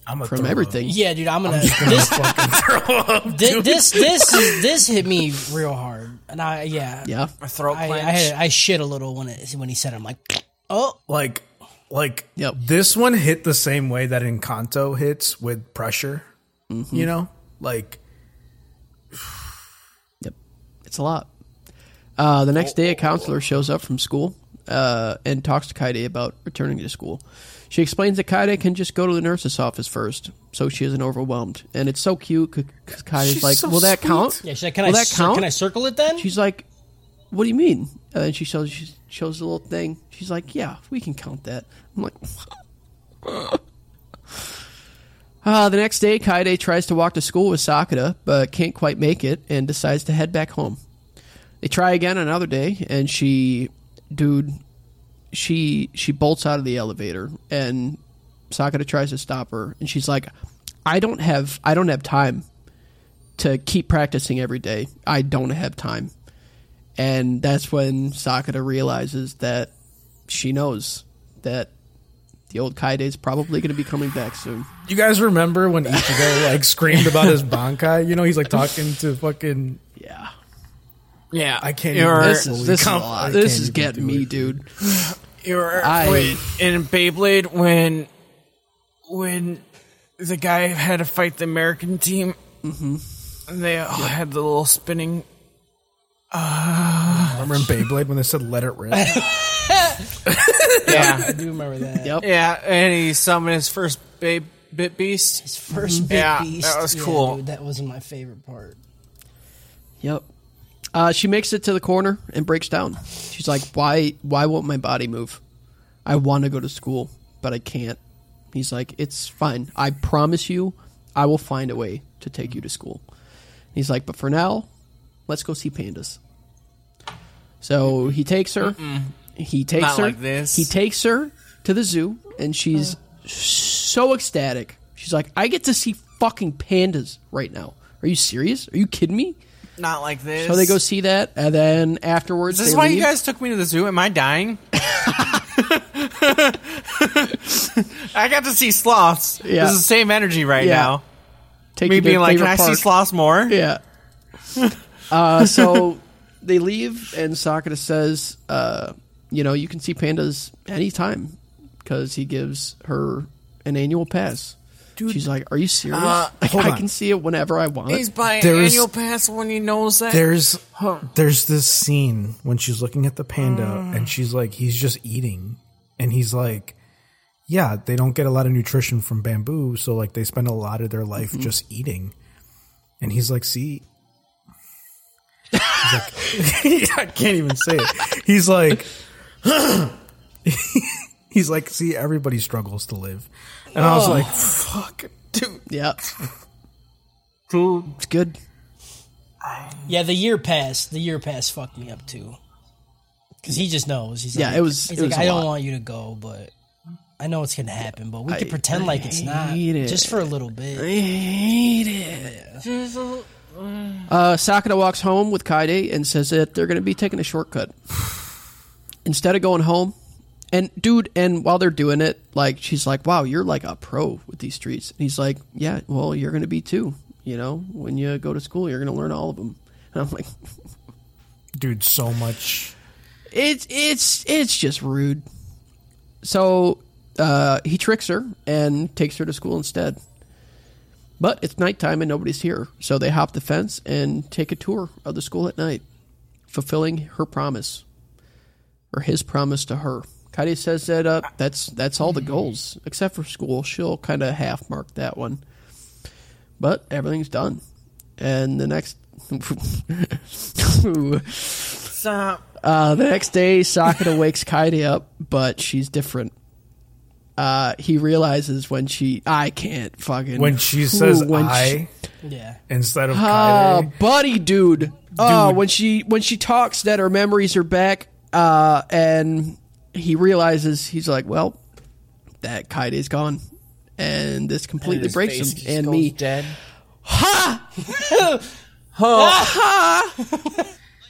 Speaker 4: I'm a
Speaker 3: from
Speaker 4: throw
Speaker 3: everything.
Speaker 6: Yeah, dude, I'm gonna. this, thi- this, this, is- this hit me real hard, and I yeah,
Speaker 3: Yeah.
Speaker 5: Throat
Speaker 6: I, I,
Speaker 5: clench.
Speaker 6: had, I shit a little when it, when he said, it. "I'm like, oh,
Speaker 4: up. Like, like
Speaker 3: Yep.
Speaker 4: this one hit the same way that Encanto hits with pressure.
Speaker 3: Mm-hmm.
Speaker 4: You know, like
Speaker 3: Yep. It's a lot. Uh, the next day, a counselor shows up from school uh, and talks to Kaide about returning to school. She explains that Kaede can just go to the nurse's office first, so she isn't overwhelmed. And it's so cute because Kaide's like,
Speaker 4: so
Speaker 3: "Will that
Speaker 4: sweet.
Speaker 3: count?"
Speaker 6: Yeah, she's like, can
Speaker 3: Will
Speaker 6: I
Speaker 3: that
Speaker 6: cir-
Speaker 3: count?
Speaker 6: can I circle it then?
Speaker 3: She's like, "What do you mean?" And then she shows she shows the little thing. She's like, "Yeah, we can count that." I'm like, uh, the next day, Kaede tries to walk to school with Sakura, but can't quite make it, and decides to head back home. They try again another day, and she, dude, she she bolts out of the elevator, and Sakura tries to stop her, and she's like, "I don't have I don't have time to keep practicing every day. I don't have time. And that's when Sakata realizes that she knows that the old Kaide is probably going to be coming back soon.
Speaker 4: You guys remember when Ichigo like screamed about his bankai? You know, he's like talking to fucking.
Speaker 3: Yeah.
Speaker 5: Yeah,
Speaker 4: I can't
Speaker 5: You're,
Speaker 4: even-
Speaker 3: This is, this is, a
Speaker 4: Come-
Speaker 3: lot.
Speaker 4: I
Speaker 3: This
Speaker 4: can't
Speaker 3: is
Speaker 4: even
Speaker 3: getting
Speaker 4: do
Speaker 3: me,
Speaker 4: it.
Speaker 3: dude.
Speaker 5: you're
Speaker 3: I-
Speaker 5: wait, in Beyblade when when the guy had to fight the American team.
Speaker 3: Mm-hmm.
Speaker 5: And they all had the little spinning.
Speaker 4: Remember in Beyblade when they said "Let it rip"?
Speaker 5: Yeah,
Speaker 6: I do remember that.
Speaker 3: Yep.
Speaker 5: yeah, and he summoned his first babe bit beast.
Speaker 6: His first big
Speaker 5: Yeah,
Speaker 6: beast.
Speaker 5: that was
Speaker 6: Yeah,
Speaker 5: cool.
Speaker 6: dude, that wasn't my favorite part.
Speaker 3: Yep. Uh, she makes it to the corner and breaks down. She's like, "Why? Why won't my body move? I want to go to school, but I can't." He's like, "It's fine. I promise you, I will find a way to take you to school." He's like, "But for now, let's go see pandas." So he takes her. He takes
Speaker 5: Not
Speaker 3: her.
Speaker 5: like this.
Speaker 3: He takes her to the zoo, and she's so ecstatic. She's like, "I get to see fucking pandas right now." Are you serious? Are you kidding me?
Speaker 5: Not like this.
Speaker 3: So they go see that, and then afterwards,
Speaker 5: Is this
Speaker 3: they
Speaker 5: why
Speaker 3: leave.
Speaker 5: you guys took me to the zoo? Am I dying? I got to see sloths.
Speaker 3: Yeah.
Speaker 5: This is the same energy right
Speaker 3: Yeah.
Speaker 5: now.
Speaker 3: take
Speaker 5: Me
Speaker 3: you to
Speaker 5: being
Speaker 3: your
Speaker 5: like, can
Speaker 3: favorite
Speaker 5: I see
Speaker 3: park."
Speaker 5: sloths more?
Speaker 3: Yeah. uh, so they leave, and Sakata says, uh, "You know, you can see pandas anytime because he gives her an annual pass." She's like, "Are you serious?
Speaker 5: Uh,
Speaker 3: Like,
Speaker 4: hold
Speaker 3: I
Speaker 4: on.
Speaker 3: can see it whenever I want."
Speaker 5: He's buying
Speaker 4: There's-
Speaker 5: annual pass when he knows that.
Speaker 4: There's there's this scene when she's looking at the panda and she's like, he's just eating, and he's like, yeah, they don't get a lot of nutrition from bamboo, so like they spend a lot of their life just eating, and he's like, see. He's like, I can't even say it. He's like, he's like, see, everybody struggles to live, and I was like, fuck, dude,
Speaker 3: yeah, it's good.
Speaker 6: Yeah, the year passed. The year passed fucked me up too. Because he just knows. He's
Speaker 3: Yeah,
Speaker 6: like,
Speaker 3: it was-
Speaker 6: He's
Speaker 3: it
Speaker 6: like,
Speaker 3: was a
Speaker 6: I
Speaker 3: lot.
Speaker 6: don't want you to go, but I know it's gonna happen. But we could pretend like it's not,
Speaker 3: hate it.
Speaker 6: just for a little bit.
Speaker 3: hate it. Uh, Sakata walks home with Kaede and says that they're going to be taking a shortcut. Instead of going home, and dude, and while they're doing it, like she's like, "Wow, you're like a pro with these streets." And he's like, "Yeah, well, you're going to be too. You know, when you go to school, you're going to learn all of them." And I'm like,
Speaker 4: dude, so much.
Speaker 3: it's it's it's just rude. So uh, he tricks her and takes her to school instead. But it's nighttime and nobody's here, so they hop the fence and take a tour of the school at night, fulfilling her promise or his promise to her. Kaede says that uh, that's that's all the goals except for school. She'll kind of half mark that one, but everything's done. And the next,
Speaker 5: Stop.
Speaker 3: Uh, the next day, Sakata wakes Kaede up, but she's different. Uh, he realizes when she, I can't fucking.
Speaker 4: when she
Speaker 3: Ooh,
Speaker 4: says
Speaker 3: when
Speaker 4: I
Speaker 6: Yeah,
Speaker 4: instead of
Speaker 3: Ah,
Speaker 4: Kaede.
Speaker 3: buddy, dude. Oh, when she when she talks that her memories are back, uh, and he realizes he's like, well, that Kaede is gone, and this completely breaks him and me.
Speaker 5: Dead.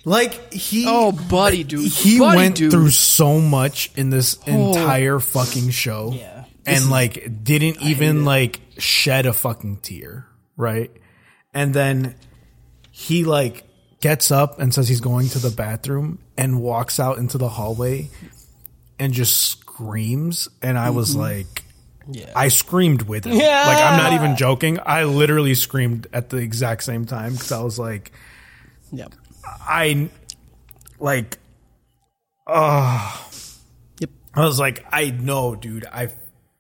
Speaker 4: Like he
Speaker 3: Oh, buddy, dude. Oh.
Speaker 4: he
Speaker 3: Buddy,
Speaker 4: went
Speaker 3: dude.
Speaker 4: through so much in this entire fucking show.
Speaker 6: Yeah.
Speaker 4: And like didn't even like shed a fucking tear, right? And then he like gets up and says he's going to the bathroom and walks out into the hallway and just screams and I
Speaker 3: Mm-hmm.
Speaker 4: was like I screamed with him.
Speaker 6: Yeah.
Speaker 4: Like I'm not even joking. I literally screamed at the exact same time cuz I was like
Speaker 3: Yep.
Speaker 4: I like ah.
Speaker 3: Yep.
Speaker 4: I was like, I know, dude. I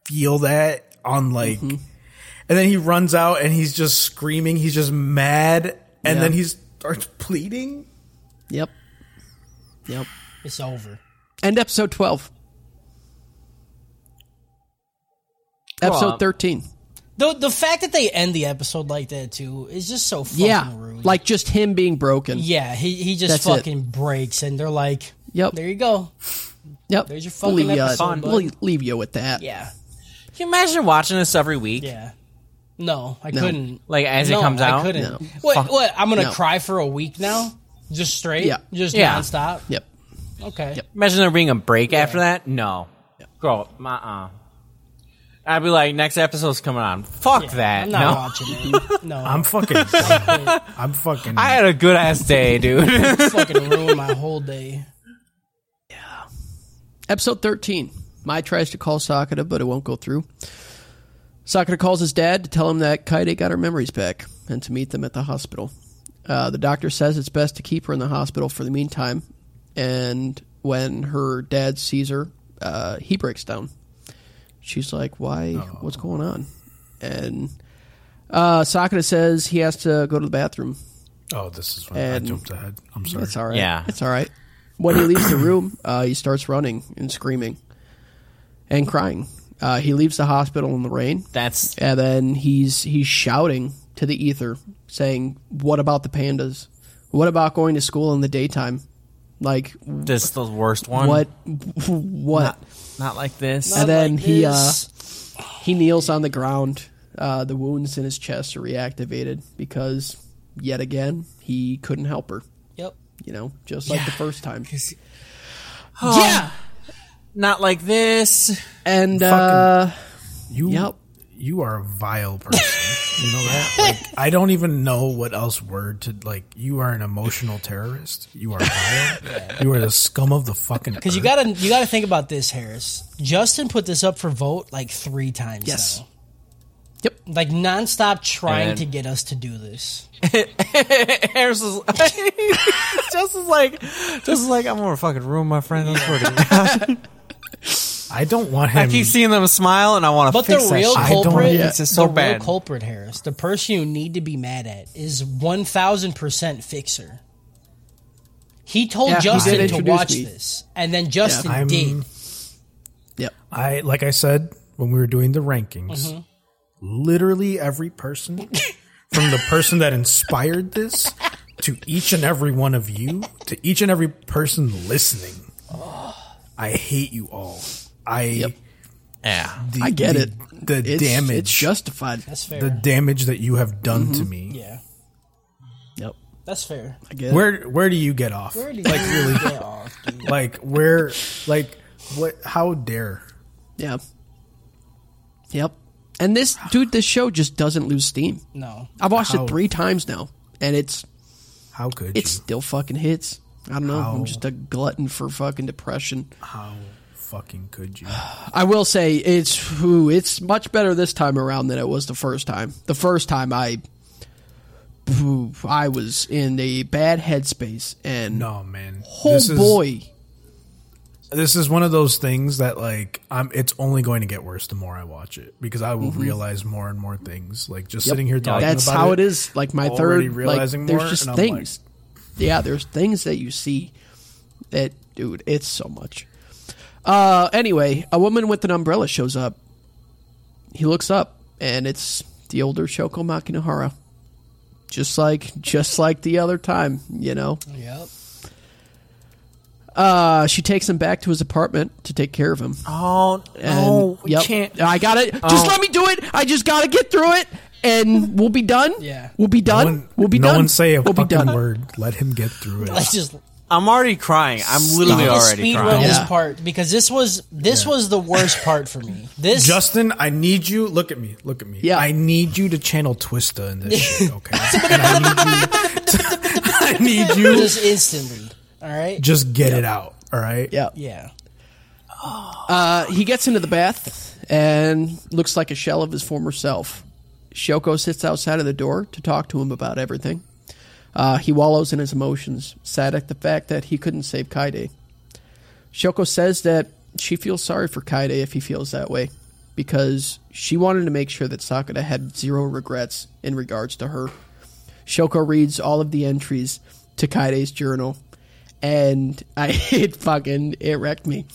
Speaker 4: feel that on like,
Speaker 3: Mm-hmm.
Speaker 4: and then he runs out and he's just screaming. He's just mad, and
Speaker 3: Yeah.
Speaker 4: then he starts pleading.
Speaker 3: Yep. Yep.
Speaker 6: It's over.
Speaker 3: End episode 12. Episode
Speaker 5: Well,
Speaker 3: 13.
Speaker 6: The the fact that they end the episode like that too is just so fucking
Speaker 3: Yeah.
Speaker 6: rude.
Speaker 3: Like just him being broken.
Speaker 6: yeah, he he just
Speaker 3: That's it.
Speaker 6: fucking breaks, and they're like,
Speaker 3: Yep.
Speaker 6: there you go."
Speaker 3: Yep.
Speaker 6: There's your fucking
Speaker 3: We'll leave you-
Speaker 6: episode, bud.
Speaker 3: we'll leave you with that.
Speaker 6: Yeah,
Speaker 5: Can you imagine watching this every week?
Speaker 6: yeah. No, I couldn't.
Speaker 5: Like, as it
Speaker 6: No,
Speaker 5: comes out?
Speaker 6: I couldn't. What?
Speaker 5: Fuck.
Speaker 6: What? I'm gonna
Speaker 3: No.
Speaker 6: cry for a week now, just straight.
Speaker 3: Yeah.
Speaker 6: just
Speaker 5: Yeah.
Speaker 6: nonstop.
Speaker 3: Yep.
Speaker 6: Okay.
Speaker 5: Imagine there being a break after that? No. Go, uh uh. I'd be like, next episode's coming on. Fuck that.
Speaker 6: I'm not
Speaker 5: no.
Speaker 6: watching it. No,
Speaker 4: I'm
Speaker 6: I'm
Speaker 4: fucking. done. I'm fucking.
Speaker 5: I had a good ass day, dude.
Speaker 6: fucking ruin my whole day.
Speaker 3: Episode 13. Mai tries to call Sakata, but it won't go through. Sakata calls his dad to tell him that Kaede got her memories back and to meet them at the hospital. Uh, the doctor says it's best to keep her in the hospital for the meantime, and when her dad sees her, uh, he breaks down. She's like, Why? What's going on? And uh, Sakata says he has to go to the bathroom.
Speaker 4: oh, this is when
Speaker 3: And-
Speaker 4: I jumped ahead. I'm sorry.
Speaker 3: It's all right.
Speaker 5: Yeah.
Speaker 3: It's all right. When he leaves the room, uh, he starts running and screaming and crying. Uh, he leaves the hospital in the rain,
Speaker 5: That's
Speaker 3: and then he's he's shouting to the ether, saying, "What about the pandas? What about going to school in the daytime? Like
Speaker 5: just the worst one.
Speaker 3: what? What?"
Speaker 5: Not like this.
Speaker 3: and then
Speaker 6: like
Speaker 3: he uh,
Speaker 6: this.
Speaker 3: he kneels on the ground. Uh, the wounds in his chest are reactivated because yet again he couldn't help her.
Speaker 6: Yep.
Speaker 3: You know, just like the first time.
Speaker 5: yeah. Not like this.
Speaker 3: And uh,
Speaker 4: You.
Speaker 3: Yep.
Speaker 4: You are a vile person. you know that. Like, I don't even know what else word to like. You are an emotional terrorist. You are vile. You are the scum of the fucking.
Speaker 6: Because you gotta you gotta think about this, Harris. Justin put this up for vote like three times.
Speaker 3: Yes.
Speaker 6: now.
Speaker 3: Yep.
Speaker 6: Like nonstop trying
Speaker 5: And-
Speaker 6: to get us to do this.
Speaker 5: Harris is just is like, just is like, I'm gonna fucking ruin my friend. I swear to God.
Speaker 4: I don't want
Speaker 5: I
Speaker 4: him.
Speaker 5: keep seeing them smile, and I want to.
Speaker 6: But the real
Speaker 4: shit. I don't
Speaker 6: culprit,
Speaker 4: get
Speaker 5: it. It's so
Speaker 6: the
Speaker 5: bad.
Speaker 6: real culprit, Harris, the person you need to be mad at is one thousand percent Fixer. He told
Speaker 3: Yeah, he
Speaker 6: Justin
Speaker 3: did
Speaker 6: to
Speaker 3: introduce
Speaker 6: watch
Speaker 3: me.
Speaker 6: this, and then Justin
Speaker 4: I'm-
Speaker 6: did.
Speaker 3: Yep. Mm-hmm.
Speaker 4: I like I said when we were doing the rankings, literally every person from the person that inspired this to each and every one of you to each and every person listening.
Speaker 3: Oh.
Speaker 4: I hate you all. I
Speaker 5: yeah.
Speaker 4: the,
Speaker 3: I get
Speaker 4: the-
Speaker 3: it.
Speaker 4: The
Speaker 3: It's,
Speaker 4: damage
Speaker 3: It's justified.
Speaker 6: That's fair.
Speaker 4: the damage that you have done
Speaker 3: Mm-hmm.
Speaker 4: to me.
Speaker 6: yeah,
Speaker 3: Yep.
Speaker 6: that's fair.
Speaker 3: I get it.
Speaker 4: Where where do you get off?
Speaker 6: Where do you really get off? dude?
Speaker 4: like where like what how dare
Speaker 3: Yeah. Yep. And this dude, this show just doesn't lose steam.
Speaker 6: No,
Speaker 3: I've watched
Speaker 4: How?
Speaker 3: it three times now, and it's
Speaker 4: how could
Speaker 3: it
Speaker 4: you
Speaker 3: still fucking hits. I don't know.
Speaker 4: How?
Speaker 3: I'm just a glutton for fucking depression.
Speaker 4: how fucking could you?
Speaker 3: I will say it's ooh, it's much better this time around than it was the first time. The first time I ooh, I was in a bad headspace and
Speaker 4: No man.
Speaker 3: oh
Speaker 4: This is-
Speaker 3: boy,
Speaker 4: this is one of those things that like I'm it's only going to get worse the more I watch it because I will realize more and more things. Like just sitting here talking
Speaker 3: Mm-hmm. that's
Speaker 4: about
Speaker 3: how
Speaker 4: it
Speaker 3: it is. Like my
Speaker 4: already
Speaker 3: third,
Speaker 4: realizing
Speaker 3: like, there's
Speaker 4: more,
Speaker 3: just
Speaker 4: and I'm like-
Speaker 3: things. yeah, there's things that you see that, dude. It's so much. Uh, anyway, a woman with an umbrella shows up. He looks up, and it's the older Shoko Makinahara. Just like, just like the other time, you know.
Speaker 6: yep.
Speaker 3: Uh, she takes him back to his apartment to take care of him.
Speaker 5: Oh
Speaker 3: And,
Speaker 5: no, we
Speaker 3: yep.
Speaker 5: can't. Oh.
Speaker 3: I got it. Just let me do it. I just got to get through it, and we'll be done.
Speaker 6: Yeah.
Speaker 3: we'll be
Speaker 4: No
Speaker 3: done.
Speaker 4: one,
Speaker 3: we'll be
Speaker 4: no
Speaker 3: done.
Speaker 4: one say a
Speaker 3: we'll be
Speaker 4: fucking
Speaker 3: done.
Speaker 4: word. Let him get through
Speaker 6: Let's
Speaker 4: it.
Speaker 6: just
Speaker 5: I'm already crying. I'm literally
Speaker 6: Let's
Speaker 5: already
Speaker 6: speed
Speaker 5: crying.
Speaker 6: run this
Speaker 3: Yeah.
Speaker 6: part because this was this was the worst part for me. This
Speaker 4: Justin, I need you. Look at me. Look at me.
Speaker 3: Yeah.
Speaker 4: I need you to channel Twista in this shit, okay? And I need you. to- I need you.
Speaker 6: just instantly. All right.
Speaker 4: Just get it out, all right?
Speaker 3: Yeah.
Speaker 6: yeah.
Speaker 3: Uh, he gets into the bath and looks like a shell of his former self. Shoko sits outside of the door to talk to him about everything. Uh, he wallows in his emotions, sad at the fact that he couldn't save Kaide. Shoko says that she feels sorry for Kaide if he feels that way. because she wanted to make sure that Sakata had zero regrets in regards to her. Shoko reads all of the entries to Kaide's journal, and I it fucking it wrecked me.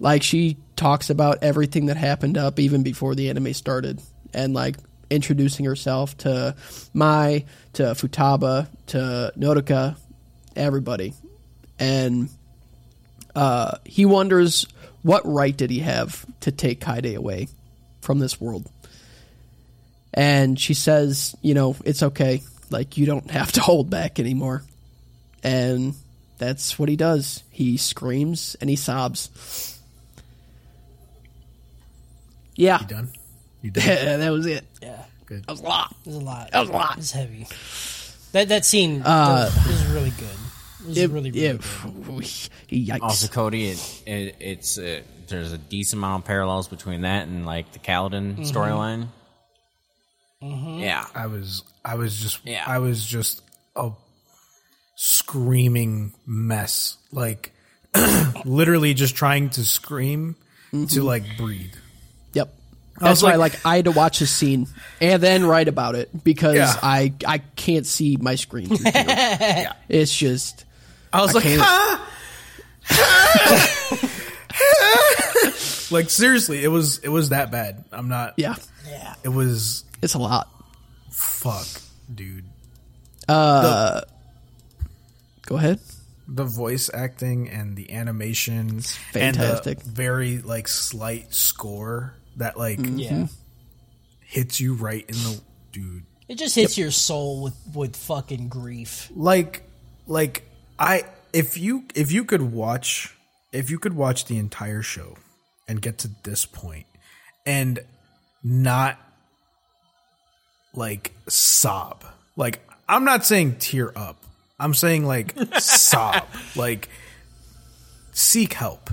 Speaker 3: Like she talks about everything that happened up even before the anime started, and like introducing herself to Mai, to Futaba, to Nodoka, everybody, and uh, he wonders what right did he have to take Kaide away from this world. And she says, you know, it's okay. Like, you don't have to hold back anymore. And that's what he does. He screams and he sobs. Yeah.
Speaker 4: You done? You done?
Speaker 3: that was it.
Speaker 4: Good.
Speaker 3: That was a lot.
Speaker 6: It was a lot.
Speaker 3: That was a lot.
Speaker 6: It was heavy. That that scene
Speaker 4: Uh,
Speaker 6: was really good. It was
Speaker 3: It-
Speaker 6: really, really
Speaker 3: it-
Speaker 6: good.
Speaker 3: yikes.
Speaker 5: Also, Cody, it, it, it's uh there's a decent amount of parallels between that and like the Kaladin storyline. Yeah,
Speaker 4: I was I was just
Speaker 5: Yeah.
Speaker 4: I was just a screaming mess. Like literally just trying to scream to like breathe.
Speaker 3: Yep.
Speaker 4: I was
Speaker 3: That's why,
Speaker 4: like-
Speaker 3: like, I had to watch this scene and then write about it because
Speaker 4: Yeah.
Speaker 3: I I can't see my screen. Through here. It's just
Speaker 4: I was like,
Speaker 3: can't-
Speaker 4: "Ah! Ah!" like seriously, it was it was that bad. I'm not.
Speaker 3: yeah,
Speaker 4: It was
Speaker 3: it's a lot.
Speaker 4: fuck, dude.
Speaker 3: Go ahead.
Speaker 4: the voice acting and the animation
Speaker 3: fantastic.
Speaker 4: and the very like slight score that like
Speaker 6: Yeah.
Speaker 4: hits you right in the dude
Speaker 6: It just hits your soul with with fucking grief.
Speaker 4: like like i if you if you could watch if you could watch the entire show and get to this point and not like sob like i'm not saying tear up i'm saying like sob like seek help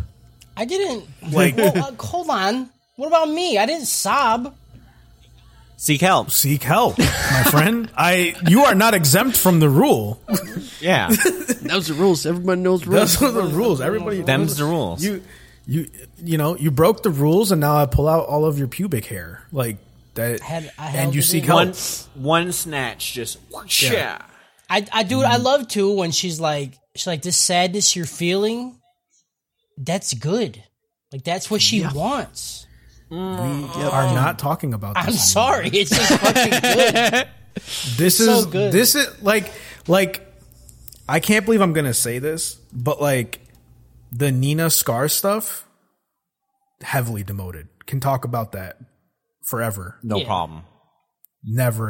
Speaker 6: I didn't.
Speaker 4: like
Speaker 6: Well, uh, hold on. What about me? I didn't sob.
Speaker 5: seek help.
Speaker 4: seek help, my friend. I you are not exempt from the rule.
Speaker 5: Yeah,
Speaker 3: That was the rules. Everyone knows the rules.
Speaker 4: Those are the rules. Everybody
Speaker 5: them's the rules.
Speaker 4: you you you know, you broke the rules and now I pull out all of your pubic hair. Like that
Speaker 6: Had- I held
Speaker 4: and you
Speaker 6: it
Speaker 4: seek
Speaker 6: in.
Speaker 4: help.
Speaker 5: one one snatch, just whoosh, yeah.
Speaker 6: I, I do.
Speaker 4: Mm-hmm.
Speaker 6: I love too when she's like, she's like, this sadness you're feeling, that's good. Like that's what she wants.
Speaker 4: We are not talking about this.
Speaker 6: Mm. I'm sorry, it's just fucking good.
Speaker 4: This
Speaker 6: So
Speaker 4: is
Speaker 6: good.
Speaker 4: this is like like I can't believe I'm gonna say this, but like the Nina Scar stuff heavily demoted. Can talk about that forever.
Speaker 5: No problem.
Speaker 4: Never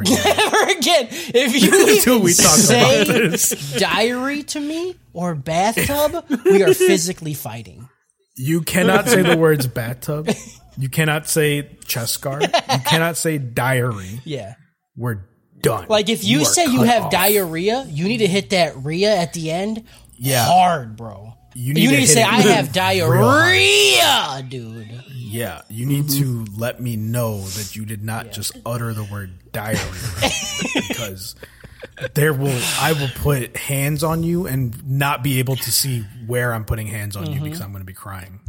Speaker 4: again.
Speaker 6: Never again. If you
Speaker 4: Until
Speaker 6: even
Speaker 4: we talk about
Speaker 6: say diary to me or bathtub, we are physically fighting.
Speaker 4: You cannot say the words bathtub. You cannot say chest guard. You cannot say diary.
Speaker 6: Yeah.
Speaker 4: We're done.
Speaker 6: Like if you,
Speaker 4: are
Speaker 6: say you
Speaker 4: cut
Speaker 6: have
Speaker 4: off.
Speaker 6: diarrhea, you need to hit that Rhea at the end
Speaker 4: Yeah.
Speaker 6: hard, bro. You need, to,
Speaker 4: hit
Speaker 6: say
Speaker 4: it
Speaker 6: I have
Speaker 4: real
Speaker 6: diarrhea,
Speaker 4: hard.
Speaker 6: dude.
Speaker 4: Yeah, you need to let me know that you did not just utter the word diary because there will I will put hands on you and not be able to see where I'm putting hands on you because I'm going to be crying.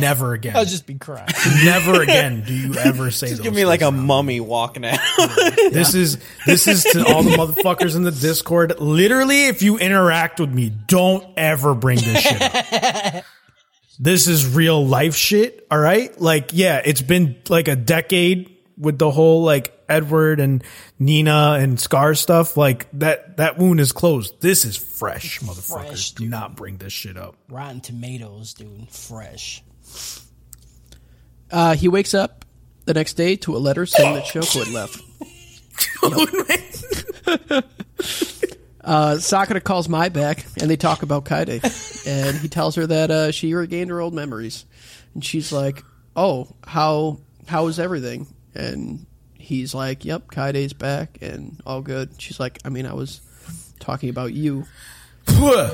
Speaker 4: Never again.
Speaker 6: Mm-hmm. I'll just be crying.
Speaker 4: Never again do you ever say those
Speaker 7: Give me like
Speaker 4: things.
Speaker 7: a mummy walking out.
Speaker 4: This is this is to all the motherfuckers in the Discord. Literally, if you interact with me, don't ever bring this shit up. This is real life shit, all right? Like, yeah, it's been like a decade with the whole like Edward and Nina and Scar stuff. Like that that wound is closed. This is fresh, motherfuckers.
Speaker 6: Fresh,
Speaker 4: Do not bring this shit up.
Speaker 6: Rotten Tomatoes, dude. Fresh.
Speaker 3: Uh, he wakes up the next day to a letter saying that Shoko had left. Uh, Sakura calls Mai back, and they talk about Kaide, and he tells her that uh, she regained her old memories, and she's like, "Oh, how how is everything?" And he's like, "Yep, Kaide's back and all good." She's like, "I mean, I was talking about you."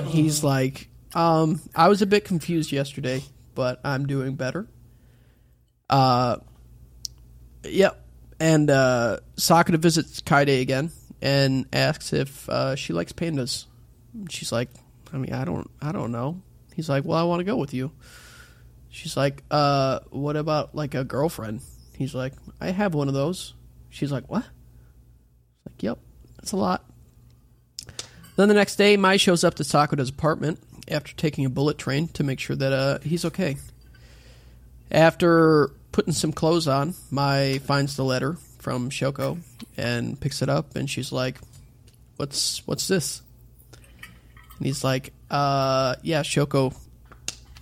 Speaker 3: He's like, um, "I was a bit confused yesterday, but I'm doing better." Yep. And uh, Sakura visits Kaide again and asks if uh, she likes pandas. She's like, I mean, I don't, I don't know. He's like, Well, I want to go with you. She's like, uh, what about like a girlfriend? He's like, I have one of those. She's like, what? Like, yep, that's a lot. Then the next day, Mai shows up to Sakura's apartment after taking a bullet train to make sure that uh, he's okay. After putting some clothes on, Mai finds the letter from Shoko and picks it up, and she's like, "What's what's this?" And he's like, "Uh, yeah, Shoko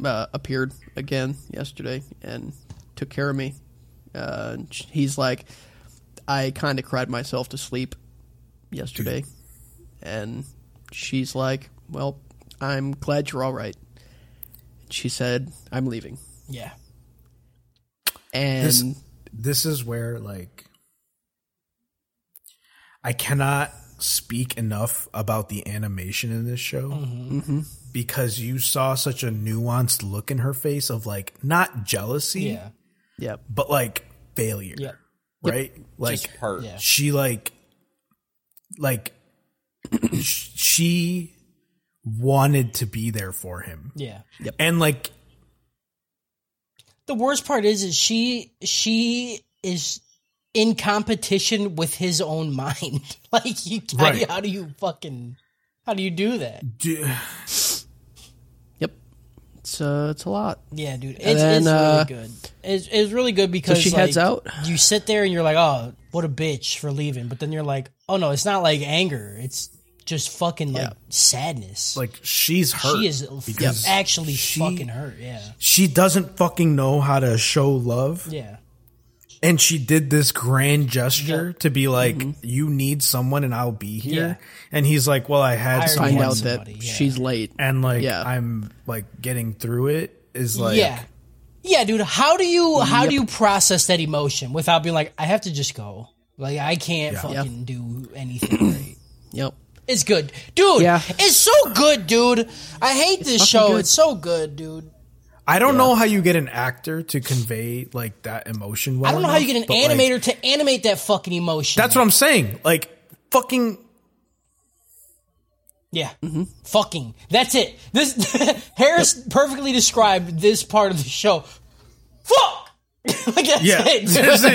Speaker 3: uh, appeared again yesterday and took care of me." Uh, and sh- he's like, "I kind of cried myself to sleep yesterday," and she's like, "Well, I'm glad you're all right." She said, "I'm leaving."
Speaker 6: Yeah.
Speaker 3: and
Speaker 4: This- this is where like I cannot speak enough about the animation in this show
Speaker 6: Mm-hmm.
Speaker 4: because you saw such a nuanced look in her face of like not jealousy,
Speaker 6: Yeah.
Speaker 3: yeah,
Speaker 4: but like failure,
Speaker 6: Yeah.
Speaker 4: right? Like
Speaker 7: Just hurt.
Speaker 6: Yeah.
Speaker 4: she like like sh- she wanted to be there for him,
Speaker 6: Yeah.
Speaker 4: and like
Speaker 6: The worst part is, is she she is in competition with his own mind. like you, how do you-
Speaker 4: Right.
Speaker 6: how do you fucking how do you do that?
Speaker 4: d-
Speaker 3: yep. It's uh, it's a lot.
Speaker 6: Yeah, dude, it's,
Speaker 3: then,
Speaker 6: it's
Speaker 3: uh,
Speaker 6: really good. It's, it's really good because
Speaker 3: she
Speaker 6: like,
Speaker 3: heads out?
Speaker 6: You sit there and you're like, oh, what a bitch for leaving, but then you're like, oh no, it's not like anger. It's just fucking like
Speaker 3: Yeah.
Speaker 6: sadness.
Speaker 4: like she's hurt.
Speaker 6: she is
Speaker 4: because
Speaker 6: actually
Speaker 4: she-
Speaker 6: fucking hurt. Yeah,
Speaker 4: she doesn't fucking know how to show love.
Speaker 6: yeah,
Speaker 4: And she did this grand gesture to be like, you need someone and I'll be here.
Speaker 6: Mm-hmm. Yeah.
Speaker 4: And he's like, well, I had
Speaker 6: I
Speaker 4: someone.
Speaker 6: already-
Speaker 3: Find
Speaker 6: want
Speaker 3: out
Speaker 6: somebody,
Speaker 3: that
Speaker 6: yeah.
Speaker 3: she's late.
Speaker 4: And like,
Speaker 3: Yeah.
Speaker 4: I'm like getting through it is like,
Speaker 6: yeah, yeah, dude. How do you how do you process that emotion without being like, I have to just go. Like I can't fucking do anything. Right.
Speaker 3: Yep.
Speaker 6: It's good, dude.
Speaker 3: Yeah.
Speaker 6: It's so good, dude. I hate this show.
Speaker 3: good.
Speaker 6: It's so good, dude.
Speaker 4: I don't know how you get an actor to convey like that emotion. Well
Speaker 6: I don't know how you get an
Speaker 4: enough, but, like,
Speaker 6: animator to animate that fucking emotion.
Speaker 4: that's what I'm saying. Like fucking
Speaker 6: yeah,
Speaker 4: Mm-hmm.
Speaker 6: fucking. That's it. This Harris perfectly described this part of the show. Fuck. like that's
Speaker 4: Yeah.
Speaker 6: it.
Speaker 4: Seriously.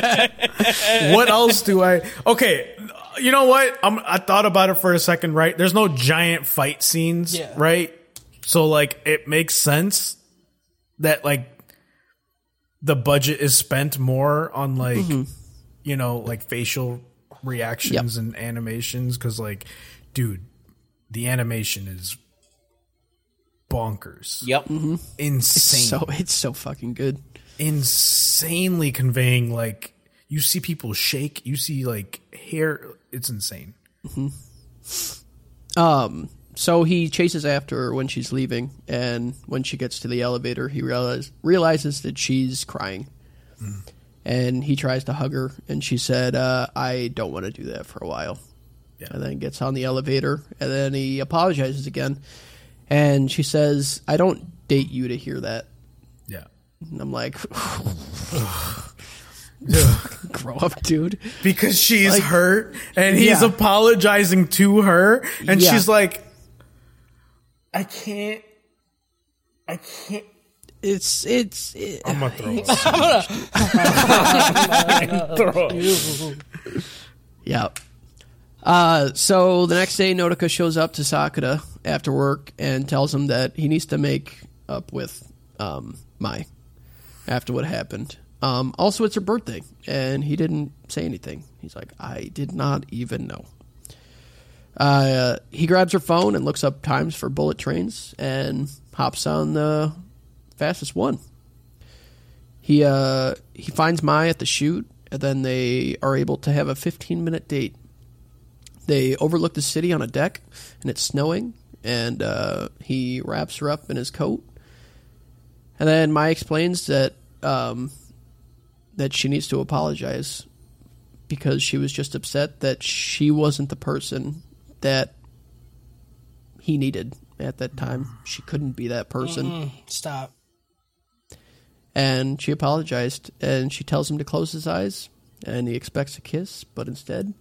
Speaker 4: what else do I? Okay. You know what? I'm, I thought about it for a second, right? There's no giant fight scenes,
Speaker 6: Yeah.
Speaker 4: right? So, like, it makes sense that, like, the budget is spent more on, like, you know, like facial reactions and animations. Cause, like, dude, the animation is bonkers.
Speaker 7: Yep.
Speaker 4: Insane
Speaker 3: So it's so fucking good.
Speaker 4: insanely conveying like you see people shake you see like hair it's insane
Speaker 3: Um, So he chases after her when she's leaving, and when she gets to the elevator, he realize, realizes that she's crying,
Speaker 6: Mm.
Speaker 3: and he tries to hug her, and she said, uh, "I don't want to do that for a while."
Speaker 4: Yeah.
Speaker 3: And then gets on the elevator, and then he apologizes again, and she says, "I don't date you to hear that."
Speaker 4: yeah
Speaker 3: And I'm like, grow up, dude.
Speaker 4: because she's hurt and he's
Speaker 3: Yeah.
Speaker 4: apologizing to her and
Speaker 3: Yeah.
Speaker 4: she's like i can't i can't
Speaker 3: It's it's it,
Speaker 4: i'm gonna throw up
Speaker 3: yeah. Uh, so the next day, Nodoka shows up to Sakura after work and tells him that he needs to make up with um, Mai after what happened. Um, also, it's her birthday, and he didn't say anything. He's like, I did not even know. Uh, he grabs her phone and looks up times for bullet trains and hops on the fastest one. He uh, he finds Mai at the chute, and then they are able to have a 15 minute date. They overlook the city on a deck, and it's snowing. And uh, he wraps her up in his coat, and then Mai explains that um, that she needs to apologize because she was just upset that she wasn't the person that he needed at that time. She couldn't be that person
Speaker 6: Stop.
Speaker 3: and she apologized and she tells him to close his eyes and he expects a kiss but instead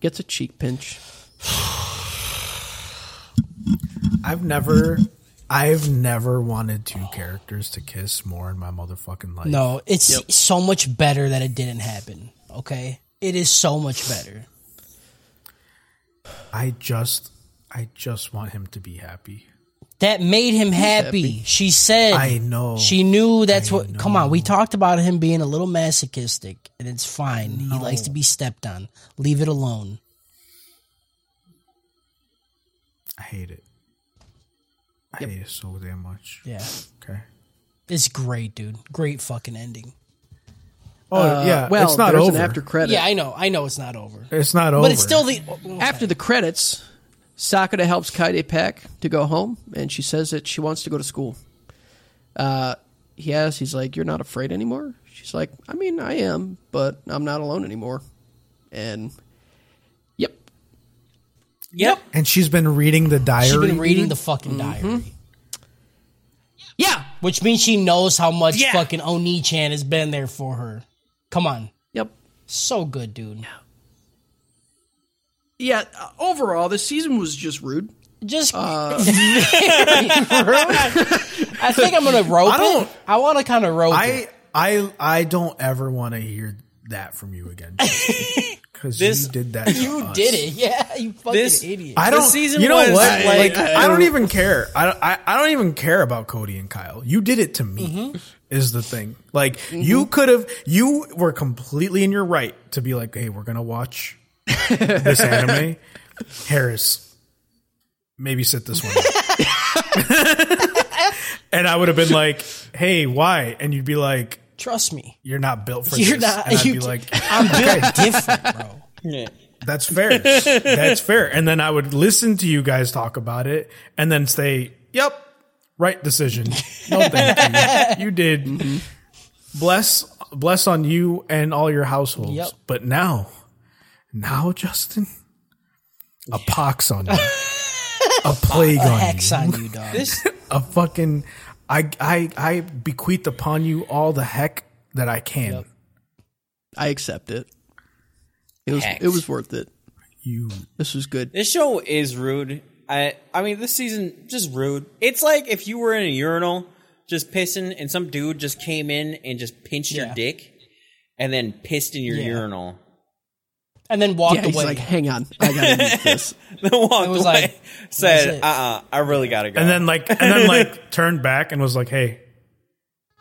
Speaker 3: gets a cheek pinch
Speaker 4: i've never I've never wanted two characters to kiss more in my motherfucking life.
Speaker 6: No, it's so much better that it didn't happen. Okay, it is so much better.
Speaker 4: I just, I just want him to be happy.
Speaker 6: That made him happy. She said,
Speaker 4: I know.
Speaker 6: She knew that's what. Come on, we talked about him being a little masochistic, and it's fine. He likes to be stepped on. Leave it alone.
Speaker 4: I hate it. I hate it so damn much.
Speaker 6: Yeah,
Speaker 4: Okay.
Speaker 6: it's great, dude. Great fucking ending.
Speaker 4: Oh
Speaker 6: Uh,
Speaker 4: yeah.
Speaker 3: Well,
Speaker 4: it's not
Speaker 3: there's
Speaker 4: over.
Speaker 3: an after credit.
Speaker 6: Yeah, I know. I know it's not over,
Speaker 4: it's not over.
Speaker 6: but it's still the.
Speaker 3: After the credits, Sakata helps Kaide pack to go home, and she says that she wants to go to school. Uh, he asks, he's like, "You're not afraid anymore?" She's like, "I mean, I am, but I'm not alone anymore." And yep,
Speaker 6: Yep,
Speaker 4: And she's been reading the diary.
Speaker 6: she's been reading the fucking diary. Yeah, which means she knows how much fucking Oni Chan has been there for her. Come on,
Speaker 3: yep,
Speaker 6: so good, dude.
Speaker 3: yeah. uh, Overall, this season was just rude.
Speaker 6: Just I think I'm gonna rope
Speaker 4: I don't-
Speaker 6: it. I want to kind of rope it.
Speaker 4: I I I don't ever want to hear that from you again. Because you did that. to
Speaker 6: You
Speaker 4: us.
Speaker 6: did it, yeah. You fucking
Speaker 7: This-
Speaker 6: idiot.
Speaker 4: I don't.
Speaker 7: season
Speaker 4: you know
Speaker 7: was,
Speaker 4: what?
Speaker 7: like,
Speaker 4: Like, I don't even care. I, don't- I I don't even care about Cody and Kyle. You did it to me.
Speaker 7: Mm-hmm.
Speaker 4: Is the thing like you could have? You were completely in your right to be like, hey, we're gonna watch this anime. Harris, maybe sit this one. out." and I would have been like, hey, why? And you'd be like,
Speaker 6: Trust me,
Speaker 4: you're not built for
Speaker 6: you're
Speaker 4: this.
Speaker 6: not.
Speaker 4: And I'd
Speaker 6: you,
Speaker 4: be like,
Speaker 6: I'm built different, bro.
Speaker 4: that's fair. That's fair. And then I would listen to you guys talk about it and then say, yep, right decision. No, thank you. You did. Bless, bless on you and all your households.
Speaker 6: Yep.
Speaker 4: But now, now, Justin, a pox on you, a plague on
Speaker 6: Hex
Speaker 4: you,
Speaker 6: on you, dog.
Speaker 4: a fucking, I, I, I bequeath upon you all the heck that I can.
Speaker 3: I accept it. It was it was worth it.
Speaker 4: You
Speaker 3: This was good.
Speaker 7: This show is rude. I I mean, this season just rude. It's like if you were in a urinal just pissing, and some dude just came in and just pinched
Speaker 6: Yeah.
Speaker 7: your dick, and then pissed in your urinal.
Speaker 6: and then walked
Speaker 3: Yeah, he's
Speaker 6: away.
Speaker 3: like, "Hang on, I gotta eat this."
Speaker 7: Then walked
Speaker 6: was
Speaker 7: away,
Speaker 6: like,
Speaker 7: said,
Speaker 6: it.
Speaker 7: "Uh, uh I really gotta go."
Speaker 4: and then like and then like turned back and was like, "Hey,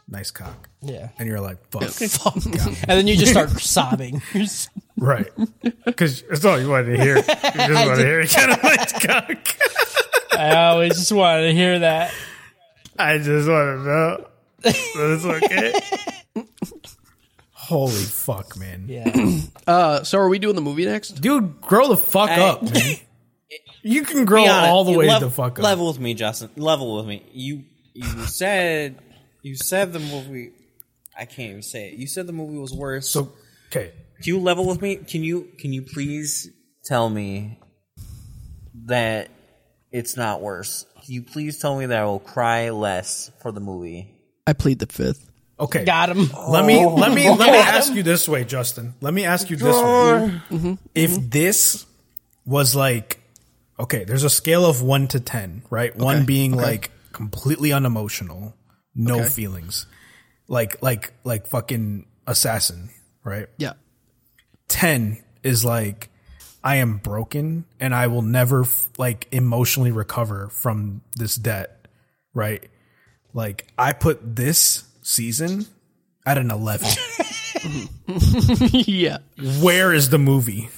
Speaker 4: nice cock,"
Speaker 6: yeah.
Speaker 4: and you're like, "Fuck,
Speaker 6: Fuck. and then you just start sobbing.
Speaker 4: right?" Because that's all you wanted to hear. You just wanted to hear kind of nice cock.
Speaker 6: I always just wanted to hear that.
Speaker 4: I just want to know. That's okay. Holy fuck, man,
Speaker 6: Yeah.
Speaker 3: Uh, so, are we doing the movie next?
Speaker 4: dude, grow the fuck up, man. You can grow
Speaker 7: Be honest,
Speaker 4: all the
Speaker 7: you
Speaker 4: way
Speaker 7: lev-
Speaker 4: the fuck up.
Speaker 7: Level with me, Justin. Level with me. You you said you said the movie. I can't even say it. You said the movie was worse.
Speaker 4: So okay,
Speaker 7: Can you level with me? Can you can you please tell me that it's not worse? Can you please tell me that I will cry less for the movie?
Speaker 3: I plead the fifth.
Speaker 4: okay.
Speaker 6: Got him.
Speaker 4: Let me
Speaker 3: Oh.
Speaker 4: let me let me ask you this way, Justin. Let me ask you this way.
Speaker 3: Mm-hmm.
Speaker 4: If this was like okay, there's a scale of 1 to 10, right? 1 being like completely unemotional, no
Speaker 3: Okay.
Speaker 4: feelings. Like like like fucking assassin, right?
Speaker 3: Yeah.
Speaker 4: 10 is like I am broken and I will never f- like emotionally recover from this debt, right? Like I put this season at an 11.
Speaker 3: yeah.
Speaker 4: Where is the movie?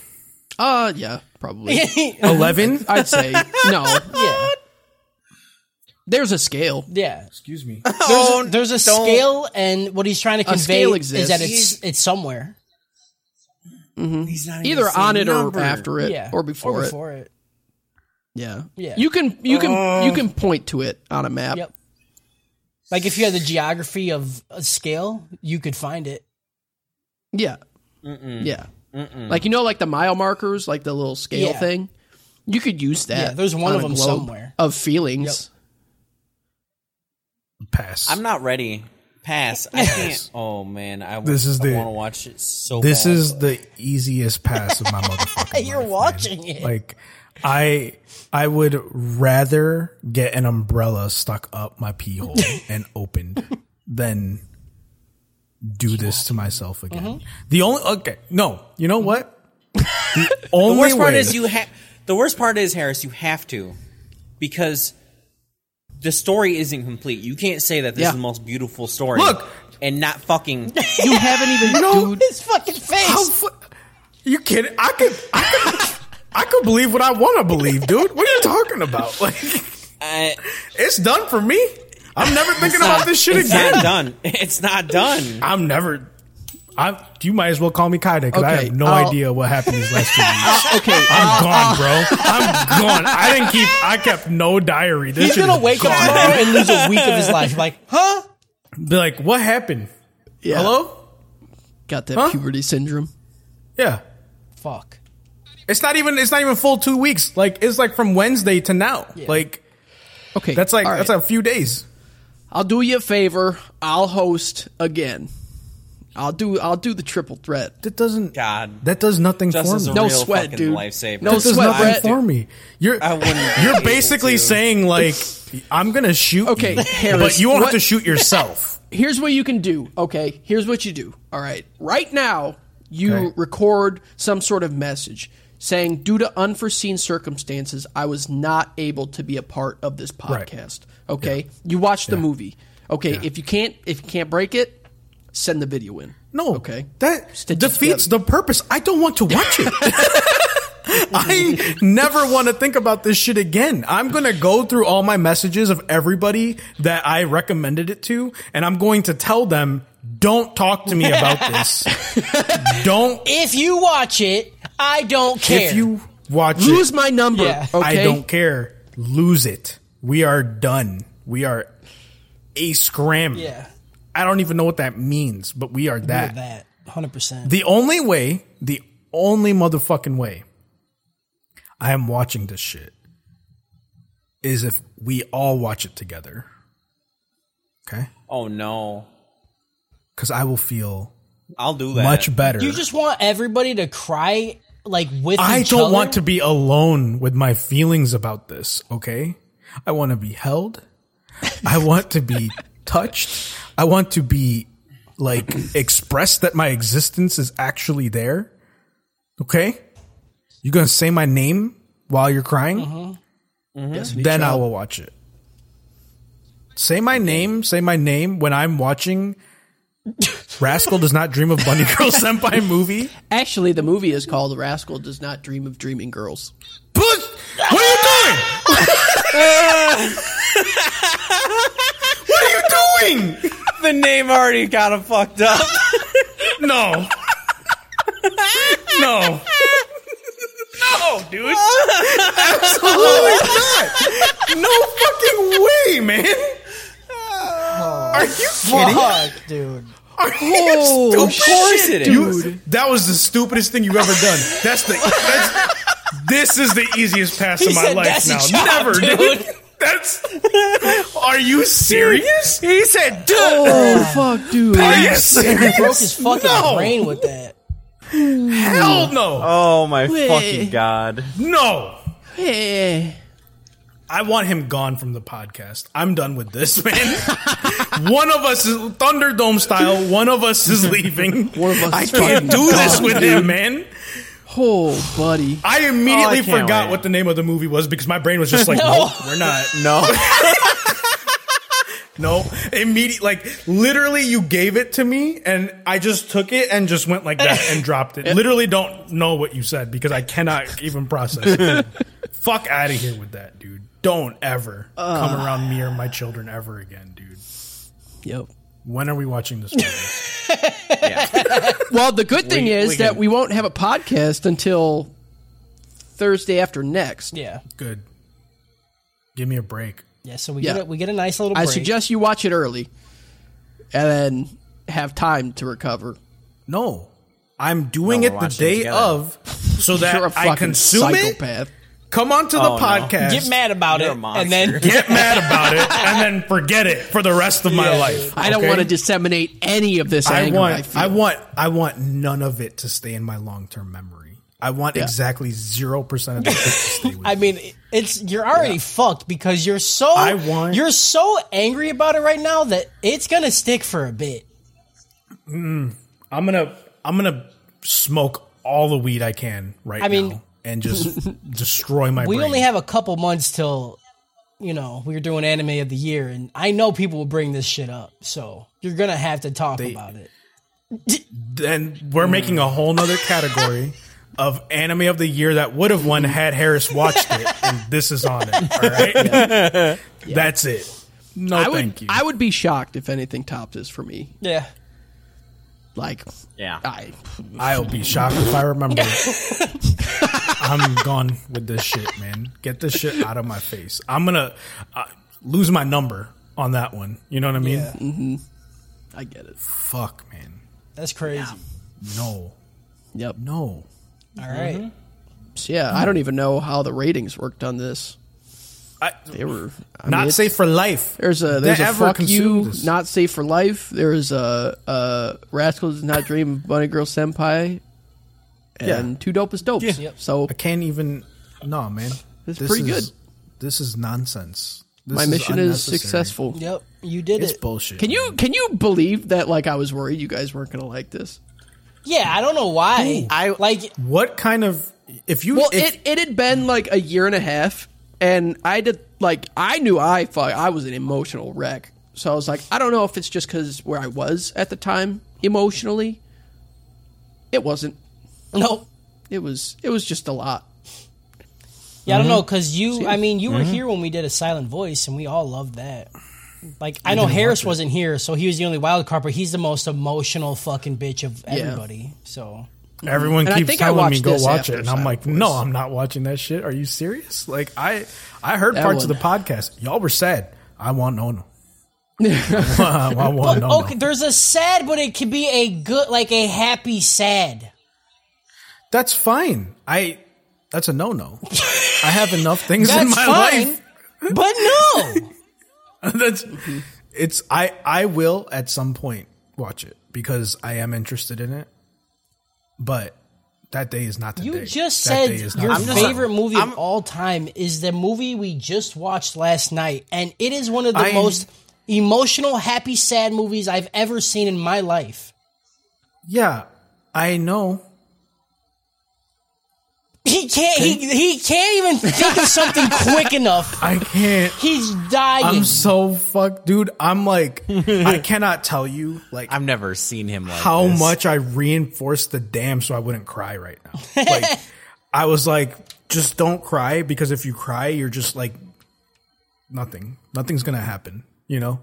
Speaker 3: Uh, yeah, probably.
Speaker 4: 11?
Speaker 3: I'd say no.
Speaker 6: Yeah.
Speaker 3: There's a scale.
Speaker 6: Yeah.
Speaker 4: Excuse me.
Speaker 6: There's a, there's a scale, and what he's trying to convey
Speaker 3: scale
Speaker 6: is that it's
Speaker 3: exists.
Speaker 6: it's somewhere.
Speaker 3: Either on it or after it
Speaker 6: Yeah.
Speaker 3: or before, it.
Speaker 6: before it.
Speaker 3: Yeah.
Speaker 6: Yeah. Uh.
Speaker 3: You can you can you can point to it on a map.
Speaker 6: Yep. Like if you had the geography of a scale, you could find it.
Speaker 3: Yeah. Yeah. Like you know like the mile markers, like the little scale
Speaker 6: Yeah.
Speaker 3: thing. You could use that.
Speaker 6: Yeah, there's one of
Speaker 3: on a
Speaker 6: them
Speaker 3: globe
Speaker 6: somewhere.
Speaker 3: Of feelings.
Speaker 4: Pass.
Speaker 7: I'm not ready. Pass. I can't. Oh man, I w-
Speaker 4: This is
Speaker 7: I
Speaker 4: the-
Speaker 7: want to watch it so.
Speaker 4: this
Speaker 7: bad.
Speaker 4: is the easiest pass of my motherfucking
Speaker 6: You're
Speaker 4: life, man.
Speaker 6: watching it.
Speaker 4: Like I I would rather get an umbrella stuck up my pee hole and opened than do this to myself again.
Speaker 7: Mm-hmm.
Speaker 4: The only okay, no, you know what? The only
Speaker 7: The worst part
Speaker 4: way-
Speaker 7: is you have. The worst part is Harris. You have to, because the story isn't complete. You can't say that this
Speaker 3: Yeah.
Speaker 7: is the most beautiful story.
Speaker 4: Look!
Speaker 7: and not fucking.
Speaker 3: You haven't even, dude.
Speaker 6: His fucking face.
Speaker 4: How fu- Oh, you kidding? I could I could I could believe what I want to believe, dude. What are you talking about? Like
Speaker 7: I-
Speaker 4: it's done for me. I'm never thinking about this shit
Speaker 7: it's
Speaker 4: again.
Speaker 7: not done. It's not done.
Speaker 4: I'm never. I you might as well call me Kaida because I
Speaker 3: Okay,
Speaker 4: have no
Speaker 3: I'll-
Speaker 4: idea what happened these last two weeks.
Speaker 3: Okay,
Speaker 4: I'm gone, bro. I'm gone. I didn't keep. I kept no diary. This
Speaker 6: He's
Speaker 4: shit
Speaker 6: gonna
Speaker 4: is
Speaker 6: wake up
Speaker 4: gone.
Speaker 6: tomorrow and lose a week of his life. Like, huh?
Speaker 4: Be like, what happened?
Speaker 3: yeah.
Speaker 4: Hello?
Speaker 3: Got that
Speaker 4: Huh?
Speaker 3: puberty syndrome.
Speaker 4: Yeah.
Speaker 6: Fuck.
Speaker 4: It's not even. It's not even full two weeks. Like it's like from Wednesday to now. Like
Speaker 3: Okay,
Speaker 4: that's like
Speaker 3: all right.
Speaker 4: that's a few days.
Speaker 3: I'll do you a favor. I'll host again. I'll do. I'll do the triple threat.
Speaker 4: That doesn't.
Speaker 7: God.
Speaker 4: That does nothing
Speaker 7: Just
Speaker 4: for
Speaker 7: as
Speaker 4: me.
Speaker 7: a
Speaker 3: No
Speaker 7: real
Speaker 3: sweat,
Speaker 7: fucking
Speaker 3: dude.
Speaker 7: lifesaver.
Speaker 3: No
Speaker 4: That does
Speaker 3: sweat,
Speaker 4: nothing
Speaker 3: Brett.
Speaker 4: for me. You're
Speaker 7: I wouldn't be
Speaker 4: you're
Speaker 7: able
Speaker 4: basically
Speaker 7: to.
Speaker 4: saying like I'm gonna shoot.
Speaker 3: Okay,
Speaker 4: you,
Speaker 3: Harris,
Speaker 4: but you won't
Speaker 3: what-
Speaker 4: have to shoot yourself.
Speaker 3: here's what you can do. Okay, here's what you do. All right, right now you
Speaker 4: Okay.
Speaker 3: record some sort of message saying, due to unforeseen circumstances, I was not able to be a part of this
Speaker 4: Right.
Speaker 3: podcast. Okay, you watch the movie. Okay, if you can't if you can't break it, send the video in.
Speaker 4: No.
Speaker 3: okay,
Speaker 4: That
Speaker 3: Stitch it
Speaker 4: defeats
Speaker 3: together.
Speaker 4: the purpose. I don't want to watch it. I never want to think about this shit again. I'm going to go through all my messages of everybody that I recommended it to, and I'm going to tell them, don't talk to me about this. don't,
Speaker 6: If you watch it, I don't care.
Speaker 4: if you watch
Speaker 3: lose
Speaker 4: it,
Speaker 3: my number.
Speaker 6: Yeah.
Speaker 3: Okay,
Speaker 4: I don't care. Lose it. We are done. We are a scram.
Speaker 6: yeah,
Speaker 4: I don't even know what that means, but we are
Speaker 6: that,
Speaker 4: that.
Speaker 6: that, hundred percent.
Speaker 4: The only way, the only motherfucking way I am watching this shit is if we all watch it together. Okay?
Speaker 7: Oh no.
Speaker 4: Because I will feel
Speaker 7: I'll do that.
Speaker 4: much better.
Speaker 6: You just want everybody to cry like with.
Speaker 4: I
Speaker 6: each
Speaker 4: don't
Speaker 6: other?
Speaker 4: want to be alone with my feelings about this, okay? I want to be held. I want to be touched. I want to be like expressed that my existence is actually there. Okay? You're going to say my name while you're crying?
Speaker 6: Mm-hmm.
Speaker 3: Destiny
Speaker 4: Then I
Speaker 3: Child.
Speaker 4: will watch it. Say my name, say my name when I'm watching Rascal Does Not Dream of Bunny Girl Senpai movie.
Speaker 3: Actually, the movie is called "Rascal Does Not Dream of Dreaming Girls."
Speaker 4: Puss, what are you doing? what are you doing?
Speaker 7: The name already got him fucked up.
Speaker 4: No. No. No, dude. Absolutely not. No fucking way, man. Are you kidding?
Speaker 6: Oh, Fuck, dude.
Speaker 4: Are you stupid?
Speaker 7: of course it is.
Speaker 4: You- that was the stupidest thing you've ever done. That's the. That's, this is the easiest pass of my
Speaker 6: said
Speaker 4: life
Speaker 6: that's a
Speaker 4: now.
Speaker 6: job,
Speaker 4: Never, dude.
Speaker 6: dude.
Speaker 4: That's. Are you serious? He said, "Dude,
Speaker 3: Oh fuck, dude!
Speaker 4: are you
Speaker 6: Broke
Speaker 4: serious?
Speaker 6: his fucking
Speaker 4: No.
Speaker 6: brain with that.
Speaker 4: Hell no,
Speaker 7: Oh my
Speaker 3: Wait.
Speaker 7: fucking god.
Speaker 4: no."
Speaker 3: Eh.
Speaker 4: I want him gone from the podcast. I'm done with this, man. one of us is Thunderdome style. One of us is leaving.
Speaker 3: One of us
Speaker 4: I
Speaker 3: is
Speaker 4: can't
Speaker 3: fucking
Speaker 4: do this
Speaker 3: gone,
Speaker 4: with him, man.
Speaker 3: Oh, buddy.
Speaker 4: I immediately
Speaker 7: Oh, I can't
Speaker 4: forgot
Speaker 7: wait.
Speaker 4: what the name of the movie was because my brain was just like,
Speaker 6: No.
Speaker 4: no, we're not.
Speaker 7: No.
Speaker 4: No, immediate, like literally, you gave it to me, and I just took it and just went like that and dropped it. Literally, don't know what you said because I cannot even process it. Fuck out of here with that, dude. Don't ever come around me or my children ever again, dude.
Speaker 3: Yep.
Speaker 4: When are we watching this movie?
Speaker 3: Well, the good thing is
Speaker 7: we
Speaker 3: that
Speaker 7: can-
Speaker 3: we won't have a podcast until Thursday after next.
Speaker 6: Yeah,
Speaker 4: Good. Give me a break.
Speaker 6: yeah. So we
Speaker 3: Yeah.
Speaker 6: get a, we get a nice little.
Speaker 3: I
Speaker 6: Break.
Speaker 3: suggest you watch it early and then have time to recover.
Speaker 4: No, I'm doing
Speaker 7: No, we're
Speaker 4: it the
Speaker 7: watching
Speaker 4: day
Speaker 7: together.
Speaker 4: of, so
Speaker 3: You're a
Speaker 4: that
Speaker 3: fucking
Speaker 4: I consume it.
Speaker 3: psychopath.
Speaker 4: Come onto the
Speaker 7: Oh, no.
Speaker 4: podcast.
Speaker 6: get mad about
Speaker 7: You're a
Speaker 6: it,
Speaker 7: monster.
Speaker 6: and then
Speaker 4: get mad about it and then forget it for the rest of my life.
Speaker 3: I don't
Speaker 4: okay?
Speaker 3: want to disseminate any of this
Speaker 4: I
Speaker 3: anger. I,
Speaker 4: want.
Speaker 3: feel.
Speaker 4: I, want. I want none of it to stay in my long term memory. I want exactly zero percent of the kids to stay with.
Speaker 6: I mean, it's you're already fucked because you're so
Speaker 4: I want-
Speaker 6: you're so angry about it right now that it's gonna stick for a bit.
Speaker 4: I'm gonna I'm gonna smoke all the weed I can right
Speaker 6: I mean-
Speaker 4: now and just destroy my.
Speaker 6: We
Speaker 4: brain.
Speaker 6: only have a couple months till you know we're doing anime of the year, and I know people will bring this shit up, so you're gonna have to talk about it.
Speaker 4: then we're making a whole nother category of anime of the year that would have won had Harris watched it, and this is on it. All right, that's it. No,
Speaker 3: I
Speaker 4: thank
Speaker 3: would
Speaker 4: you.
Speaker 3: I would be shocked if anything topped this for me.
Speaker 6: Yeah,
Speaker 3: Like
Speaker 5: Yeah.
Speaker 3: I
Speaker 4: I'll be shocked if I remember. I'm gone with this shit, man. Get this shit out of my face. I'm gonna uh, lose my number on that one. You know what I mean?
Speaker 3: Mm-hmm. I get it.
Speaker 4: Fuck, man.
Speaker 6: that's crazy.
Speaker 4: No,
Speaker 3: Yep.
Speaker 4: no.
Speaker 6: All right.
Speaker 4: Mm-hmm.
Speaker 3: So, yeah, I don't even know how the ratings worked on this.
Speaker 4: I,
Speaker 3: They were I
Speaker 4: not
Speaker 3: mean, it's-
Speaker 4: safe for life.
Speaker 3: There's a there's
Speaker 4: That
Speaker 3: a
Speaker 4: ever
Speaker 3: fuck you,
Speaker 4: consumed this.
Speaker 3: not safe for life. There's a uh, rascals does not dream of bunny girl senpai, and
Speaker 4: Yeah.
Speaker 3: two dope is dopes.
Speaker 6: Yep.
Speaker 3: So
Speaker 4: I can't even. No, man.
Speaker 3: It's pretty
Speaker 4: is-
Speaker 3: good.
Speaker 4: This is nonsense. This
Speaker 3: my mission is
Speaker 4: unnecessary.
Speaker 3: successful.
Speaker 6: Yep, you did
Speaker 4: It's
Speaker 6: it.
Speaker 4: bullshit.
Speaker 3: Can you can you believe that? Like I was worried you guys weren't gonna like this.
Speaker 6: Yeah, I don't know why. I like
Speaker 4: What kind of? If you
Speaker 3: Well,
Speaker 4: if,
Speaker 3: it it had been like a year and a half, and I did like I knew I fuck I was an emotional wreck. So I was like, I don't know if it's just because where I was at the time emotionally. It wasn't.
Speaker 6: no.
Speaker 3: It was. It was just a lot.
Speaker 6: Yeah, I don't know
Speaker 4: Mm-hmm.
Speaker 6: because you. I mean, you were here when we did a silent voice, and we all loved that. Like I know Harris wasn't here, so he was the only wild card, but he's the most emotional fucking bitch of everybody. So
Speaker 4: everyone
Speaker 3: and I
Speaker 4: keeps
Speaker 3: think I
Speaker 4: telling me
Speaker 3: watched
Speaker 4: go
Speaker 3: this
Speaker 4: watch
Speaker 3: after
Speaker 4: it, and I'm
Speaker 3: Silent
Speaker 4: like, no, I'm not watching that shit. Are you serious? Like I, I heard parts of
Speaker 3: one.
Speaker 4: the podcast. Y'all were sad. I want no no. I want no
Speaker 6: okay,
Speaker 4: no.
Speaker 6: there's a sad, but it could be a good, like a happy sad.
Speaker 4: That's fine. I. That's a no no. I have enough things in
Speaker 6: That's
Speaker 4: my
Speaker 6: fine,
Speaker 4: life.
Speaker 6: but no.
Speaker 4: That's it's I I will at some point watch it because I am interested in it. But that day is not the day.
Speaker 6: You just
Speaker 4: That
Speaker 6: said
Speaker 4: day is not
Speaker 6: your
Speaker 4: the day.
Speaker 6: favorite movie of all time is the movie we just watched last night, and it is one of the
Speaker 4: I-
Speaker 6: most emotional, happy, sad movies I've ever seen in my life.
Speaker 4: Yeah, I know.
Speaker 6: He can't. He he can't even think of something quick enough.
Speaker 4: I can't.
Speaker 6: He's dying.
Speaker 4: I'm so fucked, dude. I'm like I cannot tell you like
Speaker 5: I've never seen him like
Speaker 4: how
Speaker 5: this.
Speaker 4: much I reinforced the damn so I wouldn't cry right now. Like I was like just don't cry because if you cry you're just like nothing. Nothing's going to happen, you know?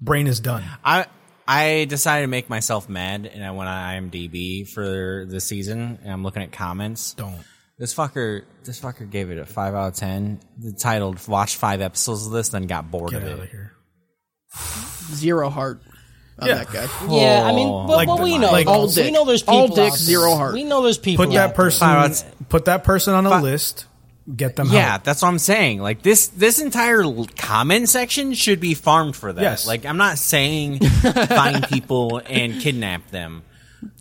Speaker 4: Brain is done.
Speaker 5: I I decided to make myself mad, and I went on IMDb for the season, and I'm looking at comments.
Speaker 4: Don't.
Speaker 5: This fucker, this fucker gave it a five out of ten. The titled "Watched Five Episodes of This," then got bored
Speaker 4: Get
Speaker 5: of
Speaker 4: out of
Speaker 5: it.
Speaker 4: here.
Speaker 3: Zero heart on
Speaker 4: Yeah.
Speaker 3: that guy.
Speaker 6: yeah, I mean, but,
Speaker 4: Like
Speaker 6: but
Speaker 4: the-
Speaker 6: we know,
Speaker 4: like-
Speaker 3: All
Speaker 6: we
Speaker 3: dick.
Speaker 6: know there's people.
Speaker 3: All
Speaker 6: out
Speaker 3: dick,
Speaker 6: there.
Speaker 3: zero heart.
Speaker 6: We know there's people.
Speaker 4: put that
Speaker 6: out there.
Speaker 4: person
Speaker 5: Pirates.
Speaker 4: put that person on a list get them
Speaker 5: Yeah,
Speaker 4: help.
Speaker 5: that's what I'm saying. Like this, this entire l- comment section should be farmed for that.
Speaker 4: Yes.
Speaker 5: Like I'm not saying find people and kidnap them,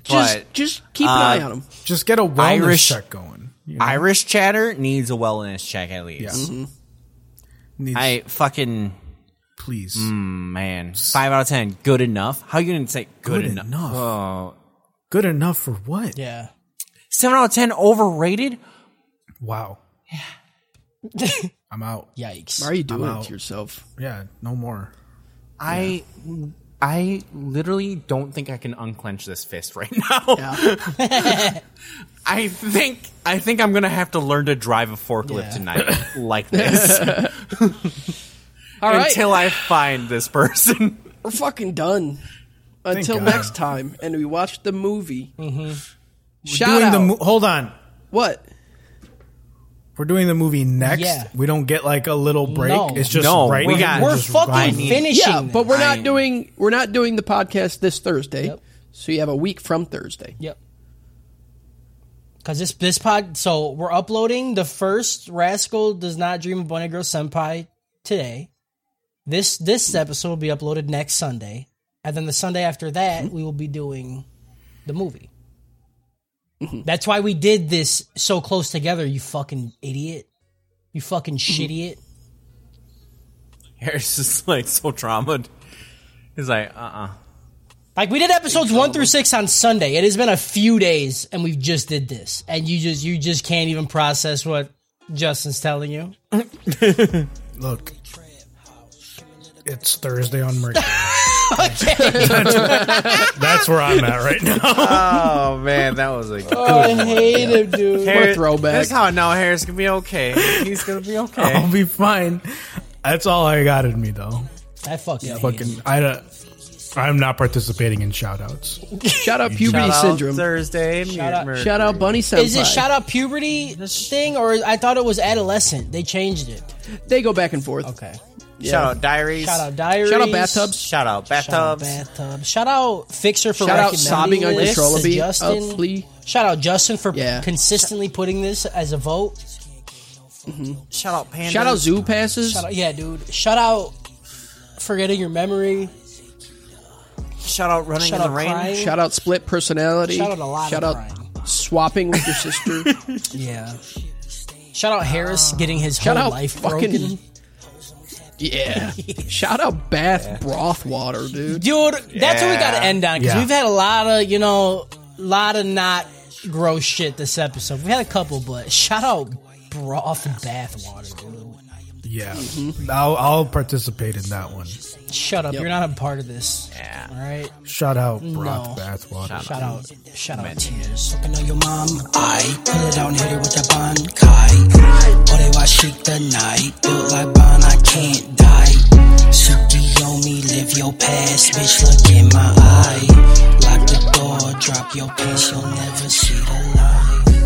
Speaker 3: Just
Speaker 5: but
Speaker 3: just keep an eye
Speaker 5: uh,
Speaker 3: on him.
Speaker 4: just get a wellness
Speaker 5: Irish-
Speaker 4: check going you know?
Speaker 5: Irish chatter needs a wellness check at least.
Speaker 4: yeah. Needs-
Speaker 5: Mm-hmm. I Mm, fucking
Speaker 4: please
Speaker 5: man, five out of ten, good enough. How you gonna say good,
Speaker 4: good
Speaker 5: enough?
Speaker 4: enough, good enough for what
Speaker 6: Yeah.
Speaker 5: Seven out of ten, overrated.
Speaker 4: wow i'm out
Speaker 6: Yikes.
Speaker 3: Why are you doing
Speaker 4: I'm
Speaker 3: it
Speaker 4: out.
Speaker 3: to yourself?
Speaker 4: yeah no more
Speaker 5: I I literally don't think I can unclench this fist right now. I think I think I'm gonna have to learn to drive a forklift
Speaker 6: Yeah.
Speaker 5: tonight like this
Speaker 3: All right,
Speaker 5: until I find this person.
Speaker 3: we're fucking done. Until
Speaker 4: God.
Speaker 3: next time, and we watch the movie. Mm-hmm. Shout
Speaker 4: doing
Speaker 3: out.
Speaker 4: the mo- hold on
Speaker 3: what?
Speaker 4: we're doing the movie next
Speaker 6: Yeah.
Speaker 4: we don't get like a little break
Speaker 6: No.
Speaker 4: it's just
Speaker 5: No,
Speaker 4: right
Speaker 5: we
Speaker 4: here,
Speaker 5: got-
Speaker 6: We're
Speaker 4: just
Speaker 6: fucking
Speaker 4: right here.
Speaker 6: finishing.
Speaker 3: Yeah, but we're not
Speaker 5: I-
Speaker 3: doing we're not doing the podcast this Thursday.
Speaker 6: Yep.
Speaker 3: So you have a week from Thursday.
Speaker 6: Yep. Cause this this pod, so we're uploading the first Rascal Does Not Dream of Bunny Girl Senpai today. This this episode will be uploaded next Sunday, and then the Sunday after that we will be doing the movie. That's why we did this so close together, you fucking idiot. You fucking shitty it.
Speaker 5: Harris is like so traumatized. He's like, uh uh
Speaker 6: Like we did episodes one through six on Sunday. It has been a few days and we've just did this. And you just you just can't even process what Justin's telling you.
Speaker 4: Look, it's Thursday on Mercury.
Speaker 6: Okay.
Speaker 4: That's where I'm at right now.
Speaker 5: Oh man, that was a good
Speaker 6: I hate him, dude.
Speaker 5: Harris-
Speaker 3: throwback.
Speaker 5: That's how now Harris gonna be okay. He's gonna be okay.
Speaker 4: I'll be fine. That's all I got in me, though.
Speaker 6: I fucking hate him.
Speaker 4: Fucking, I don't. I'm not participating in shoutouts.
Speaker 3: Shout out puberty
Speaker 5: Shout out
Speaker 3: syndrome.
Speaker 5: Thursday. Shout
Speaker 6: out-
Speaker 3: Shout out Bunny Senpai.
Speaker 6: Is it shout out puberty thing or I thought it was adolescent? They changed it.
Speaker 3: They go back and forth.
Speaker 6: Okay.
Speaker 5: Shout out diaries.
Speaker 6: Shout out diaries.
Speaker 3: Shout out bathtubs.
Speaker 5: Shout out
Speaker 6: Shout out
Speaker 5: bathtubs.
Speaker 6: bathtub. Shout out Fixer for
Speaker 3: Shout out
Speaker 6: recommending
Speaker 3: sobbing
Speaker 6: this to
Speaker 3: uncontrollably.
Speaker 6: Justin.
Speaker 3: Uh, flea.
Speaker 6: Shout out Justin for
Speaker 3: Yeah.
Speaker 6: consistently putting this as a vote.
Speaker 5: Shout out pandas.
Speaker 3: Shout out zoo passes.
Speaker 6: Shout out, yeah, dude. Shout out forgetting your memory.
Speaker 5: Shout out running
Speaker 6: Shout
Speaker 5: in
Speaker 6: out
Speaker 5: the rain.
Speaker 6: crying.
Speaker 3: Shout out split personality.
Speaker 6: Shout out a lot of
Speaker 3: Shout out
Speaker 6: crying.
Speaker 3: swapping with your sister.
Speaker 6: yeah. Shout out Harris getting his
Speaker 3: Shout
Speaker 6: whole
Speaker 3: out
Speaker 6: life
Speaker 3: fucking-
Speaker 6: broken.
Speaker 3: yeah. Shout out bath broth water, dude.
Speaker 6: Dude, that's what we got to
Speaker 5: Yeah.
Speaker 6: end on because
Speaker 4: Yeah.
Speaker 6: we've had a lot of, you know, lot of not gross shit this episode. We had a couple, but shout out broth and bath water, dude.
Speaker 4: Yeah,
Speaker 6: Mm-hmm.
Speaker 4: I'll, I'll participate in that one.
Speaker 6: Shut up,
Speaker 3: Yep.
Speaker 6: you're not a part of this. Yeah. All right.
Speaker 4: Shout out
Speaker 6: No.
Speaker 4: broth bathwater.
Speaker 6: Shout out, shout out tears.
Speaker 2: Sucking on your mom, I pull it out and hit it with a bankai. Boy, they watch shake the night. Built like Bond, I can't die. Suki on me, live your past, bitch. Look in my eye. Lock the door, drop your pants, you'll never see the light.